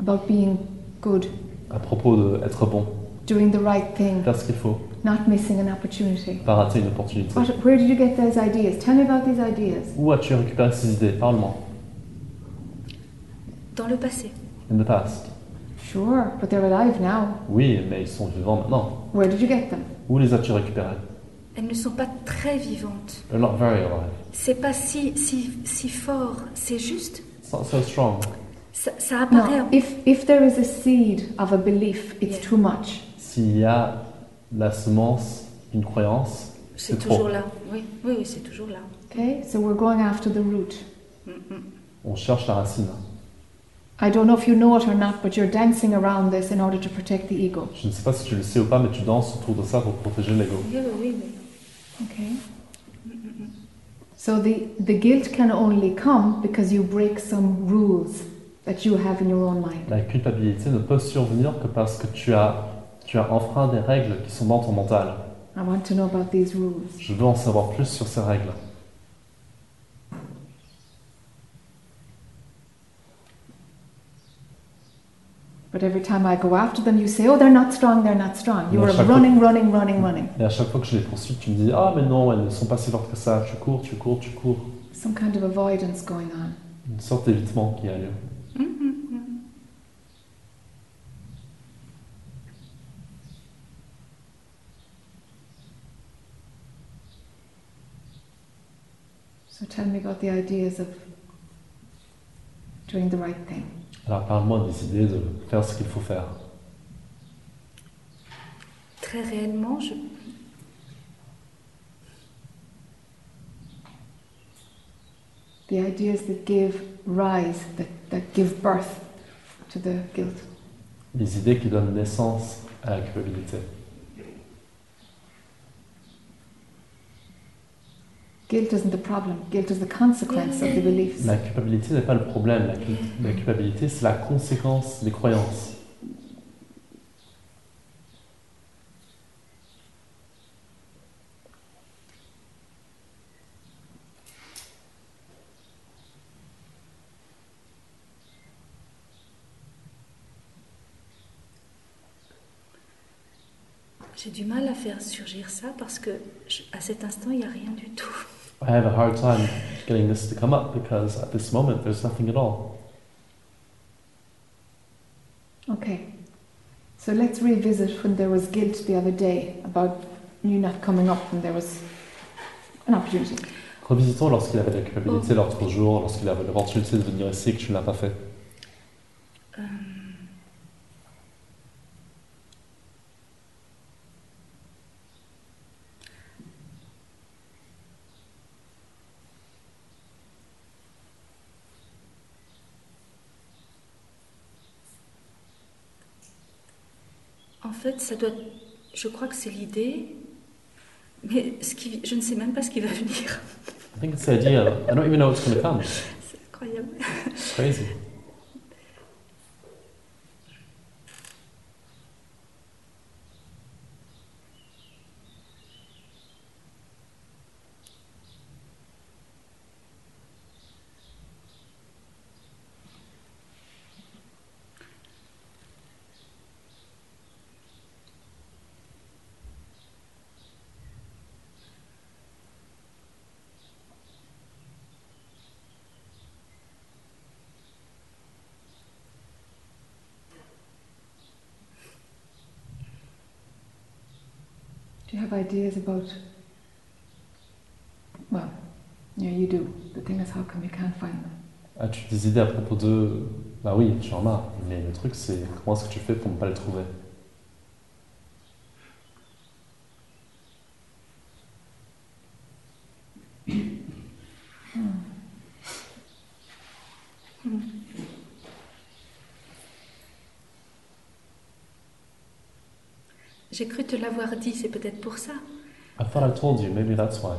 Speaker 2: about being good,
Speaker 1: à propos d'être bon,
Speaker 2: doing the right thing,
Speaker 1: faire ce qu'il faut,
Speaker 2: not missing an opportunity.
Speaker 1: pas rater une opportunité.
Speaker 2: What, where did you get those ideas? Tell me about these ideas.
Speaker 1: Où as-tu récupéré ces idées Parle-moi.
Speaker 12: Dans le passé.
Speaker 1: In the past.
Speaker 2: Sure, but they're alive now.
Speaker 1: Oui, mais ils sont vivants maintenant.
Speaker 2: Where did you get them?
Speaker 1: Où les as-tu récupérés
Speaker 12: Elles ne sont pas très vivantes.
Speaker 1: They're not very alive.
Speaker 12: C'est pas si, si, si fort, c'est juste.
Speaker 1: It's not so strong.
Speaker 12: Ça, ça apparaît.
Speaker 2: No, if, if there is a seed of a belief, it's too much.
Speaker 1: S'il y a la semence d'une croyance, c'est
Speaker 12: C'est
Speaker 1: trop.
Speaker 12: toujours là. Oui, oui, oui c'est toujours là.
Speaker 2: Okay, so we're going after the root.
Speaker 1: On cherche la racine.
Speaker 2: I don't know if you know it or not, but you're dancing around this in order to protect the ego.
Speaker 1: Je ne sais pas si tu le sais ou pas, mais tu danses autour de ça pour protéger l'ego.
Speaker 12: Oui, oui, oui, oui.
Speaker 2: Okay. So the, the guilt can only come because you break some rules that you have in your own mind.
Speaker 1: La culpabilité ne peut survenir que parce que tu as, tu as enfreint des règles qui sont dans ton mental.
Speaker 2: I want to know about these rules.
Speaker 1: Je veux en savoir plus sur ces règles.
Speaker 2: But every time I go after them, you say, oh, they're not strong, they're not strong. You
Speaker 1: Well,
Speaker 2: are
Speaker 1: that's like-
Speaker 2: running, running, running, running.
Speaker 1: Et à chaque fois que je les poursuis, tu me dis Ah, mais non, elles ne sont pas si fortes que ça. Tu cours, tu cours, tu cours.
Speaker 2: Some kind of avoidance going on.
Speaker 1: Une sorte d'évitement qui a lieu.
Speaker 2: So tell me about the ideas of doing the right thing.
Speaker 1: Alors parle-moi des idées de faire ce qu'il faut faire.
Speaker 12: Très réellement, je.
Speaker 2: The ideas that give rise, that, that give birth to the guilt.
Speaker 1: Les idées qui donnent naissance à la culpabilité.
Speaker 2: Guilt isn't the problem, guilt is the consequence of the beliefs.
Speaker 1: La culpabilité n'est pas le problème. La, cul- la culpabilité, c'est la conséquence des croyances.
Speaker 12: J'ai du mal à faire surgir ça parce que je- à cet instant, il n'y a rien du tout.
Speaker 1: I have a hard time getting this to come up because at this moment there's nothing at all.
Speaker 2: Okay. So let's revisit when there was guilt the other day about you not coming up when there was an opportunity.
Speaker 1: Revisitons lorsqu'il avait de la
Speaker 12: Oh.
Speaker 1: culpabilité l'autre jour, lorsqu'il avait l'opportunité de venir ici et que tu ne l'as pas fait.
Speaker 12: Euh, En fait, ça doit. Je crois que c'est l'idée, mais ce qui... je ne sais même pas ce qui va venir.
Speaker 1: I think it's the idea. I don't even know what's going to come.
Speaker 12: C'est incroyable.
Speaker 1: It's crazy.
Speaker 2: Do you have ideas about? Well, yeah, you do. The thing is, how come you can't find them?
Speaker 1: As-tu Ah, des idées à propos de. Bah oui, tu en as, mais le truc c'est comment est-ce que tu fais pour ne pas les trouver
Speaker 12: J'ai cru te l'avoir dit, c'est peut-être pour ça.
Speaker 1: I thought I told you, maybe that's why.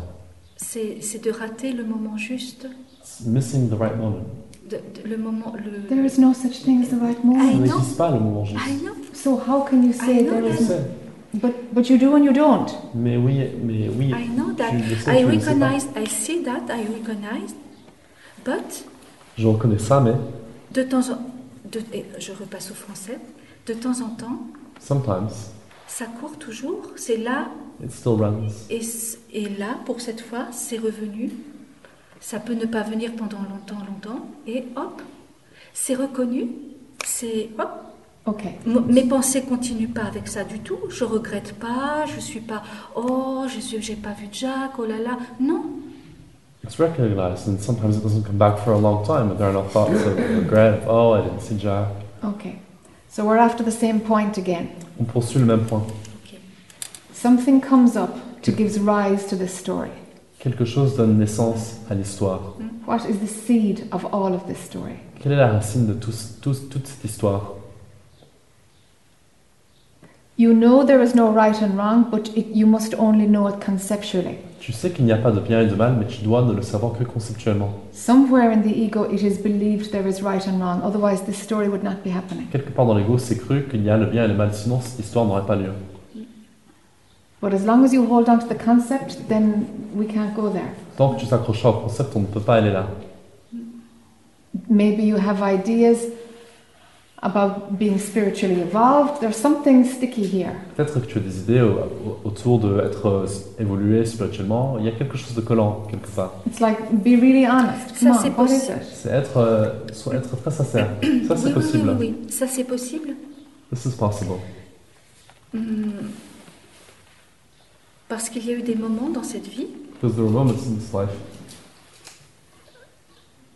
Speaker 12: C'est c'est de rater le moment juste,
Speaker 1: It's missing the right moment.
Speaker 12: de- de- le moment. Le...
Speaker 2: There is no such thing as the right
Speaker 1: Ça
Speaker 2: moment.
Speaker 1: n'existe pas le moment juste.
Speaker 2: So how can you say
Speaker 12: know
Speaker 2: there
Speaker 12: that.
Speaker 2: is? But but you do and you don't.
Speaker 1: Mais oui, mais oui.
Speaker 12: I know that.
Speaker 1: Tu le sais,
Speaker 12: I
Speaker 1: tu le sais pas.
Speaker 12: recognize, I see that, I recognize. But,
Speaker 1: Je reconnais ça, mais
Speaker 12: de temps en de- et je repasse au français, de temps en temps,
Speaker 1: sometimes
Speaker 12: ça court toujours, c'est là,
Speaker 1: It still runs.
Speaker 12: et, c- et là, pour cette fois, c'est revenu. Ça peut ne pas venir pendant longtemps, longtemps, et hop, c'est reconnu, c'est hop.
Speaker 2: Ok.
Speaker 12: Mo- Mes pensées continuent pas avec ça du tout. Je regrette pas, je suis pas, oh, je suis, j'ai pas vu Jack, oh là là. Non,
Speaker 1: It's recognized, and sometimes it doesn't come back for a long time, and there are no thoughts of regret, of, oh, I didn't see Jack.
Speaker 2: Okay. So we're after the same point again.
Speaker 1: On poursuit le même point.
Speaker 2: Something comes up to gives rise to this story.
Speaker 1: Quelque chose donne naissance à l'histoire.
Speaker 2: What is the seed of all of this story?
Speaker 1: Quelle est la racine de tout, tout- toute cette histoire
Speaker 2: You know there is no right and wrong, but it, you must only know it conceptually.
Speaker 1: Tu sais qu'il n'y a pas de bien et de mal, mais tu dois ne le savoir que conceptuellement.
Speaker 2: Somewhere in the ego, it is believed there is right and wrong. Otherwise, this story would not be happening.
Speaker 1: Quelque part dans l'ego, c'est cru qu'il y a le bien et le mal, sinon cette histoire n'aurait pas lieu.
Speaker 2: But as long as you hold on to the concept, then we can't go there.
Speaker 1: Tant que tu t'accroches au concept, on ne peut pas aller là.
Speaker 2: Maybe you have ideas about being spiritually evolved. There's something sticky here.
Speaker 1: Peut-être que tu as des idées au- au- autour de être euh, évolué spirituellement. Il y a quelque chose de collant, quelque part.
Speaker 2: It's like, be really honest. Come
Speaker 12: Ça,
Speaker 2: on,
Speaker 12: c'est
Speaker 2: what is
Speaker 12: possible.
Speaker 2: it?
Speaker 1: C'est être, euh, soit être très sincère. Ça,
Speaker 12: oui,
Speaker 1: c'est
Speaker 12: oui,
Speaker 1: possible.
Speaker 12: Oui, oui, oui. ça c'est possible.
Speaker 1: This is possible.
Speaker 12: Hmm. Parce qu'il y a eu des moments dans cette vie
Speaker 1: Because there were moments in this life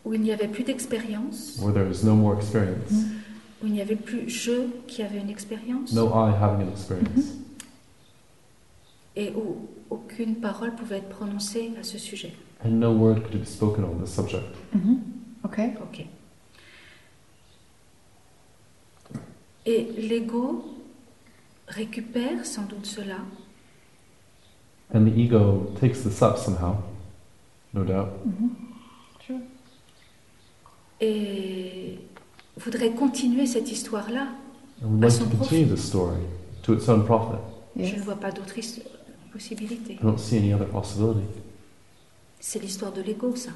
Speaker 12: où il n'y avait plus d'expérience,
Speaker 1: where there is no more experience,
Speaker 12: où il n'y avait plus je qui avais une expérience,
Speaker 1: no I having an experience,
Speaker 12: et où aucune parole pouvait être prononcée à ce sujet.
Speaker 1: and no word could be spoken on this subject.
Speaker 2: Ok.
Speaker 12: Ok. Et l'ego récupère sans doute cela
Speaker 1: And the ego takes this up somehow, no doubt,
Speaker 2: Mm-hmm.
Speaker 12: et voudrait continuer cette histoire-là.
Speaker 1: and would
Speaker 12: À
Speaker 1: like
Speaker 12: son
Speaker 1: to continue this story to its own profit.
Speaker 12: Je ne vois pas d'autre his- possibilité.
Speaker 1: I don't see any other possibility.
Speaker 12: C'est l'histoire de l'ego, ça.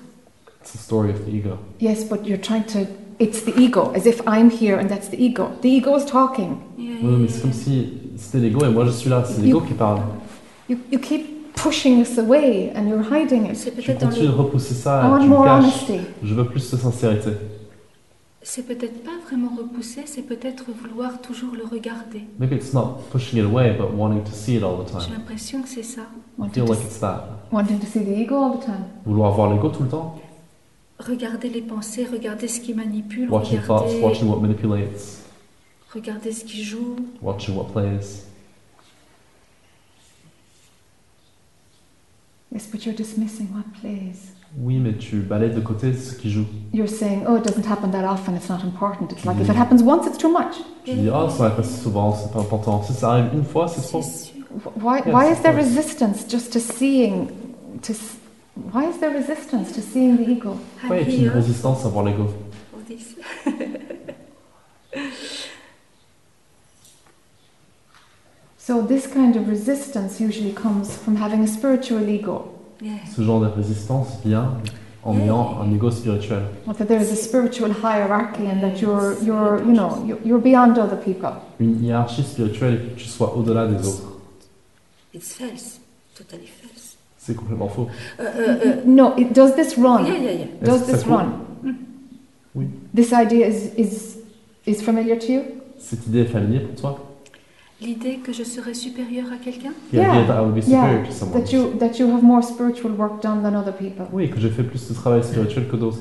Speaker 1: It's the story of the ego.
Speaker 2: Yes, but you're trying to. It's the ego, as if I'm here and that's the ego. The ego is talking.
Speaker 1: Oui, mais c'est comme si c'était l'ego et moi je suis là, c'est l'ego qui parle.
Speaker 2: You, you keep pushing this away and you're hiding it.
Speaker 1: Tu continues de repousser
Speaker 2: I
Speaker 1: ça,
Speaker 2: want
Speaker 1: tu
Speaker 2: more
Speaker 1: le caches.
Speaker 2: honesty.
Speaker 1: Je veux plus de sincérité.
Speaker 12: C'est peut-être pas vraiment repousser, c'est peut-être vouloir toujours le regarder.
Speaker 1: Maybe it's not pushing it away, but wanting to see it all the
Speaker 12: J'ai
Speaker 1: time.
Speaker 12: l'impression que c'est ça.
Speaker 1: I feel like it's that.
Speaker 2: Wanting to see the ego all the time.
Speaker 1: Vouloir voir l'ego tout le temps.
Speaker 12: Regarder les pensées, regarder ce qui manipule,
Speaker 1: Watching thoughts,
Speaker 12: regarder,
Speaker 1: watching what manipulates,
Speaker 12: regarder ce qui joue.
Speaker 1: watching what plays.
Speaker 2: Yes, but you're dismissing what plays.
Speaker 1: Oui, mais tu balais de côté ce qui joue.
Speaker 2: You're saying, oh, it doesn't happen that often, it's not important. It's like, if it
Speaker 1: Mm.
Speaker 2: happens once, it's too much.
Speaker 1: Tu dis, ah, ça arrive pas si souvent, c'est pas important. Si ça arrive une fois, c'est trop.
Speaker 2: Wh- Why,
Speaker 1: Yes,
Speaker 2: why
Speaker 1: of
Speaker 2: is there
Speaker 1: course.
Speaker 2: resistance just to seeing, to, s- why is there resistance to seeing the ego?
Speaker 1: Pourquoi y a-t-il une résistance à voir l'ego
Speaker 12: On dit ça.
Speaker 2: So this kind of resistance usually comes from having a spiritual ego,
Speaker 1: Ce genre de résistance vient en ayant un ego spirituel.
Speaker 2: or that there is a spiritual hierarchy and that you're, you're you know, you're- you're beyond other people.
Speaker 1: Une hiérarchie spirituelle et que tu sois au-delà des autres.
Speaker 12: It's false, totally false.
Speaker 1: C'est complètement faux.
Speaker 12: Euh, euh, euh,
Speaker 2: Uh, No, it, does this run?
Speaker 12: Yeah, yeah, yeah.
Speaker 1: Est-ce
Speaker 2: Does
Speaker 1: que
Speaker 2: this
Speaker 1: ça court
Speaker 2: run? This idea is, is, is familiar to you?
Speaker 1: Cette idée est familière pour toi
Speaker 12: L'idée que je serais supérieure à quelqu'un
Speaker 1: The idea that I would be superior to someone.
Speaker 2: that you that you have more spiritual work done than other people.
Speaker 1: Oui, que j'ai fait plus de travail spirituel que d'autres.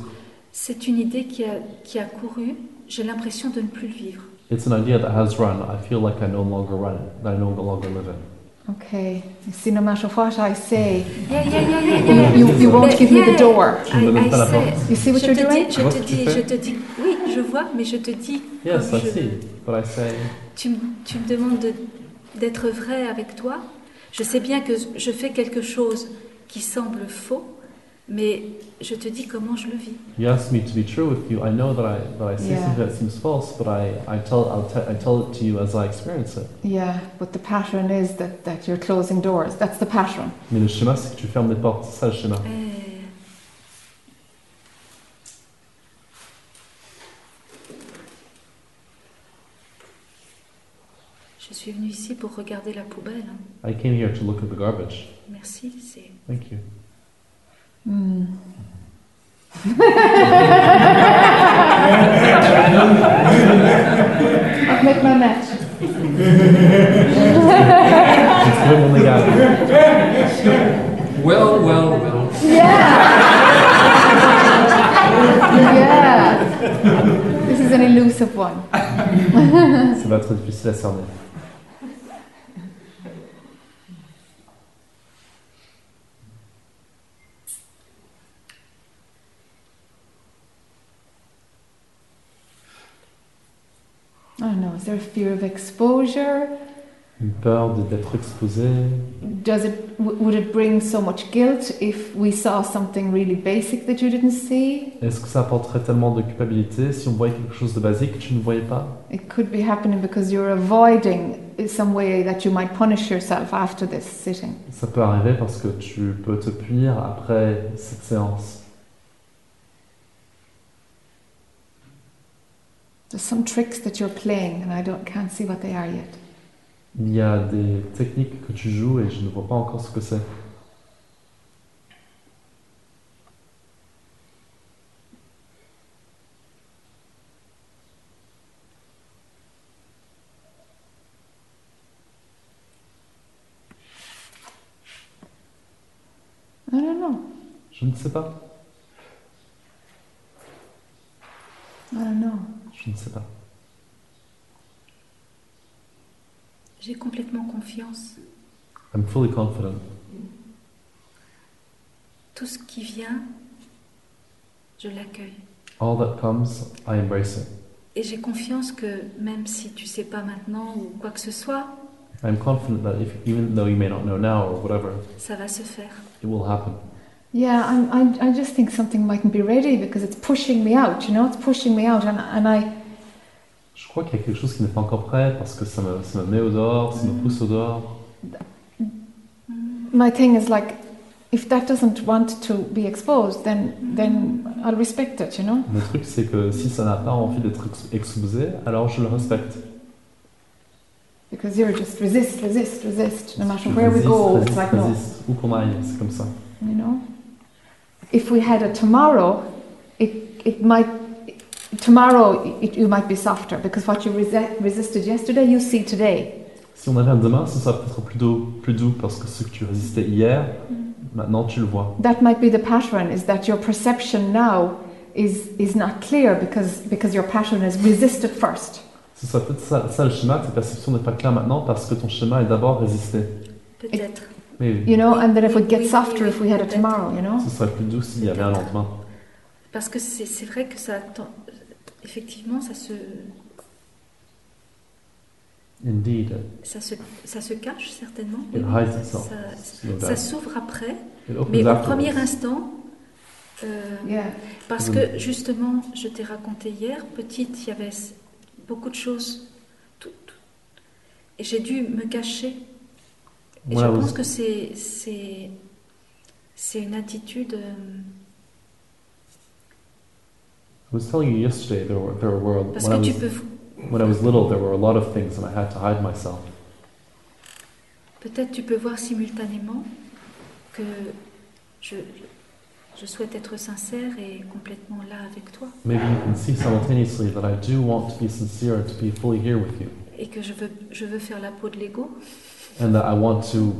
Speaker 12: C'est une idée qui a, qui a couru, j'ai l'impression de ne plus le vivre.
Speaker 1: It's an idea that has run. I feel like I no longer run it, that I no longer live it.
Speaker 2: Okay, you see, no matter what I say,
Speaker 12: Yeah, yeah, yeah, yeah,
Speaker 2: you-
Speaker 12: yeah.
Speaker 2: You, you won't
Speaker 12: Yeah,
Speaker 2: give me the
Speaker 12: yeah.
Speaker 2: door.
Speaker 1: Tu ne me donnes pas la porte.
Speaker 2: You see what
Speaker 12: je
Speaker 2: you're
Speaker 12: te
Speaker 2: doing?
Speaker 12: dis,
Speaker 1: Tu
Speaker 12: je
Speaker 1: vois
Speaker 12: te
Speaker 1: ce que tu
Speaker 12: dis, je
Speaker 1: fais
Speaker 12: te dis, oui, je vois, mais je te dis,
Speaker 1: Yes,
Speaker 12: comme
Speaker 1: I
Speaker 12: je-
Speaker 1: see. But I say,
Speaker 12: tu, me- tu me demandes de- d'être vrai avec toi. Je sais bien que je fais quelque chose qui semble faux, mais je te dis comment je le vis.
Speaker 1: you ask me to be true with you. I know that I that I say
Speaker 2: Yeah.
Speaker 1: something that seems false, but I I tell I'll te- I tell it to you as I experience it.
Speaker 2: Yeah, but the pattern is that, that you're closing doors. That's the pattern.
Speaker 1: Mais le schéma, c'est que tu fermes des portes. C'est ça le schéma.
Speaker 12: Euh, Je suis venue ici pour regarder la poubelle. hein.
Speaker 1: I came here to look at the garbage.
Speaker 12: Merci, c'est
Speaker 1: Thank you.
Speaker 2: Mm. I've met my match.
Speaker 1: Good one they got.
Speaker 8: Well, well, well.
Speaker 2: yeah. This is an elusive one.
Speaker 1: Ça va être difficile à cerner.
Speaker 2: I don't know. Is there a fear of exposure?
Speaker 1: Une peur de- d'être exposé.
Speaker 2: Does it w- would it bring so much guilt if we saw something really basic that you didn't see?
Speaker 1: Est-ce que ça apporterait tellement de culpabilité si on voyait quelque chose de basique que tu ne voyais pas
Speaker 2: It could be happening because you're avoiding some way that you might punish yourself after this sitting.
Speaker 1: Ça peut arriver parce que tu peux te punir après cette séance.
Speaker 2: There's some tricks that you're playing, and I don't can't see what they are yet.
Speaker 1: Il y a des techniques que tu joues et je ne vois pas encore ce que c'est.
Speaker 2: I don't know.
Speaker 1: Je ne sais pas.
Speaker 2: I don't know.
Speaker 1: Je ne sais pas.
Speaker 12: J'ai complètement confiance.
Speaker 1: I'm fully confident.
Speaker 12: Tout ce qui vient, je l'accueille.
Speaker 1: All that comes, I embrace it.
Speaker 12: Et j'ai confiance que même si tu sais pas maintenant ou quoi que ce soit,
Speaker 1: I'm confident that if, even though you may not know now or whatever,
Speaker 12: ça va se faire.
Speaker 1: it will happen.
Speaker 2: Yeah, I'm, I'm, I just think something mightn't be ready because it's pushing me out, you know, it's pushing me out. And, and I,
Speaker 1: Je crois qu'il y a quelque chose qui n'est pas encore prêt parce que ça me, ça me met au dehors, ça me pousse au dehors.
Speaker 2: my thing is like, if that doesn't want to be exposed, then, then I'll respect it, you know?
Speaker 1: Le truc, c'est que si ça n'a pas envie d'être ex- exposé, alors je le respecte.
Speaker 2: Because you're just resist, resist, resist, no matter
Speaker 1: Je
Speaker 2: where we
Speaker 1: résiste,
Speaker 2: go. It's
Speaker 1: résiste,
Speaker 2: like, no,
Speaker 1: résiste, où qu'on aille, c'est comme ça.
Speaker 2: you know? If we had a tomorrow, it, it might. Tomorrow, it, you might be softer because what you resi- resisted yesterday, you see today.
Speaker 1: Si on avait un demain, ce serait peut-être plus doux, plus doux parce que ce que tu résistais hier,
Speaker 2: Mm.
Speaker 1: maintenant tu le vois.
Speaker 2: That might be the pattern is that your perception now is, is not clear because, because your pattern is resisted first.
Speaker 1: Ce serait peut-être ça, ça le schéma, que ta perception n'est pas claire maintenant parce que ton schéma est d'abord résisté.
Speaker 12: Peut-être.
Speaker 1: Mais oui,
Speaker 2: You know, and then if we get softer if we had a tomorrow, you know?
Speaker 1: ce serait plus doux s'il y avait un lendemain.
Speaker 12: Parce que c'est c'est vrai que ça. tend- Effectivement, ça se,
Speaker 1: Indeed,
Speaker 12: ça, se, ça se cache certainement.
Speaker 1: It hides itself.
Speaker 12: Ça- Ça s'ouvre après,
Speaker 1: It opens
Speaker 12: mais au
Speaker 1: afterwards.
Speaker 12: premier instant. euh, Parce que
Speaker 1: Mm.
Speaker 12: justement, je t'ai raconté hier, petite, il y avait s- beaucoup de choses. tout- tout. et j'ai dû me cacher. Et
Speaker 1: Voilà,
Speaker 12: je
Speaker 1: vous-
Speaker 12: pense que c'est- c'est c'est une attitude. euh,
Speaker 1: I was telling you yesterday there were there were
Speaker 12: Parce
Speaker 1: when I
Speaker 12: que tu
Speaker 1: was
Speaker 12: peux-
Speaker 1: when I was little there were a lot of things and I had to hide myself.
Speaker 12: Peut-être tu peux voir simultanément que je, je souhaite être sincère et complètement là avec toi
Speaker 1: Maybe you can see simultaneously that I do want to be sincere and to be fully here with you,
Speaker 12: et que je veux, je veux faire la peau de l'ego.
Speaker 1: and that I want to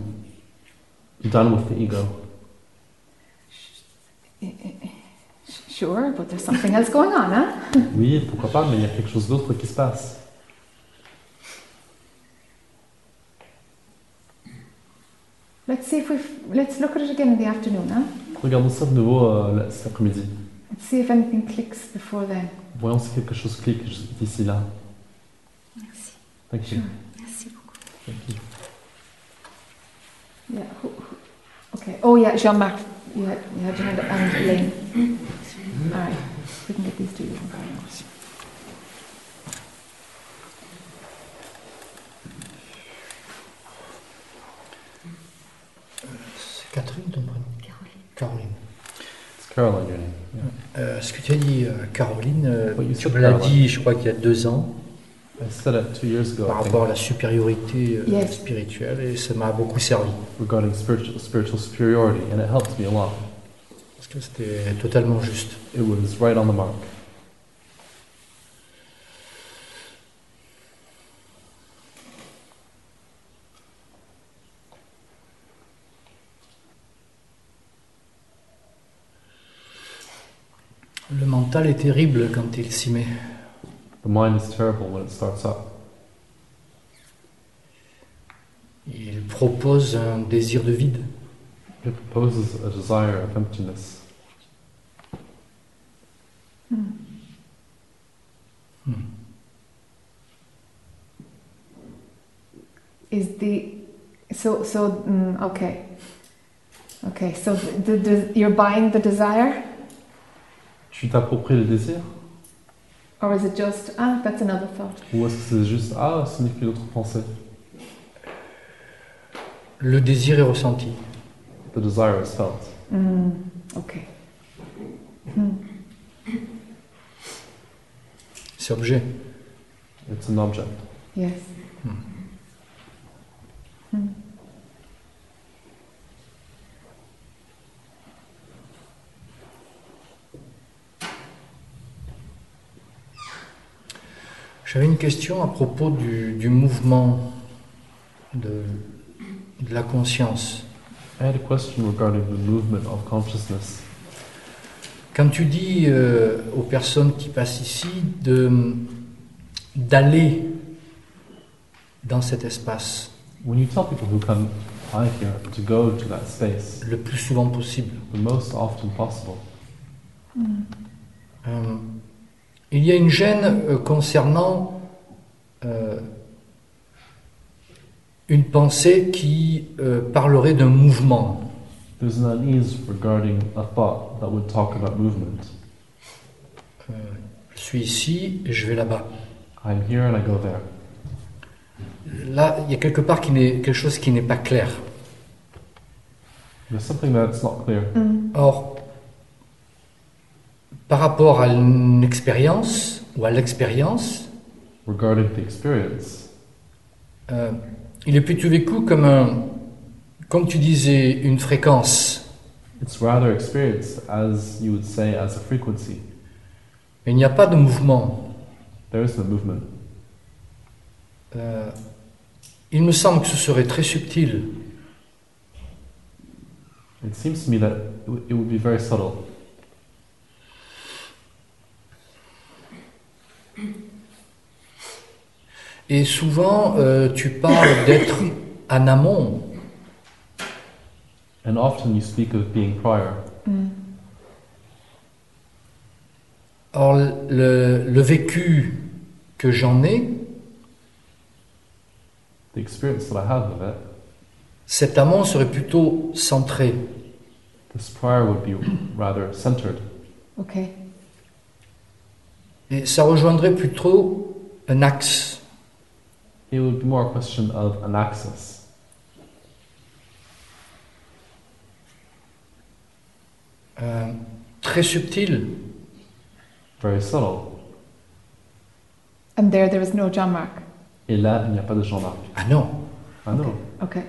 Speaker 1: be done with the ego.
Speaker 2: Sure, but there's something else going on, huh?
Speaker 1: Oui, pourquoi pas, mais il y a quelque chose d'autre qui se passe.
Speaker 2: Let's see if we let's look at it again in the afternoon, huh?
Speaker 1: Regardons ça de nouveau euh, là, cet après-midi.
Speaker 2: Let's see if anything clicks before then.
Speaker 1: Voyons si quelque chose clique d'ici là.
Speaker 12: Merci.
Speaker 1: Thank you.
Speaker 12: Merci beaucoup.
Speaker 1: Thank you.
Speaker 2: Yeah. who- who- Okay. Oh yeah, Jean-Marc, you had you had your hand up and Elaine. All right, we can get these two.
Speaker 10: C'est Catherine ton prénom Caroline.
Speaker 1: It's Caroline, your name. Yeah.
Speaker 10: Euh, ce que tu as dit, euh, Caroline, euh,
Speaker 1: Oui,
Speaker 10: tu
Speaker 1: c'est
Speaker 10: me l'as
Speaker 1: Caroline.
Speaker 10: dit, je crois qu'il y a deux ans.
Speaker 1: I said it two years ago.
Speaker 13: par
Speaker 1: I think,
Speaker 13: rapport à la supériorité euh,
Speaker 2: Yes.
Speaker 13: spirituelle et ça m'a beaucoup servi.
Speaker 1: regarding spiritual, spiritual superiority, and it helped me a lot.
Speaker 13: Parce que c'était totalement juste.
Speaker 1: It was right on the mark.
Speaker 13: Le mental est terrible quand il s'y met.
Speaker 1: The mind is terrible when it starts up.
Speaker 13: Il propose un désir de vide.
Speaker 1: It proposes a desire of emptiness.
Speaker 2: Hmm. Is the so so mm, okay okay so the, the, you're buying the desire
Speaker 1: Tu t'appropries le désir
Speaker 2: or is it just ah that's another thought
Speaker 1: Ou est-ce que c'est juste Ah, ce n'est qu'une autre pensée
Speaker 13: Le désir est ressenti.
Speaker 1: The desire is felt.
Speaker 2: mm, okay Mm,
Speaker 13: C'est objet.
Speaker 1: It's an object.
Speaker 2: yes Hmm.
Speaker 13: J'avais une question à propos du, du mouvement de, de la conscience.
Speaker 1: I had a question regarding the movement of consciousness.
Speaker 13: Quand tu dis euh, aux personnes qui passent ici de- d'aller dans cet espace
Speaker 1: When you tell people who come by here to go to that space
Speaker 13: le plus souvent possible,
Speaker 1: the most often possible,
Speaker 2: Mm.
Speaker 13: euh, il y a une gêne euh, concernant euh, une pensée qui euh, parlerait d'un mouvement.
Speaker 1: there's an unease regarding a thought that would talk about movement.
Speaker 13: Euh, je suis ici et je vais là-bas.
Speaker 1: I'm here and I go there.
Speaker 13: Là, il y a quelque part qui n'est- quelque chose qui n'est pas clair.
Speaker 1: There's something that's not clear.
Speaker 2: Mm,
Speaker 13: Or, par rapport à une expérience ou à l'expérience,
Speaker 1: Regarding the experience,
Speaker 13: euh, il est plutôt vécu comme un, comme tu disais, une fréquence.
Speaker 1: it's rather experienced as you would say as a frequency.
Speaker 13: Mais il n'y a pas de mouvement.
Speaker 1: There is no movement.
Speaker 13: Euh, il me semble que ce serait très subtil
Speaker 1: It seems to me that it w- it would be very subtle
Speaker 13: Et souvent, euh, tu parles d'être en amont.
Speaker 1: And often you speak of being prior.
Speaker 2: mm.
Speaker 13: Or, le, le vécu que j'en ai,
Speaker 1: The experience that I have of it,
Speaker 13: cet amont serait plutôt centré.
Speaker 1: this prior would be rather centered.
Speaker 2: okay
Speaker 13: Et ça rejoindrait plutôt un axe.
Speaker 1: It would be more a question of an axis.
Speaker 13: euh, très subtil.
Speaker 1: Very subtle.
Speaker 2: and there there is no John Mark
Speaker 1: Et là, il n'y a pas de gendarme.
Speaker 13: Ah non,
Speaker 1: I know,
Speaker 2: okay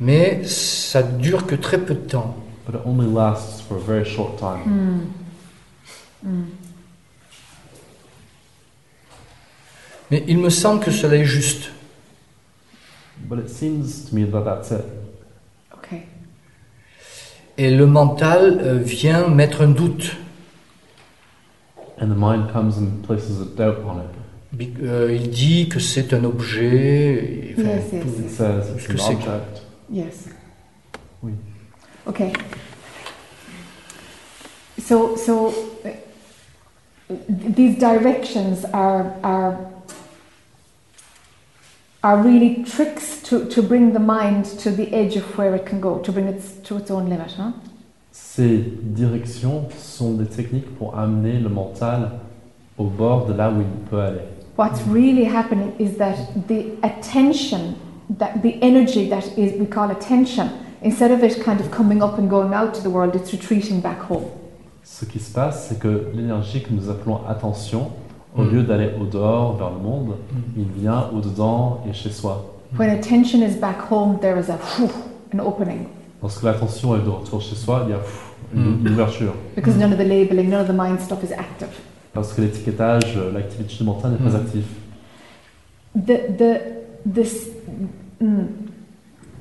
Speaker 13: mais ça dure que très peu de temps.
Speaker 1: but it only lasts for a very short time.
Speaker 2: mm. Mm.
Speaker 13: Mais il me semble que cela est juste.
Speaker 1: But it seems to me that that's it.
Speaker 2: okay
Speaker 13: Et le mental euh, vient mettre un doute.
Speaker 1: And the mind comes and places a doubt on it.
Speaker 13: Bi- euh, il dit que c'est un objet. et, enfin,
Speaker 2: Yes, yes,
Speaker 13: tout-
Speaker 1: It says
Speaker 13: Parce
Speaker 1: it's
Speaker 13: que
Speaker 1: an
Speaker 13: c'est-
Speaker 1: object.
Speaker 2: yes
Speaker 1: Oui.
Speaker 2: okay so so uh, these directions are are are really tricks to, to bring the mind to the edge of where it can go, to bring it to its own limit, huh?
Speaker 1: Ces directions sont des techniques pour amener le mental au bord de là où il peut aller.
Speaker 2: What's really happening is that the attention, that the energy that is we call attention, instead of it kind of coming up and going out to the world, it's retreating back home.
Speaker 1: Ce qui se passe, c'est que l'énergie que nous appelons attention, Au lieu d'aller au dehors, vers le monde,
Speaker 13: Mm.
Speaker 1: il vient au dedans et chez soi.
Speaker 2: When attention is back home, there is a whew, an opening
Speaker 1: Lorsque l'attention est de retour chez soi, il y a pff, une, une ouverture.
Speaker 2: because none of the labeling, none of the mind stuff is active.
Speaker 1: Parce que l'étiquetage, euh, l'activité mentale n'est pas active.
Speaker 2: The the this mm,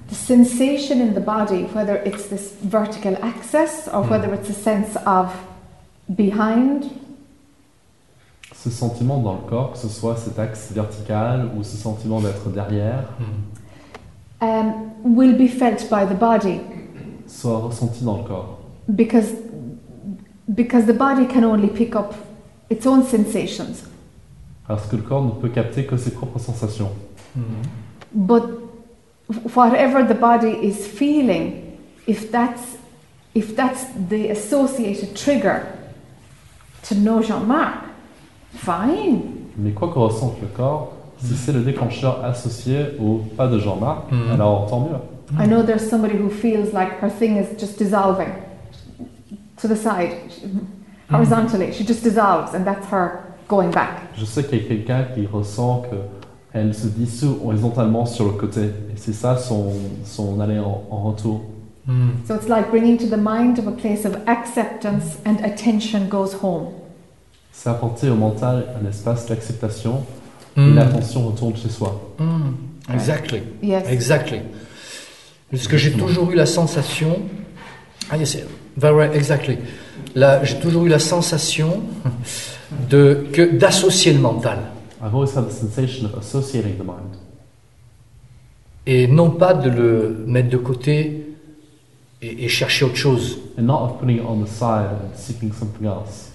Speaker 2: the sensation in the body, whether it's this vertical axis or whether it's a sense of behind,
Speaker 1: Ce sentiment dans le corps, que ce soit cet axe vertical ou ce sentiment d'être derrière,
Speaker 13: Mm.
Speaker 2: um, will be felt by the body
Speaker 1: soit ressenti dans le corps.
Speaker 2: because because the body can only pick up its own sensations.
Speaker 1: Parce que le corps ne peut capter que ses propres sensations.
Speaker 13: Mm.
Speaker 2: But whatever the body is feeling, if that's if that's the associated trigger to no Jean Marc, fine.
Speaker 1: Mais quoi que ressente le corps, si c'est le déclencheur associé au pas de Jean-Marc,
Speaker 13: Mm. Hmm.
Speaker 14: Mhm.
Speaker 1: alors tant mieux.
Speaker 2: I know there's somebody who feels like her thing is just dissolving to the side, she- horizontally. She just dissolves, and that's her going back.
Speaker 1: Je sais qu'il y a quelqu'un qui ressent que elle se dissout horizontalement sur le côté. Et c'est ça son, son aller en, en retour.
Speaker 13: Mm.
Speaker 2: So it's like bringing to the mind of a place of acceptance, and attention goes home.
Speaker 1: C'est apporter au mental un espace d'acceptation et
Speaker 13: Mhm.
Speaker 1: l'attention retourne chez soi.
Speaker 13: Hmm, Exactly.
Speaker 2: Yes.
Speaker 13: Exactly. Parce que j'ai toujours eu la sensation. Ah, yes, very exactly. Là, j'ai toujours eu la sensation de que d'associer le mental
Speaker 1: I've always had the sensation of associating the mind
Speaker 13: et non pas de le mettre de côté et, et chercher autre chose.
Speaker 1: and not of putting it on the side and seeking something else.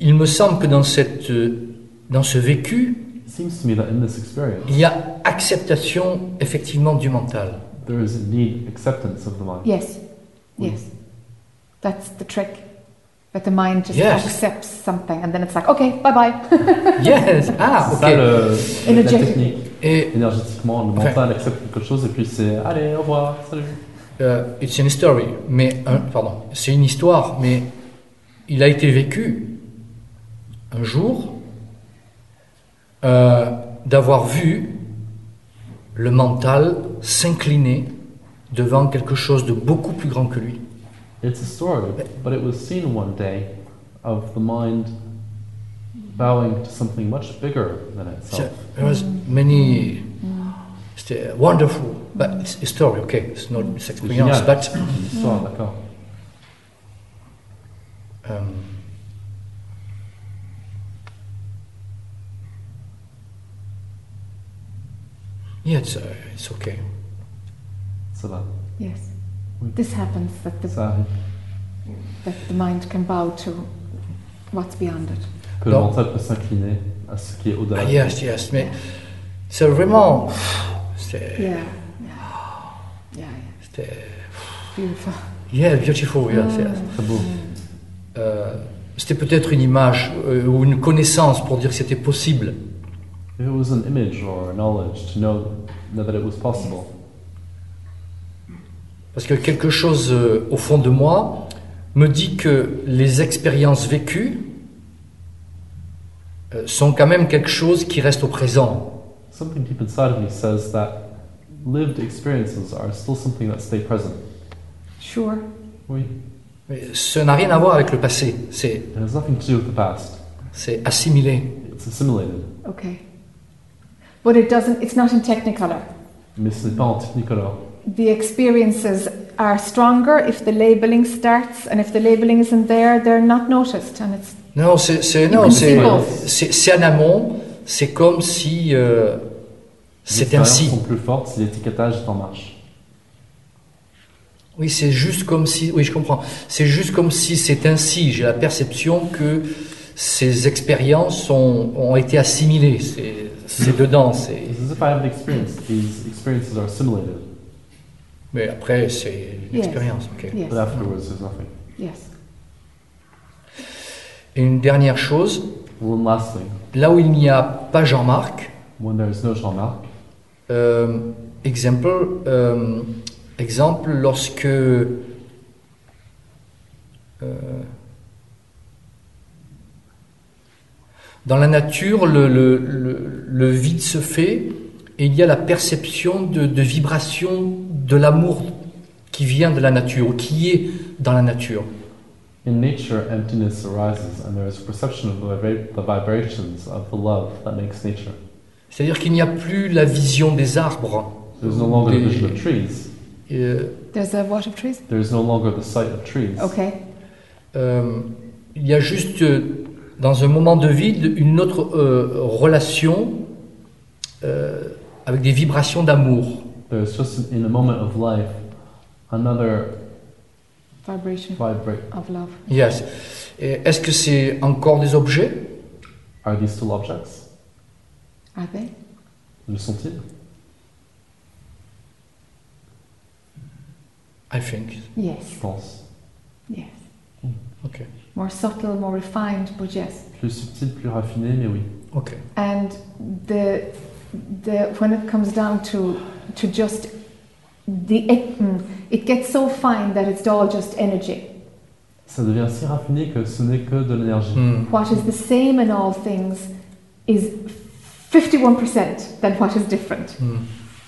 Speaker 13: Il me semble que dans cette euh, dans ce vécu,
Speaker 1: It seems to me that in this experience,
Speaker 13: il y a acceptation effectivement du mental.
Speaker 1: there is indeed acceptance of the mind.
Speaker 2: Yes, yes. That's the trick. That the mind just
Speaker 1: Yes.
Speaker 2: accepts something, and then it's like, okay, bye bye.
Speaker 13: Yes. Ah,
Speaker 1: C'est
Speaker 13: ok.
Speaker 1: ça le- la
Speaker 2: Energetic.
Speaker 1: technique.
Speaker 13: Et-
Speaker 1: Énergétiquement, le
Speaker 13: Enfin-
Speaker 1: mental accepte quelque chose et puis c'est allez, au revoir, salut.
Speaker 13: Euh, it's an story, mais hein, pardon, c'est une histoire, mais il a été vécu un jour euh, d'avoir vu le mental s'incliner devant quelque chose de beaucoup plus grand que lui.
Speaker 1: It's a story, but it was seen one day of the mind bowing to something much bigger than
Speaker 13: So,
Speaker 1: itself.
Speaker 13: there was many.
Speaker 2: Mm.
Speaker 13: C'était wonderful, but it's a story, okay, it's not it's experience,
Speaker 1: Génial.
Speaker 13: but.
Speaker 1: Une histoire, d'accord.
Speaker 13: Euh, Yeah, it's, uh, it's okay.
Speaker 1: Ça va.
Speaker 2: yes, this happens that the
Speaker 1: Ça arrive.
Speaker 2: that the mind can bow to what's beyond it.
Speaker 1: Que le
Speaker 13: Non.
Speaker 1: mental peut s'incliner à ce qui est au-delà.
Speaker 13: Ah, yes, yes, mais c'est vraiment. C'est.
Speaker 2: Yeah, yeah, yeah,
Speaker 13: c'était-
Speaker 2: yeah. beautiful.
Speaker 13: Yeah, beautiful, yeah, c'est-
Speaker 1: Très beau.
Speaker 13: Euh, c'était peut-être une image euh, ou une connaissance pour dire que c'était possible.
Speaker 1: It was an image or a knowledge to know, know that it was possible.
Speaker 13: Parce que quelque chose euh, au fond de moi me dit que les expériences vécues euh, sont quand même quelque chose qui reste au présent.
Speaker 1: Something deep inside of me says that lived experiences are still something that stay present.
Speaker 2: Sure.
Speaker 1: Oui.
Speaker 13: Mais ça n'a rien à voir avec le passé, c'est
Speaker 1: It has nothing to do with the past.
Speaker 13: c'est assimilé.
Speaker 1: It's assimilated.
Speaker 2: Okay. But it doesn't. It's not in technicolor.
Speaker 1: Mais ce n'est pas en technicolor.
Speaker 2: The experiences are stronger if the labeling starts, and if the labeling isn't there, they're not noticed, and it's
Speaker 13: Non, c'est c'est-
Speaker 2: You
Speaker 13: non,
Speaker 2: can
Speaker 13: c'est
Speaker 2: see both.
Speaker 13: c'est- c'est en amont, c'est comme si euh,
Speaker 1: Les
Speaker 13: c'est
Speaker 1: expériences
Speaker 13: ainsi.
Speaker 1: sont plus fortes si l'étiquetage est en marche.
Speaker 13: Oui, c'est juste comme si. Oui, je comprends. C'est juste comme si c'est ainsi. J'ai la perception que ces expériences ont, ont été assimilées. C'est- C'est dedans. c'est-
Speaker 1: It's as if I have an experience. These experiences are assimilated.
Speaker 13: Mais après, c'est une
Speaker 2: Yes.
Speaker 13: expérience. ok.
Speaker 2: Yes.
Speaker 1: But afterwards, there's nothing.
Speaker 2: yes.
Speaker 13: Et une dernière chose.
Speaker 1: One last thing.
Speaker 13: Là où il n'y a pas Jean-Marc,
Speaker 1: When there is no Jean-Marc,
Speaker 13: euh, exemple, euh, exemple, lorsque euh, Dans la nature, le, le- le- le vide se fait et il y a la perception de, de vibration de l'amour qui vient de la nature, ou qui est dans la nature.
Speaker 1: In nature, emptiness arises, and there is perception of the vibra- the vibrations of the love that makes nature.
Speaker 13: C'est-à-dire qu'il n'y a plus la vision des arbres.
Speaker 1: There's no longer the
Speaker 13: des-
Speaker 1: vision of trees.
Speaker 13: euh,
Speaker 2: There's a what of trees?
Speaker 1: There's no longer the sight of trees.
Speaker 2: Okay.
Speaker 13: Euh, il y a juste, euh, dans un moment de vide, une autre euh, relation euh, avec des vibrations d'amour.
Speaker 1: There's just in a moment of life another
Speaker 2: Vibration
Speaker 1: vibra-
Speaker 2: of love.
Speaker 13: Yes. Et Est-ce que c'est encore des objets
Speaker 1: Are these still objects?
Speaker 2: Are they?
Speaker 1: Le sont-ils?
Speaker 13: I think.
Speaker 2: Yes.
Speaker 1: Je pense.
Speaker 2: Yes.
Speaker 13: Okay.
Speaker 2: More subtle, more refined, but yes.
Speaker 1: Plus subtil, plus raffiné, mais oui.
Speaker 13: Ok.
Speaker 2: And the the when it comes down to to just the it, mm, it gets so fine that it's all just energy.
Speaker 1: Ça devient si raffiné que ce n'est que de l'énergie.
Speaker 13: Hmm.
Speaker 2: What is the same in all things is 51% than what is different.
Speaker 13: Hmm.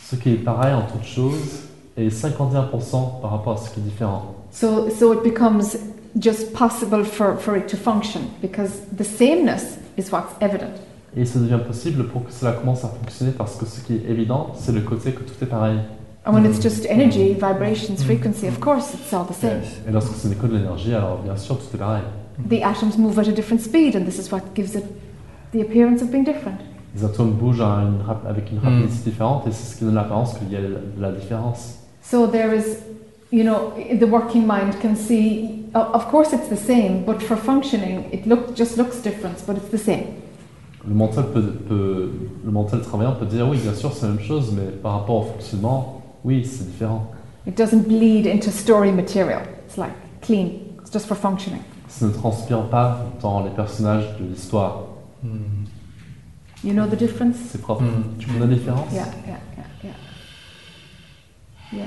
Speaker 1: Ce qui est pareil en toute chose est 51% par rapport à ce qui est différent.
Speaker 2: So so it becomes just possible for, for it to function because the sameness is what's evident.
Speaker 1: Et ça devient possible pour que cela commence à fonctionner parce que ce qui est évident, c'est le côté que tout est pareil.
Speaker 2: And when it's just energy, vibrations, frequency, of course it's all the same.
Speaker 1: Et lorsque ce n'est que de l'énergie, alors bien sûr, tout est pareil.
Speaker 2: The atoms move at a different speed, and this is what gives it the appearance of being different.
Speaker 1: Les atomes bougent à une rap- avec une rapidité différente et c'est ce qui donne l'apparence qu'il y a de la différence.
Speaker 2: So there is, you know, the working mind can see. o- Of course, it's the same, but for functioning, it look just looks different, but it's the same.
Speaker 1: Le mental, peut, peut- le mental travaillant peut dire oui, bien sûr, c'est la même chose, mais par rapport au fonctionnement, oui, c'est différent.
Speaker 2: It doesn't bleed into story material. It's like clean. It's just for functioning.
Speaker 1: Ça ne transpire pas dans les personnages de l'histoire.
Speaker 13: Hmm.
Speaker 2: You know the difference?
Speaker 1: C'est propre. Tu connais la différence
Speaker 2: Yeah, yeah, yeah, yeah. Yeah.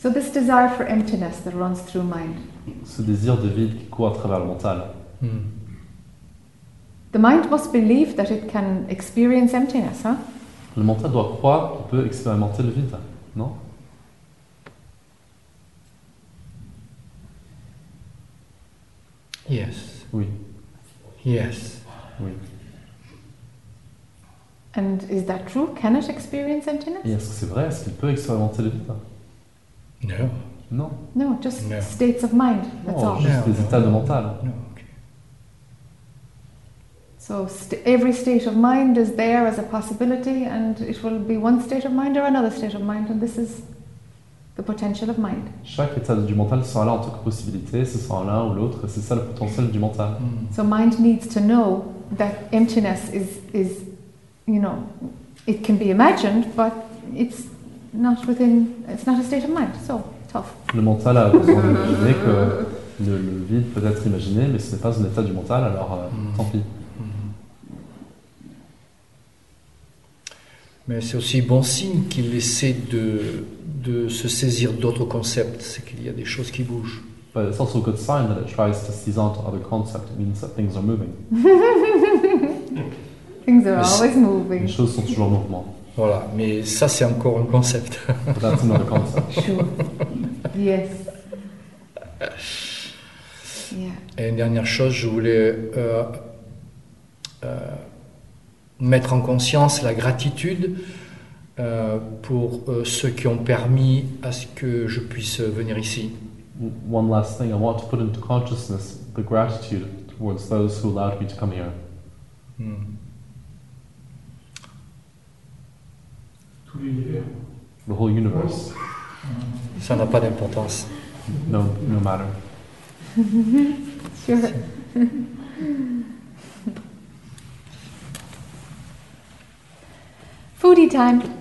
Speaker 2: So this desire for emptiness that runs through mind.
Speaker 1: Ce désir de vide qui court à travers le mental.
Speaker 13: Hmm.
Speaker 2: The mind must believe that it can experience emptiness, huh?
Speaker 1: Le mental doit croire qu'il peut expérimenter le vide, non
Speaker 13: Yes.
Speaker 1: Oui.
Speaker 13: Yes.
Speaker 1: Oui.
Speaker 2: And is that true? Can it experience emptiness?
Speaker 1: Et est-ce que c'est vrai Est-ce qu'il peut expérimenter le vide
Speaker 13: Non.
Speaker 1: Non.
Speaker 2: No, just
Speaker 1: No.
Speaker 2: states of mind. That's
Speaker 1: Non,
Speaker 2: all.
Speaker 1: juste des états de mental.
Speaker 2: So st- every state of mind is there as a possibility, and it will be one state of mind or another state of mind, and this is the potential of mind.
Speaker 1: Chaque état du mental sera là en tant que possibilité, ce sera l'un ou l'autre, et c'est ça le potentiel du mental.
Speaker 13: Hmm.
Speaker 2: So mind needs to know that emptiness is is, you know, it can be imagined, but it's not within. It's not a state of mind. So tough.
Speaker 1: Le mental a besoin d'imaginer que le, le vide peut être imaginé, mais ce n'est pas un état du mental, alors euh, tant pis.
Speaker 13: Mhm. Mais c'est aussi bon signe qu'il essaie de, de se saisir d'autres concepts, c'est qu'il y a des choses qui bougent.
Speaker 1: But it's also a good sign that it tries to seize onto other concepts, it means that things are moving.
Speaker 2: Things are
Speaker 13: Mais c-
Speaker 2: always moving.
Speaker 1: Les choses sont toujours en mouvement.
Speaker 13: Voilà, mais ça c'est encore un concept.
Speaker 1: That's another concept.
Speaker 2: Sure. Yes. Yeah.
Speaker 13: Et une dernière chose, je voulais euh, euh, mettre en conscience la gratitude euh, pour euh, ceux qui ont permis à ce que je puisse venir ici.
Speaker 1: One last thing, I want to put into consciousness the gratitude towards those who allowed me to come here.
Speaker 13: Hmm.
Speaker 5: Tout l'univers.
Speaker 1: The whole universe,
Speaker 13: Ça n'a pas d'importance.
Speaker 1: no, no matter.
Speaker 2: sure. Foodie time.